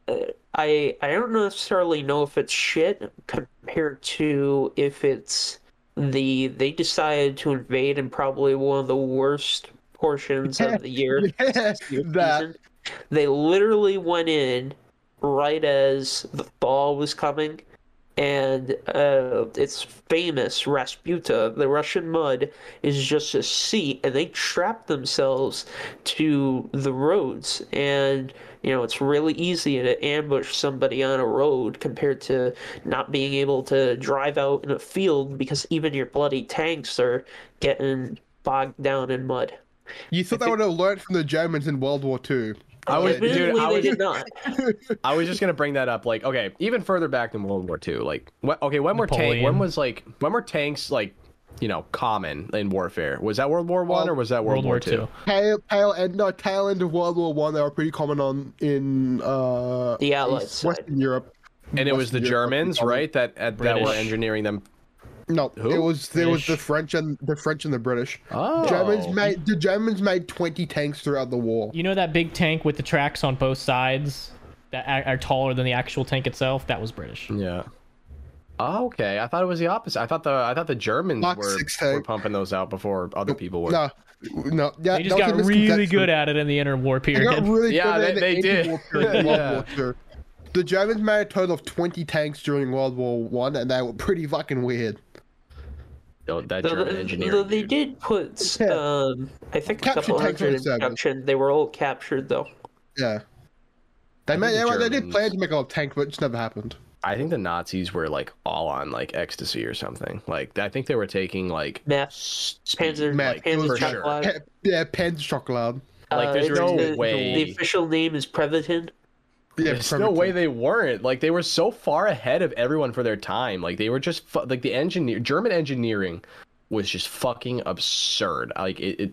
[SPEAKER 4] uh, I I don't necessarily know if it's shit compared to if it's the they decided to invade in probably one of the worst portions of the year.
[SPEAKER 3] that
[SPEAKER 4] season. They literally went in right as the fall was coming and uh, it's famous Rasputa, the Russian mud, is just a sea, and they trap themselves to the roads. And, you know, it's really easy to ambush somebody on a road compared to not being able to drive out in a field because even your bloody tanks are getting bogged down in mud.
[SPEAKER 3] You thought they would have learned from the Germans in World War Two.
[SPEAKER 2] I was, dude,
[SPEAKER 4] Admittedly,
[SPEAKER 2] I
[SPEAKER 4] they
[SPEAKER 2] was,
[SPEAKER 4] did not.
[SPEAKER 2] I was just gonna bring that up. Like, okay, even further back than World War II. Like, what, okay, when were tank?
[SPEAKER 1] Napoleon.
[SPEAKER 2] When was like when were tanks like, you know, common in warfare? Was that World War One or was that World, War Two?
[SPEAKER 3] Tail, tail end, no, tail end of World War One. They were pretty common on in uh,
[SPEAKER 4] The Allied
[SPEAKER 3] East-
[SPEAKER 4] side.
[SPEAKER 3] Western Europe.
[SPEAKER 2] And it was the
[SPEAKER 3] Western Europe,
[SPEAKER 2] Germans,
[SPEAKER 3] Italy.
[SPEAKER 2] right? That at, that were
[SPEAKER 1] British.
[SPEAKER 2] engineering them.
[SPEAKER 3] No,
[SPEAKER 2] Who?
[SPEAKER 3] it was it was the
[SPEAKER 1] British.
[SPEAKER 3] French and the French and the British.
[SPEAKER 2] Oh,
[SPEAKER 3] Germans made the Germans made twenty tanks throughout the war.
[SPEAKER 1] You know that big tank with the tracks on both sides that a- are taller than the actual tank itself? That was British.
[SPEAKER 2] Yeah. Oh, okay. I thought it was the opposite. I thought the I thought the Germans
[SPEAKER 3] Mark
[SPEAKER 2] were,
[SPEAKER 3] six
[SPEAKER 2] were
[SPEAKER 3] tank.
[SPEAKER 2] pumping those out before other people were.
[SPEAKER 3] No, no, yeah,
[SPEAKER 1] They just got really good at it in the interwar
[SPEAKER 3] They
[SPEAKER 1] period.
[SPEAKER 3] got really
[SPEAKER 2] Yeah,
[SPEAKER 3] good at
[SPEAKER 2] they-
[SPEAKER 3] it
[SPEAKER 2] they
[SPEAKER 3] in
[SPEAKER 2] did.
[SPEAKER 3] World War II,
[SPEAKER 2] Yeah.
[SPEAKER 3] World War II. The Germans made a total of twenty tanks during World War One, and they were pretty fucking weird.
[SPEAKER 2] Oh, that
[SPEAKER 4] Though
[SPEAKER 2] German
[SPEAKER 4] the-
[SPEAKER 2] engineering.
[SPEAKER 4] though they
[SPEAKER 2] dude.
[SPEAKER 4] did put,
[SPEAKER 3] Yeah.
[SPEAKER 4] um, I think a
[SPEAKER 3] Captured
[SPEAKER 4] couple
[SPEAKER 3] tanks
[SPEAKER 4] hundred
[SPEAKER 3] on the
[SPEAKER 4] in
[SPEAKER 3] Saga.
[SPEAKER 4] captured. They were all captured though.
[SPEAKER 3] Yeah, they
[SPEAKER 2] think
[SPEAKER 3] made
[SPEAKER 2] the
[SPEAKER 3] yeah, well, they did
[SPEAKER 2] Germans-
[SPEAKER 3] plan to make a lot of tanks, but it just never happened.
[SPEAKER 2] I think the Nazis were like all on like ecstasy or something. Like I think they were taking like
[SPEAKER 4] Mass Panzer,
[SPEAKER 3] Mass,
[SPEAKER 4] Panzer
[SPEAKER 3] for
[SPEAKER 2] sure.
[SPEAKER 4] Chocolat.
[SPEAKER 3] Pe- yeah, Panzer Chocolade.
[SPEAKER 2] Like, there's
[SPEAKER 4] Uh, it's
[SPEAKER 2] no
[SPEAKER 4] the,
[SPEAKER 2] way.
[SPEAKER 4] The official name is Prevatin.
[SPEAKER 3] Yeah,
[SPEAKER 2] There's no
[SPEAKER 3] Prevatin.
[SPEAKER 2] way they weren't. Like they were so far ahead of everyone for their time. Like they were just fu- like the engineer German engineering was just fucking absurd. Like it, it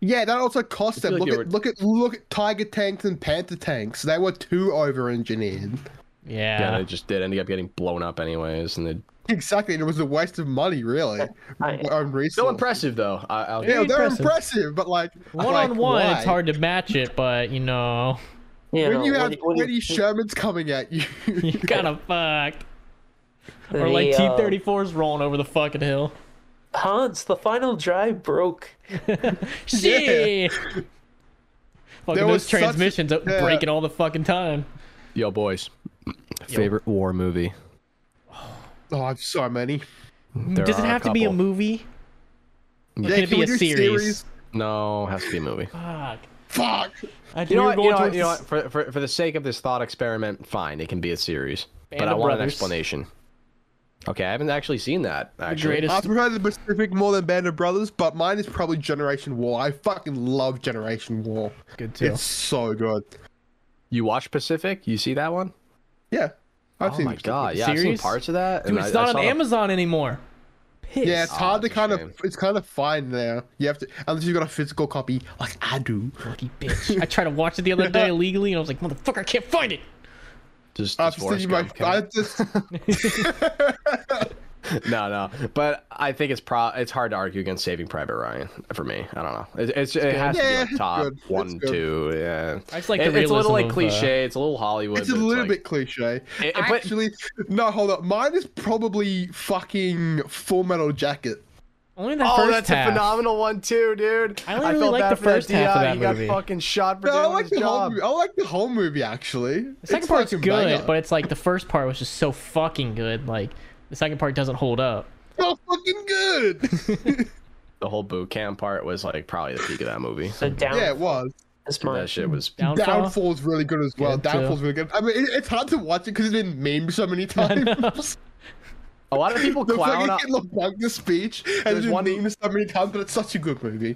[SPEAKER 3] Yeah, that also cost
[SPEAKER 2] I
[SPEAKER 3] them.
[SPEAKER 2] feel
[SPEAKER 3] Look
[SPEAKER 2] like
[SPEAKER 3] at
[SPEAKER 2] they were-
[SPEAKER 3] look at look at Tiger tanks and Panther tanks. They were too over engineered.
[SPEAKER 2] yeah,
[SPEAKER 1] yeah.
[SPEAKER 2] they just did end up getting blown up anyways. And they
[SPEAKER 3] Exactly, and it was a waste of money, really.
[SPEAKER 4] I-
[SPEAKER 3] on resource.
[SPEAKER 2] so impressive though. I, I'll,
[SPEAKER 3] Yeah,
[SPEAKER 1] Very
[SPEAKER 3] they're
[SPEAKER 1] impressive.
[SPEAKER 3] impressive. but like
[SPEAKER 1] One
[SPEAKER 3] like,
[SPEAKER 1] on one,
[SPEAKER 3] why?
[SPEAKER 1] it's hard to match it, but you know,
[SPEAKER 4] You
[SPEAKER 3] When
[SPEAKER 4] know,
[SPEAKER 3] you have
[SPEAKER 4] when-
[SPEAKER 3] twenty Shermans coming at you,
[SPEAKER 1] you kind of fucked. Or
[SPEAKER 4] the,
[SPEAKER 1] like T
[SPEAKER 4] uh,
[SPEAKER 1] 34s rolling over the fucking hill.
[SPEAKER 4] Hans, the final drive broke.
[SPEAKER 1] Shit! Fucking
[SPEAKER 3] was
[SPEAKER 1] those
[SPEAKER 3] such-
[SPEAKER 1] transmissions up
[SPEAKER 3] yeah.
[SPEAKER 1] breaking all the fucking time.
[SPEAKER 2] yo boys, favorite war movie.
[SPEAKER 3] oh, I've so many.
[SPEAKER 2] There
[SPEAKER 1] Does it
[SPEAKER 2] are
[SPEAKER 1] have to be a
[SPEAKER 2] couple.
[SPEAKER 1] movie?
[SPEAKER 3] Yeah,
[SPEAKER 1] Can it
[SPEAKER 3] can
[SPEAKER 1] be
[SPEAKER 3] we
[SPEAKER 1] a
[SPEAKER 3] do
[SPEAKER 1] series?
[SPEAKER 2] No, it has to be a movie.
[SPEAKER 1] Fuck.
[SPEAKER 3] Fuck.
[SPEAKER 1] I
[SPEAKER 2] You know,
[SPEAKER 1] we
[SPEAKER 2] what,
[SPEAKER 1] were
[SPEAKER 2] you, know
[SPEAKER 1] Uh, going
[SPEAKER 2] what,
[SPEAKER 1] to
[SPEAKER 2] you know what, for, for, for the sake of this thought experiment, fine, it can be a series.
[SPEAKER 1] Band
[SPEAKER 2] but I
[SPEAKER 1] of
[SPEAKER 2] want an
[SPEAKER 1] Brothers.
[SPEAKER 2] explanation. Okay, I haven't actually seen that.
[SPEAKER 1] the
[SPEAKER 2] Actually,
[SPEAKER 1] greatest
[SPEAKER 3] I prefer the Pacific more than Band of Brothers, but mine is probably Generation War. I fucking love Generation War.
[SPEAKER 1] good too.
[SPEAKER 3] It's so good.
[SPEAKER 2] you watch Pacific? You see that one?
[SPEAKER 3] Yeah, I've
[SPEAKER 2] oh
[SPEAKER 3] seen.
[SPEAKER 2] my
[SPEAKER 3] Pacific.
[SPEAKER 2] god, yeah, I've seen
[SPEAKER 1] Series?
[SPEAKER 2] parts of that.
[SPEAKER 1] Dude,
[SPEAKER 2] and
[SPEAKER 1] it's
[SPEAKER 2] I- I
[SPEAKER 1] not
[SPEAKER 2] saw
[SPEAKER 1] on
[SPEAKER 2] the-
[SPEAKER 1] Amazon anymore. Piss.
[SPEAKER 3] Yeah, it's
[SPEAKER 2] Aw,
[SPEAKER 3] hard
[SPEAKER 2] Oh,
[SPEAKER 3] to
[SPEAKER 2] that's a
[SPEAKER 3] kind of
[SPEAKER 2] shame.
[SPEAKER 3] it's kind of find now. You have to unless you've got a physical copy, like I do.
[SPEAKER 1] Lucky bitch. I tried to watch it the other day illegally, and I was like, motherfucker, I can't find it.
[SPEAKER 2] Does,
[SPEAKER 3] I
[SPEAKER 2] does
[SPEAKER 3] just
[SPEAKER 2] Forrest
[SPEAKER 3] did my
[SPEAKER 2] Gump
[SPEAKER 3] I
[SPEAKER 2] count?
[SPEAKER 3] just
[SPEAKER 2] no, no, but I think it's pro. It's hard to argue against Saving Private Ryan for me. I don't know. It, it's, it has
[SPEAKER 3] Yeah,
[SPEAKER 2] to be
[SPEAKER 3] it's
[SPEAKER 2] like top
[SPEAKER 3] good. It's
[SPEAKER 2] one,
[SPEAKER 3] good.
[SPEAKER 2] two. Yeah,
[SPEAKER 1] I just like the
[SPEAKER 2] It- it's a
[SPEAKER 1] realism
[SPEAKER 2] little like
[SPEAKER 1] of, uh,
[SPEAKER 2] cliche. It's a little Hollywood.
[SPEAKER 3] it's a
[SPEAKER 2] but
[SPEAKER 3] little
[SPEAKER 2] like-
[SPEAKER 3] bit cliche.
[SPEAKER 2] It- it- but-
[SPEAKER 3] Actually, no, hold up. Mine is probably fucking Full Metal Jacket.
[SPEAKER 1] Only the
[SPEAKER 2] Oh,
[SPEAKER 1] first
[SPEAKER 2] that's
[SPEAKER 1] half.
[SPEAKER 2] a phenomenal one too, dude.
[SPEAKER 1] I only really
[SPEAKER 2] felt
[SPEAKER 1] like
[SPEAKER 2] bad
[SPEAKER 1] the
[SPEAKER 2] for
[SPEAKER 1] first half of
[SPEAKER 2] DI.
[SPEAKER 1] that
[SPEAKER 2] he
[SPEAKER 1] movie.
[SPEAKER 2] got fucking shot for
[SPEAKER 3] No, I
[SPEAKER 2] doing
[SPEAKER 3] like
[SPEAKER 2] his
[SPEAKER 3] the whole
[SPEAKER 2] job.
[SPEAKER 3] movie. I like the whole movie actually.
[SPEAKER 1] The second part's good, but it's like the first part was just so fucking good. Like the second part doesn't hold up.
[SPEAKER 3] so fucking good.
[SPEAKER 2] The whole boot camp part was like probably the peak of that movie.
[SPEAKER 4] So down
[SPEAKER 3] yeah, it was.
[SPEAKER 4] is mine.
[SPEAKER 2] That shit was.
[SPEAKER 1] Downfall.
[SPEAKER 3] Downfall's really good as well.
[SPEAKER 1] Good, too.
[SPEAKER 3] Downfall's really good. I mean, it, it's hard to watch it because it's been memed so many times.
[SPEAKER 2] A lot of people
[SPEAKER 3] The
[SPEAKER 2] clown.
[SPEAKER 3] fucking
[SPEAKER 2] on-
[SPEAKER 3] Kid LaBeouf speech
[SPEAKER 2] There's
[SPEAKER 3] has been
[SPEAKER 2] one-
[SPEAKER 3] memed so many times, but it's such a good movie.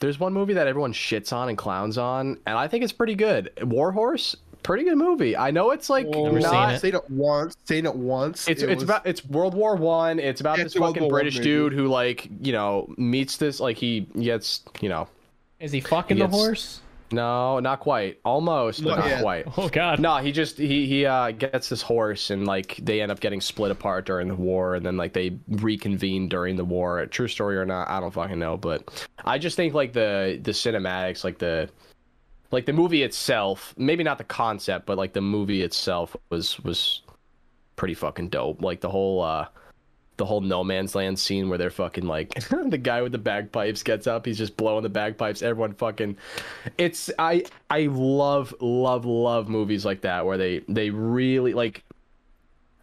[SPEAKER 2] There's one movie that everyone shits on and clowns on, and I think it's pretty good. Warhorse, pretty good movie. I know it's like
[SPEAKER 1] Never seen
[SPEAKER 2] not.
[SPEAKER 1] it.
[SPEAKER 3] Seen it once. Seen it once.
[SPEAKER 2] It's
[SPEAKER 3] it
[SPEAKER 2] it's
[SPEAKER 3] was-
[SPEAKER 2] about it's World War One. It's about
[SPEAKER 3] Yeah,
[SPEAKER 2] this
[SPEAKER 3] it's a World
[SPEAKER 2] fucking
[SPEAKER 3] War One
[SPEAKER 2] British
[SPEAKER 3] movie.
[SPEAKER 2] dude who like you know meets this like he gets you know
[SPEAKER 1] Is he fucking the
[SPEAKER 2] Yes.
[SPEAKER 1] horse?
[SPEAKER 2] no not quite almost but
[SPEAKER 3] Not
[SPEAKER 2] not
[SPEAKER 3] yet.
[SPEAKER 2] quite.
[SPEAKER 1] Oh god.
[SPEAKER 2] No, he just he he uh, gets this horse and like they end up getting split apart during the war and then like they reconvene during the war. True story or not, I don't fucking know, but I just think like the the cinematics, like the like the movie itself, maybe not the concept, but like the movie itself was was pretty fucking dope. Like the whole uh the whole no man's land scene where they're fucking like the guy with the bagpipes gets up he's just blowing the bagpipes everyone fucking it's i i love love love movies like that where they they really like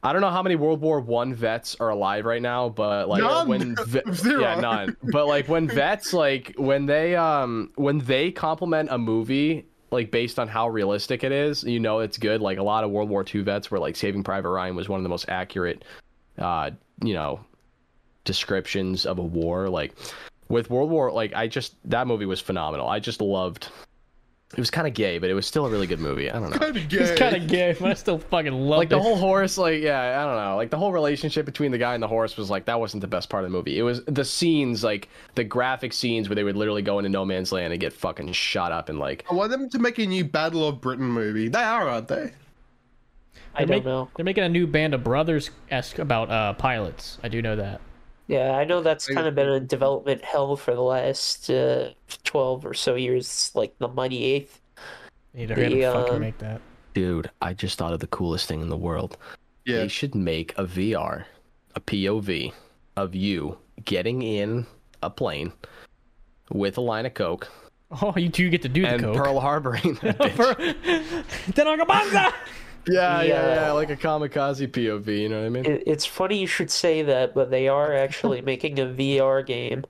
[SPEAKER 2] I don't know how many World War One vets are alive right now, but like
[SPEAKER 3] None.
[SPEAKER 2] when ve-
[SPEAKER 3] Zero.
[SPEAKER 2] yeah none, but like when vets like when they um when they compliment a movie like based on how realistic it is, you know it's good. Like a lot of World War Two vets were like Saving Private Ryan was one of the most accurate, uh you know, descriptions of a war. Like with World War, like I just that movie was phenomenal. I just loved. It was kind of gay, but it was still a really good movie. I don't know
[SPEAKER 1] It's kind of gay, but I still fucking love
[SPEAKER 2] like the whole horse like yeah i don't know like the whole relationship between the guy and the horse was like that wasn't the best part of the movie it was the scenes like the graphic scenes where they would literally go into no man's land and get fucking shot up and like
[SPEAKER 3] I want them to make a new Battle of Britain movie. They are, aren't they?
[SPEAKER 4] I don't
[SPEAKER 1] make-
[SPEAKER 4] know.
[SPEAKER 1] They're making a new Band of Brothers esque about uh, pilots. I do know that.
[SPEAKER 4] Yeah, I know that's kind of been a development hell for the last uh, 12 or so years, like the Mighty Eighth.
[SPEAKER 1] I need to hurry
[SPEAKER 4] The,
[SPEAKER 1] up and
[SPEAKER 4] uh,
[SPEAKER 1] fucking make that.
[SPEAKER 2] dude i just thought of the coolest thing in the world
[SPEAKER 3] Yeah.
[SPEAKER 2] they should make a vr a pov of you getting in a plane with a line of coke
[SPEAKER 1] Oh, you two get to do the
[SPEAKER 2] and
[SPEAKER 1] coke.
[SPEAKER 2] pearl harboring that bitch.
[SPEAKER 1] For- Tenoga Banza!
[SPEAKER 2] yeah, yeah
[SPEAKER 4] Yeah.
[SPEAKER 2] yeah like a kamikaze pov you know what i mean
[SPEAKER 4] It, it's funny you should say that, but they are actually making a VR game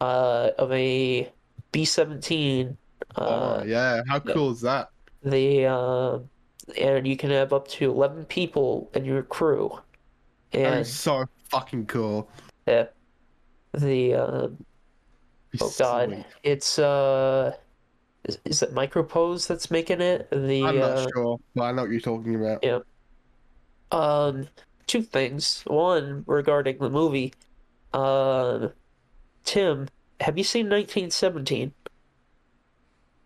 [SPEAKER 4] uh, of a B 17. Uh,
[SPEAKER 3] oh, yeah. How cool is that?
[SPEAKER 4] the uh, and you can have up to 11 people in your crew
[SPEAKER 3] That
[SPEAKER 4] and
[SPEAKER 3] is so fucking cool.
[SPEAKER 4] uh, the uh, oh god
[SPEAKER 3] Sweet.
[SPEAKER 4] it's uh is, is it micropose that's making it the
[SPEAKER 3] I'm
[SPEAKER 4] uh,
[SPEAKER 3] not sure, but I know what you're talking about.
[SPEAKER 4] Yeah. Um, two things. One regarding the movie. Um, Tim, have you seen 1917?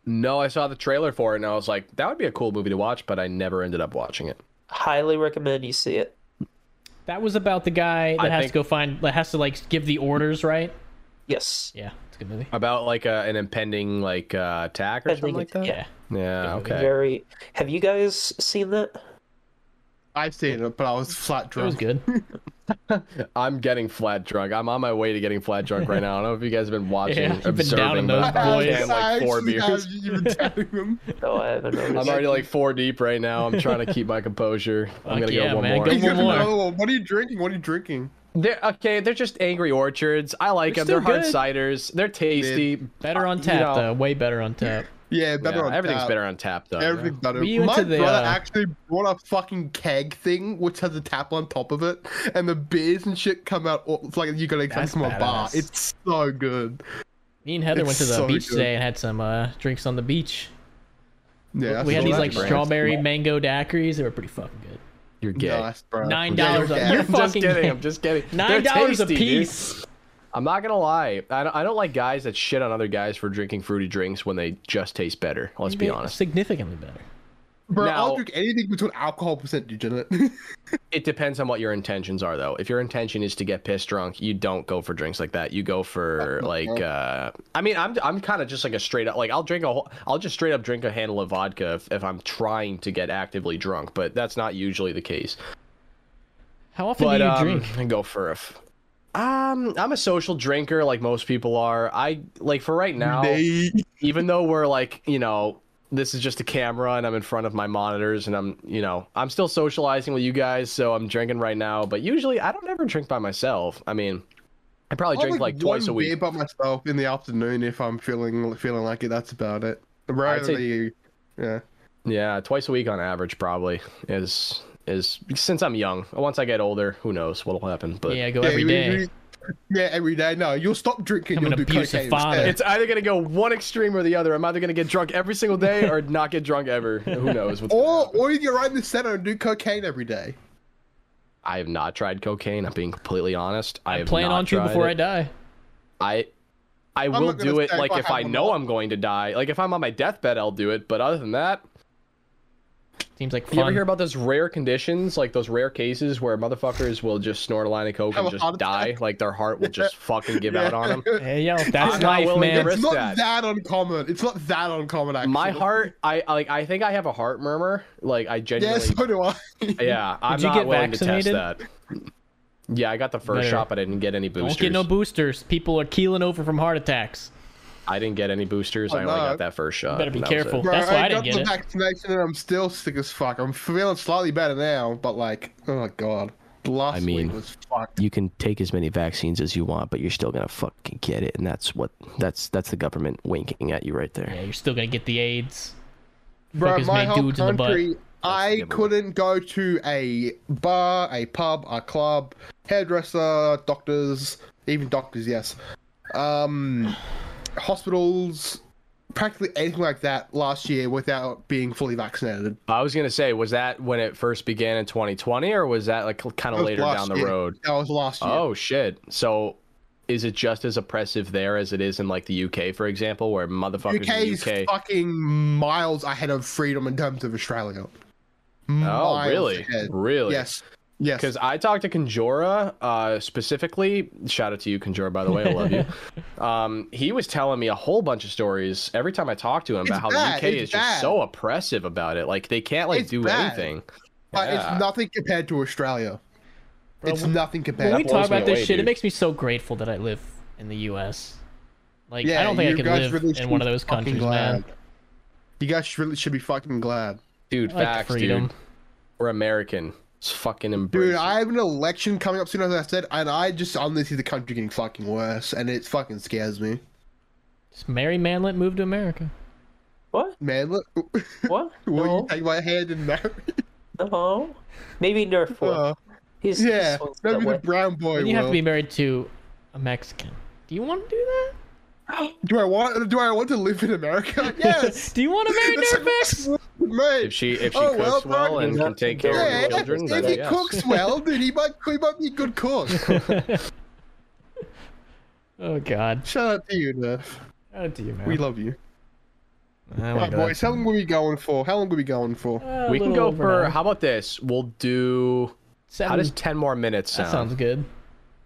[SPEAKER 2] No, I saw the trailer for it and I was like, that would be a cool movie to watch, but I never ended up watching it.
[SPEAKER 4] Highly recommend you see it.
[SPEAKER 1] That was about the guy that
[SPEAKER 2] I
[SPEAKER 1] has
[SPEAKER 2] think-
[SPEAKER 1] to go find, that has to like give the orders, right?
[SPEAKER 4] Yes.
[SPEAKER 1] Yeah, it's a good movie.
[SPEAKER 2] About like a, an impending like uh, attack or
[SPEAKER 4] I
[SPEAKER 2] something
[SPEAKER 4] think
[SPEAKER 2] like
[SPEAKER 4] it's
[SPEAKER 2] that.
[SPEAKER 4] yeah.
[SPEAKER 2] Yeah, Okay.
[SPEAKER 4] Very. Have you guys seen that?
[SPEAKER 3] I've seen it, but I was flat
[SPEAKER 1] It was
[SPEAKER 3] drunk.
[SPEAKER 1] good.
[SPEAKER 2] I'm getting flat drunk. I'm on my way to getting flat drunk right now. I don't know if you guys have been watching,
[SPEAKER 1] Yeah, you've been downing
[SPEAKER 2] observing, but
[SPEAKER 1] those
[SPEAKER 2] I've
[SPEAKER 1] boys.
[SPEAKER 2] had, like four
[SPEAKER 3] actually
[SPEAKER 2] beers.
[SPEAKER 3] have- you've been telling them.
[SPEAKER 4] No, I haven't noticed.
[SPEAKER 2] I'm already like four deep right now. I'm trying to keep my composure.
[SPEAKER 1] Fuck
[SPEAKER 2] I'm gonna
[SPEAKER 1] yeah,
[SPEAKER 2] go one
[SPEAKER 1] man.
[SPEAKER 2] more.
[SPEAKER 1] Go
[SPEAKER 3] He's got
[SPEAKER 1] one more.
[SPEAKER 3] another one. What are you drinking? What are you drinking?
[SPEAKER 2] They're, okay, they're just angry orchards. I like
[SPEAKER 1] They're
[SPEAKER 2] them. They're hard
[SPEAKER 1] still
[SPEAKER 2] ciders. They're tasty.
[SPEAKER 1] Better on
[SPEAKER 2] you
[SPEAKER 1] tap,
[SPEAKER 2] know.
[SPEAKER 1] though. Way better on tap.
[SPEAKER 3] Yeah, better
[SPEAKER 2] Yeah,
[SPEAKER 3] on
[SPEAKER 2] everything's
[SPEAKER 3] tap.
[SPEAKER 2] better on tap though.
[SPEAKER 3] Everything's better.
[SPEAKER 1] Were you
[SPEAKER 3] My
[SPEAKER 1] into the,
[SPEAKER 3] brother
[SPEAKER 1] uh,
[SPEAKER 3] actually brought a fucking keg thing, which has a tap on top of it, and the beers and shit come out. All, it's like you got to come
[SPEAKER 1] That's
[SPEAKER 3] from a bar.
[SPEAKER 1] badass.
[SPEAKER 3] It's so good.
[SPEAKER 1] Me and Heather
[SPEAKER 3] It's
[SPEAKER 1] went to the
[SPEAKER 3] so
[SPEAKER 1] beach
[SPEAKER 3] good.
[SPEAKER 1] today and had some uh, drinks on the beach.
[SPEAKER 3] Yeah, that's
[SPEAKER 1] we had
[SPEAKER 3] all
[SPEAKER 1] these
[SPEAKER 3] that
[SPEAKER 1] like
[SPEAKER 3] brings.
[SPEAKER 1] strawberry mango daiquiris. They were pretty fucking good.
[SPEAKER 2] You're gay.
[SPEAKER 3] Nice, bro.
[SPEAKER 1] Nine
[SPEAKER 3] Yeah,
[SPEAKER 1] dollars.
[SPEAKER 3] you're
[SPEAKER 1] a-
[SPEAKER 3] gay.
[SPEAKER 1] You're
[SPEAKER 2] I'm just
[SPEAKER 1] fucking
[SPEAKER 2] kidding.
[SPEAKER 1] gay.
[SPEAKER 2] I'm just kidding.
[SPEAKER 1] Nine
[SPEAKER 2] They're
[SPEAKER 1] dollars a
[SPEAKER 2] tasty, dude.
[SPEAKER 1] piece.
[SPEAKER 2] I'm not gonna lie. I don't, I don't like guys that shit on other guys for drinking fruity drinks when they just taste better. Let's be
[SPEAKER 1] They-
[SPEAKER 2] honest.
[SPEAKER 1] Significantly better.
[SPEAKER 3] Bro, I'll
[SPEAKER 2] Now-
[SPEAKER 3] drink anything with an alcohol percentage in it.
[SPEAKER 2] It depends on what your intentions are, though. If your intention is to get pissed drunk, you don't go for drinks like that. You go for like, uh, I mean, I'm I'm kind of just like a straight up like I'll drink a whole, I'll just straight up drink a handle of vodka if, if I'm trying to get actively drunk, but that's not usually the case.
[SPEAKER 1] How often
[SPEAKER 2] But
[SPEAKER 1] do you
[SPEAKER 2] um,
[SPEAKER 1] drink?
[SPEAKER 2] I go for a. F- um, I'm a social drinker, like most people are. I like for right now.
[SPEAKER 3] Nay.
[SPEAKER 2] even though we're like, you know, this is just a camera and I'm in front of my monitors and I'm, you know, I'm still socializing with you guys, so I'm drinking right now. But usually I don't ever drink by myself. I mean, I probably
[SPEAKER 1] Oh,
[SPEAKER 3] I'll
[SPEAKER 2] drink like, twice
[SPEAKER 3] one
[SPEAKER 2] a week.
[SPEAKER 3] beer by myself in the afternoon if I'm feeling feeling like it. That's about it. Rarely, yeah.
[SPEAKER 2] Yeah, twice a week on average probably is is since I'm young. Once I get older, who knows what'll happen. But
[SPEAKER 1] yeah, I go
[SPEAKER 3] Yeah,
[SPEAKER 1] every
[SPEAKER 3] we-
[SPEAKER 1] day.
[SPEAKER 3] we- yeah, every day. No, you'll stop drinking.
[SPEAKER 1] Become an
[SPEAKER 3] you'll do
[SPEAKER 1] abusive
[SPEAKER 3] cocaine
[SPEAKER 1] father.
[SPEAKER 3] instead.
[SPEAKER 2] it's either gonna go one extreme or the other. I'm either gonna get drunk every single day or not get drunk ever. Who knows? What's
[SPEAKER 3] Or, or you get right in the center and do cocaine every day.
[SPEAKER 2] I have not tried cocaine. I'm being completely honest. I
[SPEAKER 1] I
[SPEAKER 2] have
[SPEAKER 1] plan
[SPEAKER 2] not
[SPEAKER 1] on to
[SPEAKER 2] tried
[SPEAKER 1] before
[SPEAKER 2] it.
[SPEAKER 1] I die.
[SPEAKER 2] I I will
[SPEAKER 3] not gonna
[SPEAKER 2] do it
[SPEAKER 3] say if
[SPEAKER 2] like
[SPEAKER 3] I
[SPEAKER 2] if I
[SPEAKER 3] have
[SPEAKER 2] know
[SPEAKER 3] enough.
[SPEAKER 2] I'm going to die. Like if I'm on my deathbed, I'll do it. But other than that,
[SPEAKER 1] Seems like
[SPEAKER 2] you ever
[SPEAKER 1] fun.
[SPEAKER 2] hear about those rare conditions, like those rare cases where motherfuckers will just snort a line of coke
[SPEAKER 3] Have
[SPEAKER 2] and
[SPEAKER 3] a heart
[SPEAKER 2] just die, like their heart will just fucking give out on them.
[SPEAKER 1] Hey yo,
[SPEAKER 2] I'm
[SPEAKER 1] that's
[SPEAKER 2] not
[SPEAKER 1] life,
[SPEAKER 2] willing to
[SPEAKER 1] man.
[SPEAKER 2] risk-
[SPEAKER 3] It's not
[SPEAKER 2] that.
[SPEAKER 3] that. uncommon. It's not that uncommon, actually.
[SPEAKER 2] My heart, I I- like. I think I have a heart murmur. Like I
[SPEAKER 3] Yeah,
[SPEAKER 2] genuinely,
[SPEAKER 3] so do I.
[SPEAKER 2] yeah. I'm
[SPEAKER 1] you
[SPEAKER 2] not
[SPEAKER 1] get
[SPEAKER 2] willing
[SPEAKER 1] vaccinated?
[SPEAKER 2] to test that. Yeah, I got the first
[SPEAKER 1] Better.
[SPEAKER 2] shot, but I didn't get any
[SPEAKER 1] Don't
[SPEAKER 2] boosters.
[SPEAKER 1] get no boosters. People are keeling over from heart attacks.
[SPEAKER 2] I didn't get any boosters. I only
[SPEAKER 3] Oh, no.
[SPEAKER 2] got that first shot.
[SPEAKER 1] Better be
[SPEAKER 2] and that was it.
[SPEAKER 1] careful.
[SPEAKER 3] Bro,
[SPEAKER 1] That's why I didn't
[SPEAKER 3] got
[SPEAKER 1] get
[SPEAKER 3] the
[SPEAKER 1] it.
[SPEAKER 3] vaccination and I'm still sick as fuck. I'm feeling slightly better now, but like, oh my god, the last
[SPEAKER 2] I mean-
[SPEAKER 3] week was fucked.
[SPEAKER 2] You can take as many vaccines as you want, but you're still gonna fucking get it, and that's what that's that's the government winking at you right there.
[SPEAKER 1] Yeah, you're still gonna get the AIDS.
[SPEAKER 3] Bro,
[SPEAKER 1] as
[SPEAKER 3] my
[SPEAKER 1] many
[SPEAKER 3] whole
[SPEAKER 1] dudes in the butt.
[SPEAKER 3] country, I
[SPEAKER 2] giveaway.
[SPEAKER 3] couldn't go to a bar, a pub, a club, hairdresser, doctors, even doctors, yes, um, hospitals, practically anything like that last year without being fully vaccinated.
[SPEAKER 2] I was gonna say, was that when it first began in 2020, or was that like kind
[SPEAKER 3] That
[SPEAKER 2] of
[SPEAKER 3] was
[SPEAKER 2] later
[SPEAKER 3] last
[SPEAKER 2] down the
[SPEAKER 3] year.
[SPEAKER 2] road?
[SPEAKER 3] That was last year.
[SPEAKER 2] Oh shit! So, is it just as oppressive there as it is in like the UK, for example, where motherfuckers
[SPEAKER 3] UK's
[SPEAKER 2] in the UK?
[SPEAKER 3] fucking miles ahead of freedom in terms of Australia.
[SPEAKER 2] Oh,
[SPEAKER 3] Miles
[SPEAKER 2] really?
[SPEAKER 3] ahead.
[SPEAKER 2] Really?
[SPEAKER 3] Yes. Yes.
[SPEAKER 2] Because I talked to Conjura uh, specifically. Shout out to you, Conjura, by the way. I love you. um, he was telling me a whole bunch of stories every time I talked to him
[SPEAKER 3] It's
[SPEAKER 2] about how
[SPEAKER 3] bad,
[SPEAKER 2] the UK
[SPEAKER 3] it's
[SPEAKER 2] is
[SPEAKER 3] bad.
[SPEAKER 2] just so oppressive about it. Like they can't like
[SPEAKER 3] It's
[SPEAKER 2] do
[SPEAKER 3] bad.
[SPEAKER 2] anything.
[SPEAKER 3] But
[SPEAKER 2] Yeah.
[SPEAKER 3] it's nothing compared to Australia. it's nothing compared.
[SPEAKER 1] When we
[SPEAKER 2] That
[SPEAKER 1] talk
[SPEAKER 2] blows me
[SPEAKER 1] about this
[SPEAKER 2] away,
[SPEAKER 1] shit, it
[SPEAKER 2] dude.
[SPEAKER 1] makes me so grateful that I live in the U.S. Like
[SPEAKER 3] yeah,
[SPEAKER 1] I don't think
[SPEAKER 3] you
[SPEAKER 1] I could
[SPEAKER 3] guys
[SPEAKER 1] live
[SPEAKER 3] really
[SPEAKER 1] in one of
[SPEAKER 3] should be
[SPEAKER 1] those
[SPEAKER 3] fucking
[SPEAKER 1] countries,
[SPEAKER 3] glad.
[SPEAKER 1] man.
[SPEAKER 3] You guys really should be fucking glad.
[SPEAKER 2] Dude,
[SPEAKER 1] I like
[SPEAKER 2] facts,
[SPEAKER 1] freedom.
[SPEAKER 2] dude. We're American. It's fucking embrace.
[SPEAKER 3] Dude,
[SPEAKER 2] it.
[SPEAKER 3] I have an election coming up soon, as I said, and I just only see the country getting fucking worse, and it fucking scares me.
[SPEAKER 1] Just Mary Manlet moved to America.
[SPEAKER 4] What?
[SPEAKER 3] Man, look, will
[SPEAKER 4] What?
[SPEAKER 3] you
[SPEAKER 4] No.
[SPEAKER 3] take my hand and marry?
[SPEAKER 4] No. Maybe Nerf will.
[SPEAKER 3] Uh,
[SPEAKER 4] he's,
[SPEAKER 3] yeah,
[SPEAKER 4] he's swings that
[SPEAKER 3] maybe the
[SPEAKER 4] way.
[SPEAKER 3] brown boy.
[SPEAKER 1] Then you have to
[SPEAKER 3] will.
[SPEAKER 1] be married to a Mexican. Do you want to do that?
[SPEAKER 3] Do I want? Do I want to live in America? Yes.
[SPEAKER 1] do you want to marry
[SPEAKER 3] That's
[SPEAKER 1] Nerfax?
[SPEAKER 3] Mate.
[SPEAKER 2] If she if she
[SPEAKER 3] Oh, well,
[SPEAKER 2] cooks well,
[SPEAKER 3] fuck.
[SPEAKER 2] and can take care
[SPEAKER 3] Yeah,
[SPEAKER 2] of the children,
[SPEAKER 3] if,
[SPEAKER 2] then
[SPEAKER 3] he
[SPEAKER 2] yes.
[SPEAKER 3] cooks well, then he might, he might be a good cook.
[SPEAKER 1] Oh God,
[SPEAKER 3] Shout out to you, Nerf.
[SPEAKER 1] oh dear, man.
[SPEAKER 3] We love you.
[SPEAKER 2] Oh
[SPEAKER 1] I
[SPEAKER 3] Right,
[SPEAKER 1] wanna go
[SPEAKER 3] boys, how long are we going for? How long are we going for?
[SPEAKER 1] out. A
[SPEAKER 2] Ah, we can
[SPEAKER 1] little
[SPEAKER 2] go
[SPEAKER 1] over
[SPEAKER 2] for.
[SPEAKER 1] an hour.
[SPEAKER 2] How about this? We'll do.
[SPEAKER 1] seven.
[SPEAKER 2] How does ten more minutes sound?
[SPEAKER 1] that sounds good.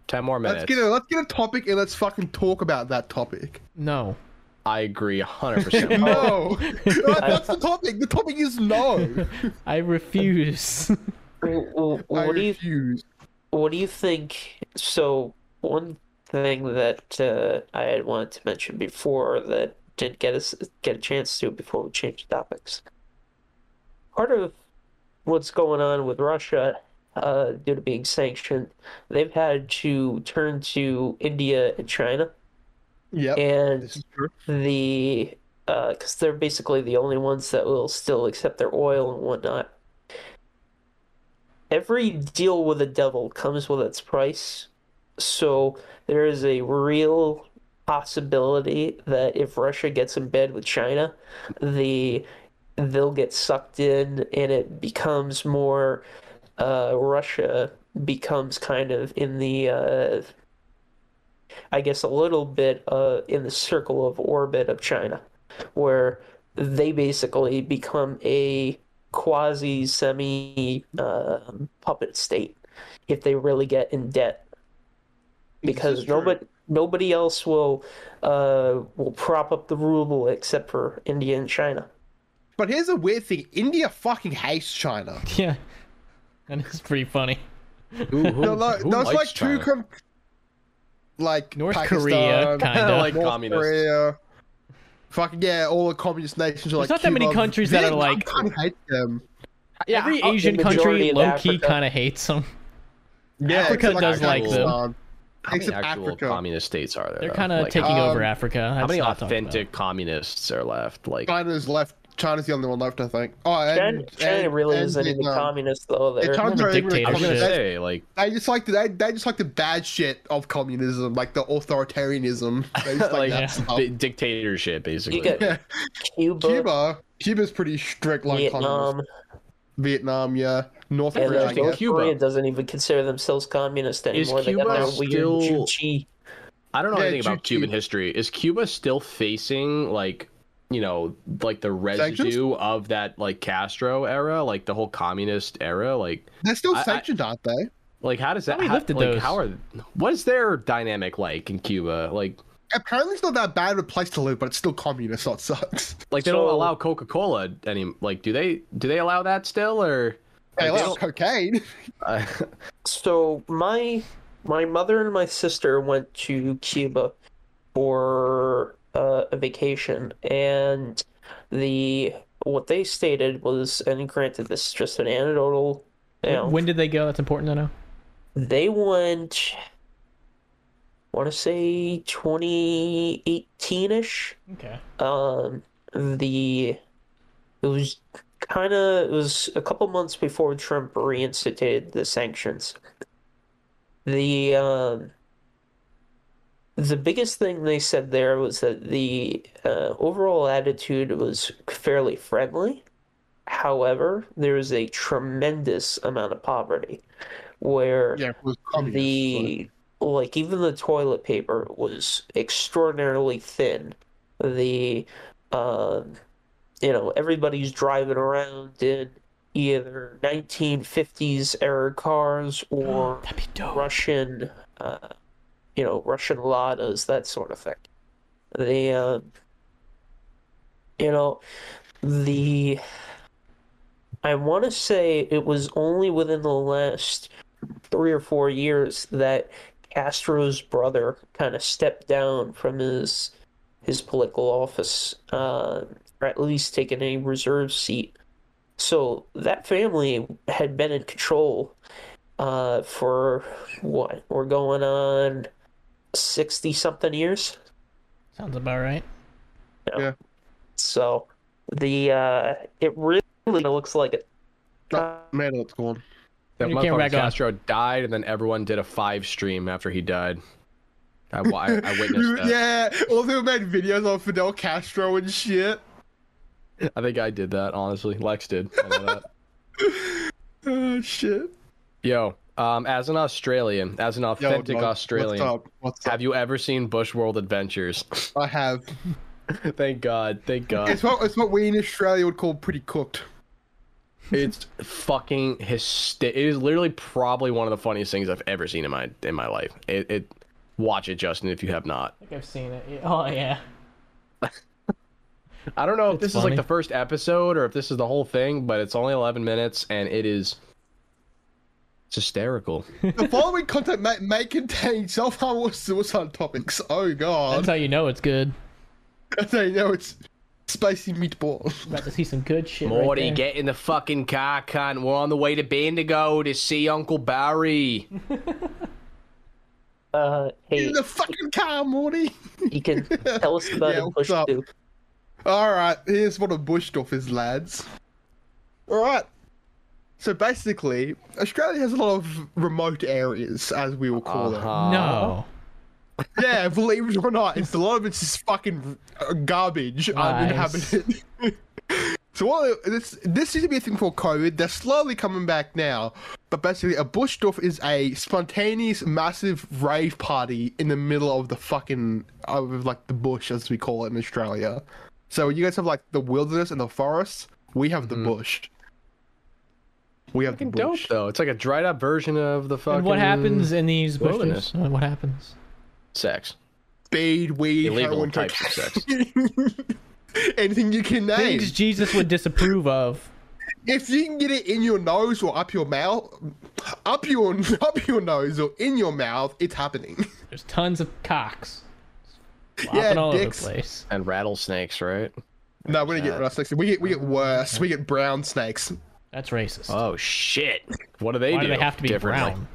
[SPEAKER 2] Ten more minutes.
[SPEAKER 3] Let's get a let's get a topic and let's fucking talk about that topic.
[SPEAKER 1] No.
[SPEAKER 2] I agree, hundred percent.
[SPEAKER 3] No, that's the topic. The topic is no.
[SPEAKER 1] I refuse.
[SPEAKER 4] Well, well,
[SPEAKER 3] I
[SPEAKER 4] what do you
[SPEAKER 3] refuse.
[SPEAKER 4] What do you think? So, one thing that uh, I had wanted to mention before that didn't get us get a chance to before we changed topics. Part of what's going on with Russia, uh, due to being sanctioned, they've had to turn to India and China,
[SPEAKER 3] Yep.
[SPEAKER 4] and
[SPEAKER 3] This is true.
[SPEAKER 4] the because they're basically the only ones that will still accept their oil and whatnot. Every deal with the devil comes with its price, so there is a real possibility that if Russia gets in bed with China, the they'll get sucked in, and it becomes more uh, Russia becomes kind of in the uh, I guess, a little bit uh, in the circle of orbit of China, where they basically become a quasi semi um puppet state if they really get in debt because
[SPEAKER 3] is true.
[SPEAKER 4] nobody nobody else will uh, will prop up the ruble except for India and China.
[SPEAKER 3] But here's a weird thing: India fucking hates China.
[SPEAKER 1] yeah, that is pretty funny.
[SPEAKER 2] Who, who,
[SPEAKER 3] They're like,
[SPEAKER 2] who
[SPEAKER 3] there's
[SPEAKER 2] likes
[SPEAKER 3] like
[SPEAKER 2] China?
[SPEAKER 3] two com- like
[SPEAKER 1] North Korea,
[SPEAKER 3] Pakistan,
[SPEAKER 1] kinda.
[SPEAKER 2] Like
[SPEAKER 3] North
[SPEAKER 2] communists.
[SPEAKER 3] Korea. Fucking yeah, all the communist nations are like.
[SPEAKER 1] There's not that many
[SPEAKER 3] Cuba.
[SPEAKER 1] countries that are
[SPEAKER 3] Vietnam
[SPEAKER 1] like-
[SPEAKER 3] kinda hate them.
[SPEAKER 2] Yeah,
[SPEAKER 1] Every
[SPEAKER 2] uh,
[SPEAKER 1] Asian
[SPEAKER 4] the majority
[SPEAKER 1] country
[SPEAKER 4] of
[SPEAKER 1] low key
[SPEAKER 4] Africa.
[SPEAKER 1] kind of hates them.
[SPEAKER 3] Yeah,
[SPEAKER 1] Africa
[SPEAKER 3] except,
[SPEAKER 1] does like them.
[SPEAKER 3] Pakistan.
[SPEAKER 2] How many
[SPEAKER 3] Except
[SPEAKER 2] actual
[SPEAKER 3] Africa.
[SPEAKER 2] communist states are there?
[SPEAKER 1] They're
[SPEAKER 2] though?
[SPEAKER 1] kind of
[SPEAKER 2] Like,
[SPEAKER 1] taking
[SPEAKER 2] How,
[SPEAKER 1] over Africa.
[SPEAKER 2] how
[SPEAKER 1] That's
[SPEAKER 2] many
[SPEAKER 1] not talked about.
[SPEAKER 2] authentic communists are left? Like,
[SPEAKER 3] China's left. China's the only one left, I think. Oh, and,
[SPEAKER 4] China, China
[SPEAKER 3] and-
[SPEAKER 4] really
[SPEAKER 3] and
[SPEAKER 4] isn't even
[SPEAKER 3] Vietnam.
[SPEAKER 4] communist though.
[SPEAKER 3] Yeah,
[SPEAKER 4] They're
[SPEAKER 3] China's
[SPEAKER 1] They're
[SPEAKER 3] not even a
[SPEAKER 2] I was gonna
[SPEAKER 1] dictatorship.
[SPEAKER 3] communist.
[SPEAKER 2] say, like,
[SPEAKER 3] They just like the they, they just like the bad shit of communism, like the authoritarianism. They just like,
[SPEAKER 2] like
[SPEAKER 3] that
[SPEAKER 1] yeah.
[SPEAKER 3] stuff.
[SPEAKER 2] di- dictatorship, basically.
[SPEAKER 4] got-
[SPEAKER 3] Yeah.
[SPEAKER 4] Cuba,
[SPEAKER 3] Cuba, Cuba's pretty strict like communist.
[SPEAKER 4] Vietnam,
[SPEAKER 3] Vietnam, yeah. North
[SPEAKER 4] and
[SPEAKER 3] Korea, I
[SPEAKER 4] then
[SPEAKER 2] interesting.
[SPEAKER 3] guess.
[SPEAKER 4] North
[SPEAKER 2] Cuba.
[SPEAKER 4] Korea doesn't even consider themselves communist anymore. they
[SPEAKER 2] Cuba
[SPEAKER 4] got their
[SPEAKER 2] still-
[SPEAKER 4] weird Juche.
[SPEAKER 2] I don't know
[SPEAKER 3] Yeah,
[SPEAKER 2] anything about
[SPEAKER 3] Ju- Ju-
[SPEAKER 2] Cuban history. Is Cuba still facing like you know like the
[SPEAKER 3] Sanctions?
[SPEAKER 2] residue of that like Castro era, like the whole communist era? Like
[SPEAKER 3] They're still
[SPEAKER 2] I- I-
[SPEAKER 3] sanctioned, aren't they?
[SPEAKER 2] like how does that?
[SPEAKER 1] Nobody
[SPEAKER 2] How,
[SPEAKER 1] lifted
[SPEAKER 2] like
[SPEAKER 1] those.
[SPEAKER 2] how are what is their dynamic like in Cuba? Like
[SPEAKER 3] Apparently, it's not that bad of a place to live, but it's still communist, so it sucks.
[SPEAKER 2] like they don't
[SPEAKER 4] So-
[SPEAKER 2] allow Coca Cola any like do they do they allow that still or?
[SPEAKER 3] They
[SPEAKER 2] Like, they
[SPEAKER 3] allow
[SPEAKER 2] don't-
[SPEAKER 3] cocaine.
[SPEAKER 2] Uh,
[SPEAKER 4] So my my mother and my sister went to Cuba for uh, a vacation, and the what they stated was, and granted, this is just an anecdotal. You know,
[SPEAKER 1] When did they go? That's important to know.
[SPEAKER 4] they went, want to say 2018 ish.
[SPEAKER 1] Okay.
[SPEAKER 4] um the it was kind of it was a couple months before Trump reinstated the sanctions. The um the biggest thing they said there was that the uh, overall attitude was fairly friendly. However, there is a tremendous amount of poverty where
[SPEAKER 3] Yeah, it was communist,
[SPEAKER 4] the like even the toilet paper was extraordinarily thin the um you know everybody's driving around in either 1950s era cars or
[SPEAKER 1] That'd be dope.
[SPEAKER 4] russian uh you know russian ladas that sort of thing the um you know the i want to say it was only within the last three or four years that Castro's brother kind of stepped down from his his political office, uh, or at least taken a reserve seat. So that family had been in control uh, for what we're going on sixty something years.
[SPEAKER 1] Sounds about right.
[SPEAKER 4] So the uh, it really looks like it.
[SPEAKER 3] Man, it's gone.
[SPEAKER 2] That
[SPEAKER 1] You can't
[SPEAKER 2] motherfucker
[SPEAKER 1] rag on.
[SPEAKER 2] Castro died, and then everyone did a five stream after he died. I, I, I witnessed that.
[SPEAKER 3] Yeah, all who made videos on Fidel Castro and shit.
[SPEAKER 2] I think I did that, honestly. Lex did. I know that.
[SPEAKER 3] Oh shit.
[SPEAKER 2] Yo, um, as an Australian, as an
[SPEAKER 3] Yo,
[SPEAKER 2] authentic
[SPEAKER 3] Doug,
[SPEAKER 2] Australian,
[SPEAKER 3] What's up? What's up?
[SPEAKER 2] have you ever seen Bush World Adventures?
[SPEAKER 3] I have.
[SPEAKER 2] thank God, thank God.
[SPEAKER 3] It's what it's what we in Australia would call pretty cooked.
[SPEAKER 2] It's fucking hysterical. It is literally probably one of the funniest things I've ever seen in my in my life. It, it watch it, Justin, if you have not.
[SPEAKER 1] I think I've seen it. Oh yeah.
[SPEAKER 2] I don't know if
[SPEAKER 1] It's
[SPEAKER 2] this is
[SPEAKER 1] funny.
[SPEAKER 2] like the first episode or if this is the whole thing, but it's only 11 minutes and it is it's hysterical.
[SPEAKER 3] The following content may, may contain self-harm or suicide topics. Oh
[SPEAKER 1] That's
[SPEAKER 3] god.
[SPEAKER 1] how you know it's good.
[SPEAKER 3] I tell you, know it's spicy meatball.
[SPEAKER 1] About to see some good shit. right
[SPEAKER 2] Morty,
[SPEAKER 1] there.
[SPEAKER 2] get in the fucking car, cunt. We're on the way to Bendigo to see Uncle Barry.
[SPEAKER 4] Uh, hey,
[SPEAKER 3] In the fucking car, Morty.
[SPEAKER 4] you can tell us about
[SPEAKER 3] Yeah,
[SPEAKER 4] it.
[SPEAKER 3] what's
[SPEAKER 4] Push
[SPEAKER 3] up?
[SPEAKER 4] through.
[SPEAKER 3] All right, here's what a bush stuff is, lads. All right. So basically, Australia has a lot of remote areas, as we will call them.
[SPEAKER 2] Uh-huh.
[SPEAKER 1] No.
[SPEAKER 3] Yeah, believe it or not, it's a lot of it's just fucking uh, garbage
[SPEAKER 1] Nice.
[SPEAKER 3] uninhabited. so what this this used to be a thing called COVID. They're slowly coming back now, but basically, a bush stuff is a spontaneous, massive rave party in the middle of the fucking of like the bush, as we call it in Australia. So you guys have like the wilderness and the forest. We have the bush. We have the
[SPEAKER 2] Mm-hmm. Fucking dope
[SPEAKER 3] bush.
[SPEAKER 2] though. It's like a dried up version of the fucking
[SPEAKER 1] And what happens in these bushes?
[SPEAKER 2] wilderness.
[SPEAKER 1] Uh, What happens?
[SPEAKER 2] sex.
[SPEAKER 3] Speed, weed,
[SPEAKER 2] Illegal
[SPEAKER 3] heroin,
[SPEAKER 2] types of
[SPEAKER 3] cocaine.
[SPEAKER 2] sex.
[SPEAKER 3] anything you can name.
[SPEAKER 1] Things Jesus would disapprove of.
[SPEAKER 3] if you can get it in your nose or up your mouth, up your up your nose or in your mouth, it's happening.
[SPEAKER 1] There's tons of cocks.
[SPEAKER 3] Yeah,
[SPEAKER 1] flopping all
[SPEAKER 3] dicks.
[SPEAKER 1] over the place.
[SPEAKER 2] And rattlesnakes, right?
[SPEAKER 3] no, we don't get rattlesnakes. We get we get worse. We get brown snakes.
[SPEAKER 1] That's racist.
[SPEAKER 2] Oh shit. What do they
[SPEAKER 1] Why
[SPEAKER 2] do?
[SPEAKER 1] do they have to be
[SPEAKER 2] differently?
[SPEAKER 1] brown?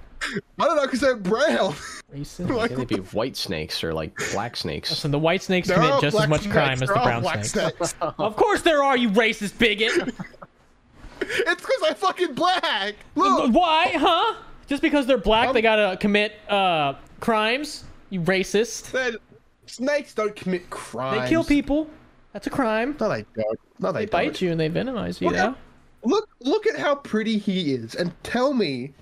[SPEAKER 3] I don't know because they're brown.
[SPEAKER 1] Racist.
[SPEAKER 2] I think they'd be white snakes or like black snakes.
[SPEAKER 1] Listen, the white snakes
[SPEAKER 3] There
[SPEAKER 1] commit
[SPEAKER 3] are
[SPEAKER 1] just
[SPEAKER 3] black
[SPEAKER 1] as much
[SPEAKER 3] snakes.
[SPEAKER 1] crime as
[SPEAKER 3] There
[SPEAKER 1] the
[SPEAKER 3] are
[SPEAKER 1] brown
[SPEAKER 3] black
[SPEAKER 1] snakes. Of course there are, you racist bigot.
[SPEAKER 3] it's because they're fucking black. Look,
[SPEAKER 1] Why, huh? Just because they're black, they gotta commit uh, crimes. You racist.
[SPEAKER 3] they're, snakes don't commit crimes.
[SPEAKER 1] They kill people. That's a crime.
[SPEAKER 3] No, they don't. No, they,
[SPEAKER 1] They bite
[SPEAKER 3] don't.
[SPEAKER 1] you and they venomize you.
[SPEAKER 3] Look
[SPEAKER 1] Yeah.
[SPEAKER 3] at, look, look at how pretty he is, and tell me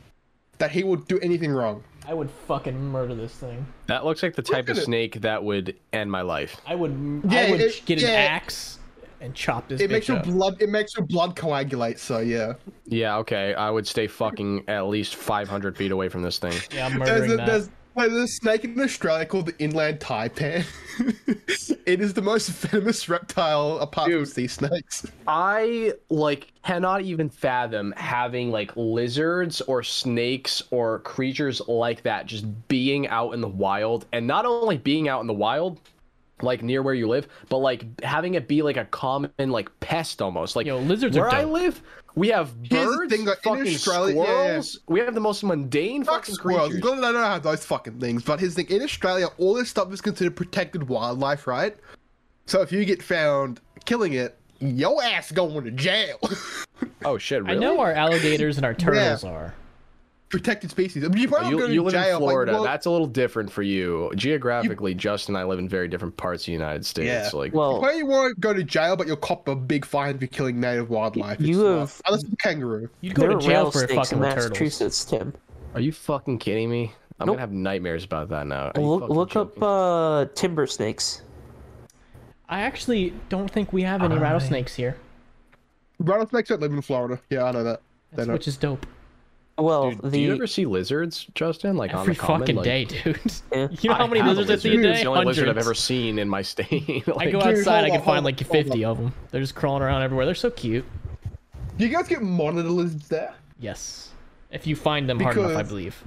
[SPEAKER 3] that he will do anything wrong.
[SPEAKER 1] I would fucking murder this thing.
[SPEAKER 2] That looks like the type of
[SPEAKER 3] at it.
[SPEAKER 2] snake that would end my life.
[SPEAKER 1] I would. I
[SPEAKER 3] Yeah,
[SPEAKER 1] would
[SPEAKER 3] it-
[SPEAKER 1] get
[SPEAKER 3] yeah.
[SPEAKER 1] an axe and chop this
[SPEAKER 3] It makes
[SPEAKER 1] bitch
[SPEAKER 3] your
[SPEAKER 1] up.
[SPEAKER 3] blood. It makes your blood coagulate. So yeah.
[SPEAKER 2] Yeah, okay. I would stay fucking at least 500 feet away from this thing.
[SPEAKER 1] yeah, I'm
[SPEAKER 3] There's
[SPEAKER 1] murdering
[SPEAKER 3] a,
[SPEAKER 1] that.
[SPEAKER 3] there's, there's a snake in Australia called the inland taipan. it is the most venomous reptile apart from sea snakes.
[SPEAKER 2] I like cannot even fathom having like lizards or snakes or creatures like that just being out in the wild and not only being out in the wild, like near where you live, but like having it be like a common like pest almost. Like
[SPEAKER 1] Yo, lizards are
[SPEAKER 2] where I
[SPEAKER 1] dope.
[SPEAKER 2] live, we have
[SPEAKER 3] Here's the
[SPEAKER 2] birds,
[SPEAKER 3] thing, like, in
[SPEAKER 2] fucking
[SPEAKER 3] Australia- yeah, yeah.
[SPEAKER 2] squirrels. We have the most mundane
[SPEAKER 3] Fuck
[SPEAKER 2] fucking
[SPEAKER 3] squirrels.
[SPEAKER 2] creatures.
[SPEAKER 3] I'm glad I don't have those fucking things. But here's the thing: in Australia, all this stuff is considered protected wildlife, right? So if you get found killing it, your ass going to jail.
[SPEAKER 2] Oh shit!
[SPEAKER 1] I
[SPEAKER 2] Really?
[SPEAKER 1] know our alligators and our turtles are.
[SPEAKER 3] protected species. I mean, you probably
[SPEAKER 2] You,
[SPEAKER 3] go to
[SPEAKER 2] you live
[SPEAKER 3] jail.
[SPEAKER 2] in
[SPEAKER 3] like,
[SPEAKER 2] Florida.
[SPEAKER 3] well,
[SPEAKER 2] That's a little different for you geographically. Justin and I live in very different parts of the United States.
[SPEAKER 3] Yeah.
[SPEAKER 2] Like,
[SPEAKER 3] you
[SPEAKER 4] Well,
[SPEAKER 3] probably won't go to jail, but you'll cop a big fine for killing native wildlife. It's
[SPEAKER 4] you
[SPEAKER 3] not-
[SPEAKER 4] have-
[SPEAKER 3] unless it's a kangaroo.
[SPEAKER 1] You'd go
[SPEAKER 4] there
[SPEAKER 1] to
[SPEAKER 4] are
[SPEAKER 1] jail for a
[SPEAKER 4] rattlesnakes in
[SPEAKER 1] fucking with turtles.
[SPEAKER 4] Massachusetts, Tim.
[SPEAKER 2] are you fucking kidding me? I'm
[SPEAKER 4] Nope.
[SPEAKER 2] gonna have nightmares about that now. Are you
[SPEAKER 4] Look,
[SPEAKER 2] fucking
[SPEAKER 4] look up
[SPEAKER 2] joking?
[SPEAKER 4] uh, timber snakes.
[SPEAKER 1] I actually don't think we have any rattlesnakes here,
[SPEAKER 3] Rattlesnakes don't live in Florida. Yeah, I know that. They
[SPEAKER 1] That's-
[SPEAKER 3] don't.
[SPEAKER 1] which is dope.
[SPEAKER 4] Well,
[SPEAKER 2] Dude,
[SPEAKER 4] the
[SPEAKER 2] Do you ever see lizards, Justin? Like on
[SPEAKER 1] Every
[SPEAKER 2] the common?
[SPEAKER 1] fucking
[SPEAKER 2] like,
[SPEAKER 1] day, dude.
[SPEAKER 4] Yeah.
[SPEAKER 1] You know how
[SPEAKER 2] I
[SPEAKER 1] many
[SPEAKER 2] have a
[SPEAKER 1] lizards I see a
[SPEAKER 2] lizard.
[SPEAKER 1] day?
[SPEAKER 2] It's the only lizard I've
[SPEAKER 1] Hundreds.
[SPEAKER 2] ever seen in my state.
[SPEAKER 1] I
[SPEAKER 2] Like,
[SPEAKER 1] go
[SPEAKER 3] Dude,
[SPEAKER 1] outside, I can find
[SPEAKER 3] hold on, hold
[SPEAKER 1] like
[SPEAKER 3] on, hold
[SPEAKER 1] 50 of them. They're just crawling around everywhere. They're so cute.
[SPEAKER 3] Do you guys get monitor lizards there?
[SPEAKER 1] Yes. If you find them hard enough, I
[SPEAKER 3] Because-
[SPEAKER 1] believe.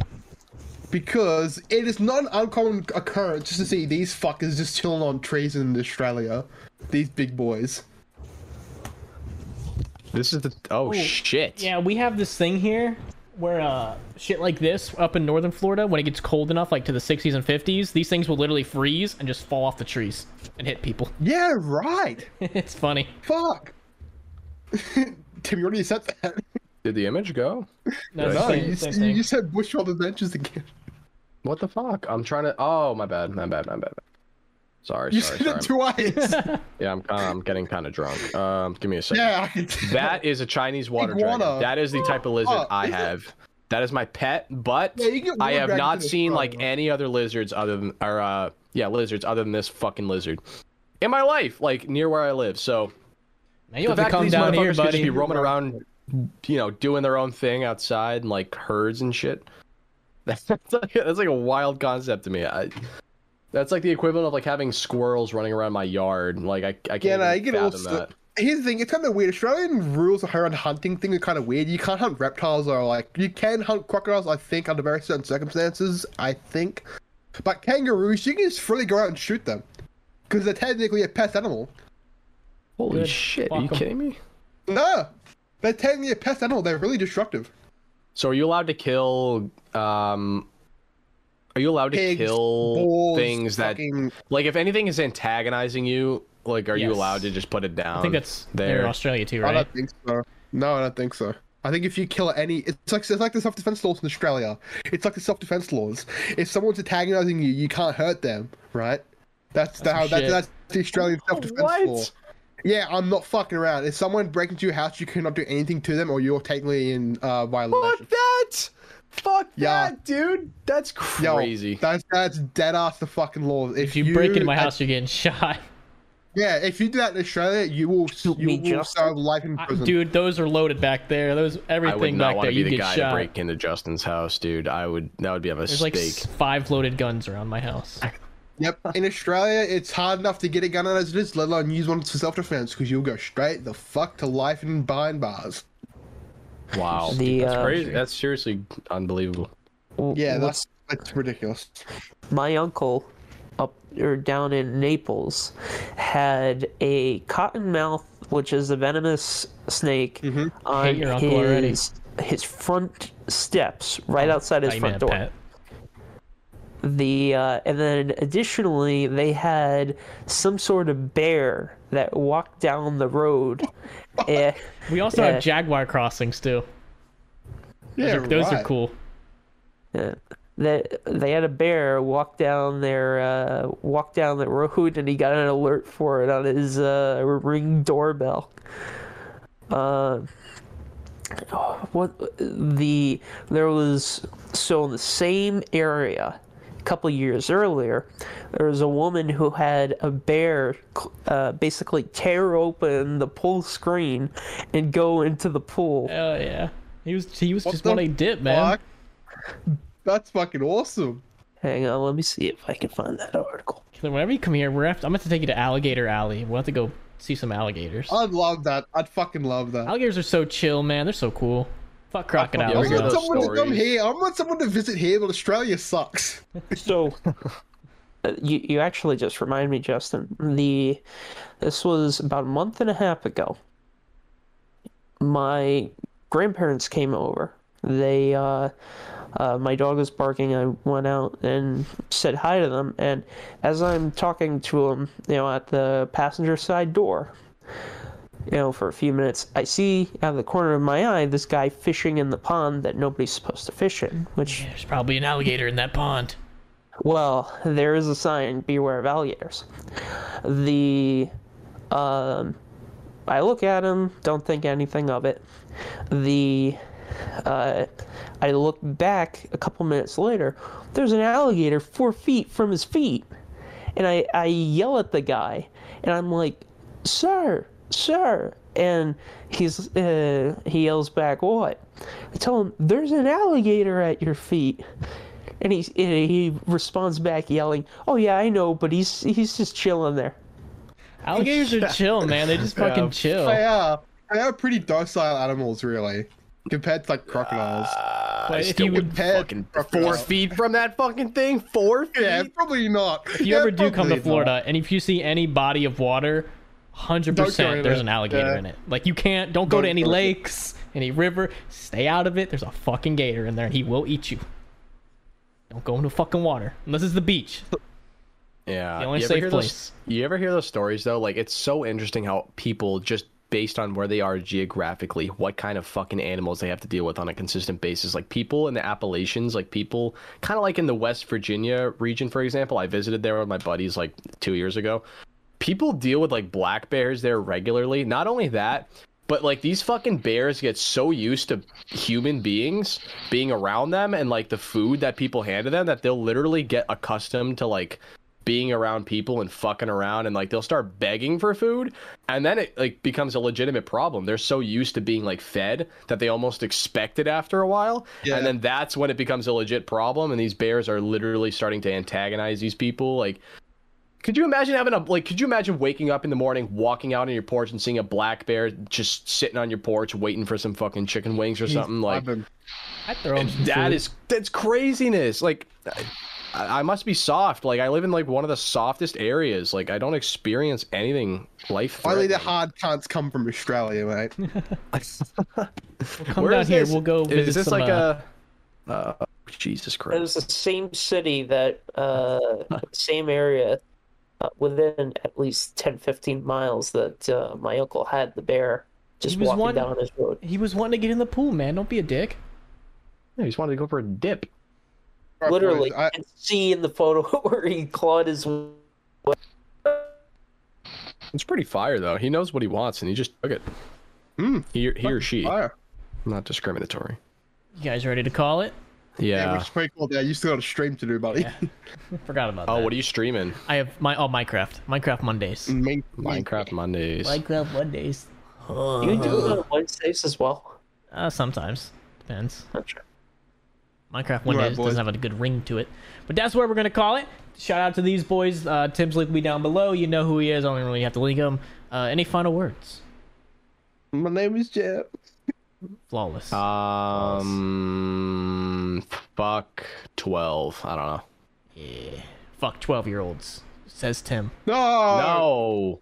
[SPEAKER 3] Because it is not an uncommon occurrence just to see these fuckers just chilling on trees in Australia. These big boys.
[SPEAKER 2] this is the oh shit.
[SPEAKER 1] Yeah, we have this thing here where uh, shit like this up in northern Florida, when it gets cold enough, like to the 60s and 50s, these things will literally freeze and just fall off the trees and hit people.
[SPEAKER 3] Yeah, right.
[SPEAKER 1] it's funny.
[SPEAKER 3] Fuck. Tim, you already said that.
[SPEAKER 2] Did the image go?
[SPEAKER 1] No, it's the
[SPEAKER 2] No,
[SPEAKER 3] No,
[SPEAKER 1] same,
[SPEAKER 3] you,
[SPEAKER 1] same
[SPEAKER 3] you
[SPEAKER 1] thing.
[SPEAKER 3] said Bushwild Adventures again.
[SPEAKER 2] What the fuck? I'm trying to. Oh my bad. My bad. My bad. Sorry.
[SPEAKER 3] You
[SPEAKER 2] sorry.
[SPEAKER 3] said
[SPEAKER 2] sorry.
[SPEAKER 3] it twice.
[SPEAKER 2] Yeah, I'm. kinda- I'm getting kind of drunk. Um, give me a second.
[SPEAKER 3] yeah, I can tell.
[SPEAKER 2] That is a Chinese water dragon.
[SPEAKER 3] Iguana.
[SPEAKER 2] That is the type of lizard
[SPEAKER 3] Oh,
[SPEAKER 2] I
[SPEAKER 3] is it-
[SPEAKER 2] have. That is my pet, but
[SPEAKER 3] Yeah, you get
[SPEAKER 2] I
[SPEAKER 3] water
[SPEAKER 2] have
[SPEAKER 3] dragons
[SPEAKER 2] not
[SPEAKER 3] in
[SPEAKER 2] seen like
[SPEAKER 3] Australia.
[SPEAKER 2] any other lizards other than or uh yeah, lizards other than this fucking lizard. In my life, like near where I live. So
[SPEAKER 1] Now you
[SPEAKER 2] the
[SPEAKER 1] have to
[SPEAKER 2] fact that
[SPEAKER 1] come
[SPEAKER 2] these
[SPEAKER 1] down here,
[SPEAKER 2] motherfuckers could just
[SPEAKER 1] buddy.
[SPEAKER 2] be roaming around, you know, doing their own thing outside and like herds and shit. That's like, that's like a wild concept to me. I, that's like the equivalent of like having squirrels running around my yard. Like I, I can't
[SPEAKER 3] Yeah,
[SPEAKER 2] even
[SPEAKER 3] no, I get all
[SPEAKER 2] fathom
[SPEAKER 3] stu-
[SPEAKER 2] that.
[SPEAKER 3] Here's the thing, it's kind of weird. Australian rules around hunting thing are kind of weird. You can't hunt reptiles or like you can hunt crocodiles, I think, under very certain circumstances. I think, but kangaroos, you can just freely go out and shoot them because they're technically a pest animal.
[SPEAKER 2] Holy
[SPEAKER 1] Good.
[SPEAKER 2] shit! Are you
[SPEAKER 1] Fuck 'em.
[SPEAKER 2] kidding me?
[SPEAKER 3] No, they're technically a pest animal. They're really destructive.
[SPEAKER 2] So are you allowed to kill? um Are you allowed to
[SPEAKER 3] Pigs,
[SPEAKER 2] kill
[SPEAKER 3] bulls,
[SPEAKER 2] things that
[SPEAKER 3] fucking-
[SPEAKER 2] like if anything is antagonizing you? Like, are you
[SPEAKER 1] Yes.
[SPEAKER 2] allowed to just put it down?
[SPEAKER 1] I think that's they're in
[SPEAKER 2] there.
[SPEAKER 1] Australia too,
[SPEAKER 3] I
[SPEAKER 1] right?
[SPEAKER 3] don't think so. No, I don't think so. I think if you kill any, it's like it's like the self-defense laws in Australia. It's like the self-defense laws. If someone's antagonizing you, you can't hurt them, right? That's the, how
[SPEAKER 1] shit.
[SPEAKER 3] that's, that's the Australian self-defense
[SPEAKER 2] What?
[SPEAKER 3] law. Yeah, I'm not fucking around. If someone breaks into your house, you cannot do anything to them, or you're technically in uh, violation.
[SPEAKER 2] Fuck that! Fuck
[SPEAKER 3] Yeah.
[SPEAKER 2] that, dude! That's
[SPEAKER 3] Yo,
[SPEAKER 2] crazy.
[SPEAKER 3] That's that's dead ass the fucking law. If,
[SPEAKER 1] If you, break into my house, you're getting shot.
[SPEAKER 3] yeah. If you do that in Australia, you will
[SPEAKER 4] me,
[SPEAKER 3] you will
[SPEAKER 4] Justin.
[SPEAKER 3] serve life in
[SPEAKER 1] I-
[SPEAKER 3] prison.
[SPEAKER 1] dude, those are loaded back there. Those
[SPEAKER 2] I would
[SPEAKER 1] everything
[SPEAKER 2] not
[SPEAKER 1] back
[SPEAKER 2] want
[SPEAKER 1] there.
[SPEAKER 2] to be
[SPEAKER 1] You
[SPEAKER 2] the
[SPEAKER 1] get
[SPEAKER 2] guy
[SPEAKER 1] shot.
[SPEAKER 2] to break into Justin's house, dude. I would. That would be a
[SPEAKER 1] There's
[SPEAKER 2] mistake.
[SPEAKER 1] like s- five loaded guns around my house.
[SPEAKER 3] Yep. In Australia, it's hard enough to get a gun out as it is, let alone use one for self defense, because you'll go straight the fuck to life in behind bars.
[SPEAKER 2] wow,
[SPEAKER 4] The,
[SPEAKER 2] dude, that's
[SPEAKER 4] uh,
[SPEAKER 2] crazy. That's seriously unbelievable.
[SPEAKER 4] w-
[SPEAKER 3] Yeah,
[SPEAKER 4] what's-
[SPEAKER 3] that's that's ridiculous.
[SPEAKER 4] my uncle up or down in Naples had a cottonmouth, which is a venomous snake, on
[SPEAKER 1] Mm-hmm. Hate your uncle already.
[SPEAKER 4] his his front steps, right outside his
[SPEAKER 1] Hey,
[SPEAKER 4] front
[SPEAKER 1] man,
[SPEAKER 4] door.
[SPEAKER 1] pet.
[SPEAKER 4] The uh, and then additionally, they had some sort of bear that walked down the road. Eh,
[SPEAKER 1] We also
[SPEAKER 4] Yeah.
[SPEAKER 1] have jaguar crossings too. Those,
[SPEAKER 3] Yeah,
[SPEAKER 1] are, those are
[SPEAKER 3] right.
[SPEAKER 1] cool.
[SPEAKER 4] eh, that they had a bear walk down their uh, walk down the road, and he got an alert for it on his uh, ring doorbell. uh, what the there was so in the same area a couple years earlier there was a woman who had a bear cl- uh, basically tear open the pool screen and go into the pool
[SPEAKER 1] Oh yeah. He was he was just
[SPEAKER 3] the
[SPEAKER 1] wanting dip, man.
[SPEAKER 3] Fuck. That's fucking awesome.
[SPEAKER 4] hang on let me see if i can find that article
[SPEAKER 1] Whenever you come here, we're have to, I'm gonna have to take you to Alligator Alley. We'll have to go see some alligators.
[SPEAKER 3] I'd love that. I'd fucking love that.
[SPEAKER 1] alligators are so chill, man. They're so cool. Fuck crocodiles.
[SPEAKER 2] yeah,
[SPEAKER 3] I
[SPEAKER 2] we got
[SPEAKER 1] though.
[SPEAKER 3] want
[SPEAKER 2] those
[SPEAKER 3] someone to come
[SPEAKER 2] stories.
[SPEAKER 3] here. I want someone to visit here, but Australia sucks.
[SPEAKER 4] so uh, you you actually just remind me, Justin. The this was about a month and a half ago. My grandparents came over. They uh, uh, my dog was barking. I went out and said hi to them. And as I'm talking to them, you know, at the passenger side door, you know, for a few minutes, I see out of the corner of my eye this guy fishing in the pond that nobody's supposed to fish in. Which,
[SPEAKER 1] There's probably an alligator in that pond.
[SPEAKER 4] well, there is a sign: beware of alligators. The, um, I look at him, don't think anything of it. The, uh, I look back a couple minutes later. There's an alligator four feet from his feet, and I I yell at the guy, and I'm like, "Sir, sir!" And he's uh, he yells back, "What?" I tell him, "There's an alligator at your feet." And he and he responds back yelling, "Oh yeah, I know, but he's he's just chilling there."
[SPEAKER 1] Alligators are chill, man. They just fucking chill.
[SPEAKER 3] They are. They are pretty docile animals, really, compared to like crocodiles.
[SPEAKER 1] But if
[SPEAKER 2] Still
[SPEAKER 1] you,
[SPEAKER 2] wouldn't
[SPEAKER 1] if
[SPEAKER 3] Compared
[SPEAKER 2] fucking
[SPEAKER 3] to
[SPEAKER 2] four
[SPEAKER 3] crocodiles.
[SPEAKER 2] feet from that fucking thing. Four feet.
[SPEAKER 3] Yeah, probably not. If
[SPEAKER 1] you ever do come to Florida and if you see any body of water, hundred
[SPEAKER 3] Don't go
[SPEAKER 1] percent
[SPEAKER 3] in
[SPEAKER 1] there's
[SPEAKER 3] it.
[SPEAKER 1] an alligator
[SPEAKER 3] Yeah.
[SPEAKER 1] in it. Like you can't. Don't go to
[SPEAKER 3] Don't
[SPEAKER 1] any
[SPEAKER 3] go in it.
[SPEAKER 1] lakes, any river. Stay out of it. There's a fucking gator in there, and he will eat you. Don't go into fucking water unless it's the beach.
[SPEAKER 2] Yeah.
[SPEAKER 1] The only
[SPEAKER 2] you ever
[SPEAKER 1] safe
[SPEAKER 2] hear
[SPEAKER 1] place.
[SPEAKER 2] Those, you ever hear those stories though? Like it's so interesting how people just based on where they are geographically, what kind of fucking animals they have to deal with on a consistent basis. Like people in the Appalachians, like people kind of like in the West Virginia region, for example. I visited there with my buddies like two years ago. People deal with like black bears there regularly. Not only that, but like these fucking bears get so used to human beings being around them and like the food that people hand to them that they'll literally get accustomed to like being around people and fucking around and like they'll start begging for food and then it like becomes a legitimate problem they're so used to being like fed that they almost expect it after a while
[SPEAKER 3] Yeah.
[SPEAKER 2] and then that's when it becomes a legit problem and these bears are literally starting to antagonize these people like could you imagine having a like? Could you imagine waking up in the morning, walking out on your porch, and seeing a black bear just sitting on your porch, waiting for some fucking chicken wings or something? Like
[SPEAKER 3] I've been-
[SPEAKER 1] I throw him some
[SPEAKER 2] that
[SPEAKER 1] food.
[SPEAKER 2] is that's craziness. Like I, I must be soft. Like I live in like one of the softest areas. Like I don't experience anything life.
[SPEAKER 3] Finally, the hard cunts come from Australia, mate.
[SPEAKER 1] come down here. We'll go visit
[SPEAKER 2] Is this
[SPEAKER 1] some,
[SPEAKER 2] like
[SPEAKER 1] uh,
[SPEAKER 2] a? Uh, Jesus
[SPEAKER 4] It
[SPEAKER 2] Christ!
[SPEAKER 4] was the same city that, uh, same area, uh, within at least 10, 15 miles that uh, my uncle had the bear just
[SPEAKER 1] was
[SPEAKER 4] walking
[SPEAKER 1] one-
[SPEAKER 4] down his road.
[SPEAKER 1] He was wanting to get in the pool, man. Don't be a dick.
[SPEAKER 2] I just wanted to go for a dip.
[SPEAKER 3] Right,
[SPEAKER 4] Literally,
[SPEAKER 3] boys, I,
[SPEAKER 4] you can see in the photo where he clawed his.
[SPEAKER 2] It's pretty fire though. He knows what he wants and he just took it.
[SPEAKER 3] Hmm.
[SPEAKER 2] He, he or she.
[SPEAKER 3] fire.
[SPEAKER 2] Not discriminatory.
[SPEAKER 1] You guys ready to call it?
[SPEAKER 3] Yeah,
[SPEAKER 2] Yeah.
[SPEAKER 3] which is pretty cool. Yeah, you still got a stream to do, buddy.
[SPEAKER 1] Forgot about
[SPEAKER 2] oh,
[SPEAKER 1] that.
[SPEAKER 2] what are you streaming?
[SPEAKER 1] I have my oh Minecraft. Minecraft Mondays.
[SPEAKER 3] Main-
[SPEAKER 2] Minecraft Mondays.
[SPEAKER 1] Minecraft Mondays.
[SPEAKER 4] You can do it on Wednesdays as well.
[SPEAKER 1] Uh, sometimes depends.
[SPEAKER 4] Not sure.
[SPEAKER 1] Minecraft one
[SPEAKER 3] Right,
[SPEAKER 1] day just doesn't
[SPEAKER 3] boys.
[SPEAKER 1] have a good ring to it. But that's where we're gonna call it. Shout out to these boys. Uh, Tim's link will be down below. You know who he is. I don't really have to link him. Uh, any final words?
[SPEAKER 3] My name is Jeff.
[SPEAKER 1] Flawless.
[SPEAKER 3] Uh,
[SPEAKER 2] Um, fuck twelve. I don't know.
[SPEAKER 1] Fuck twelve year olds, says Tim.
[SPEAKER 3] No,
[SPEAKER 2] No,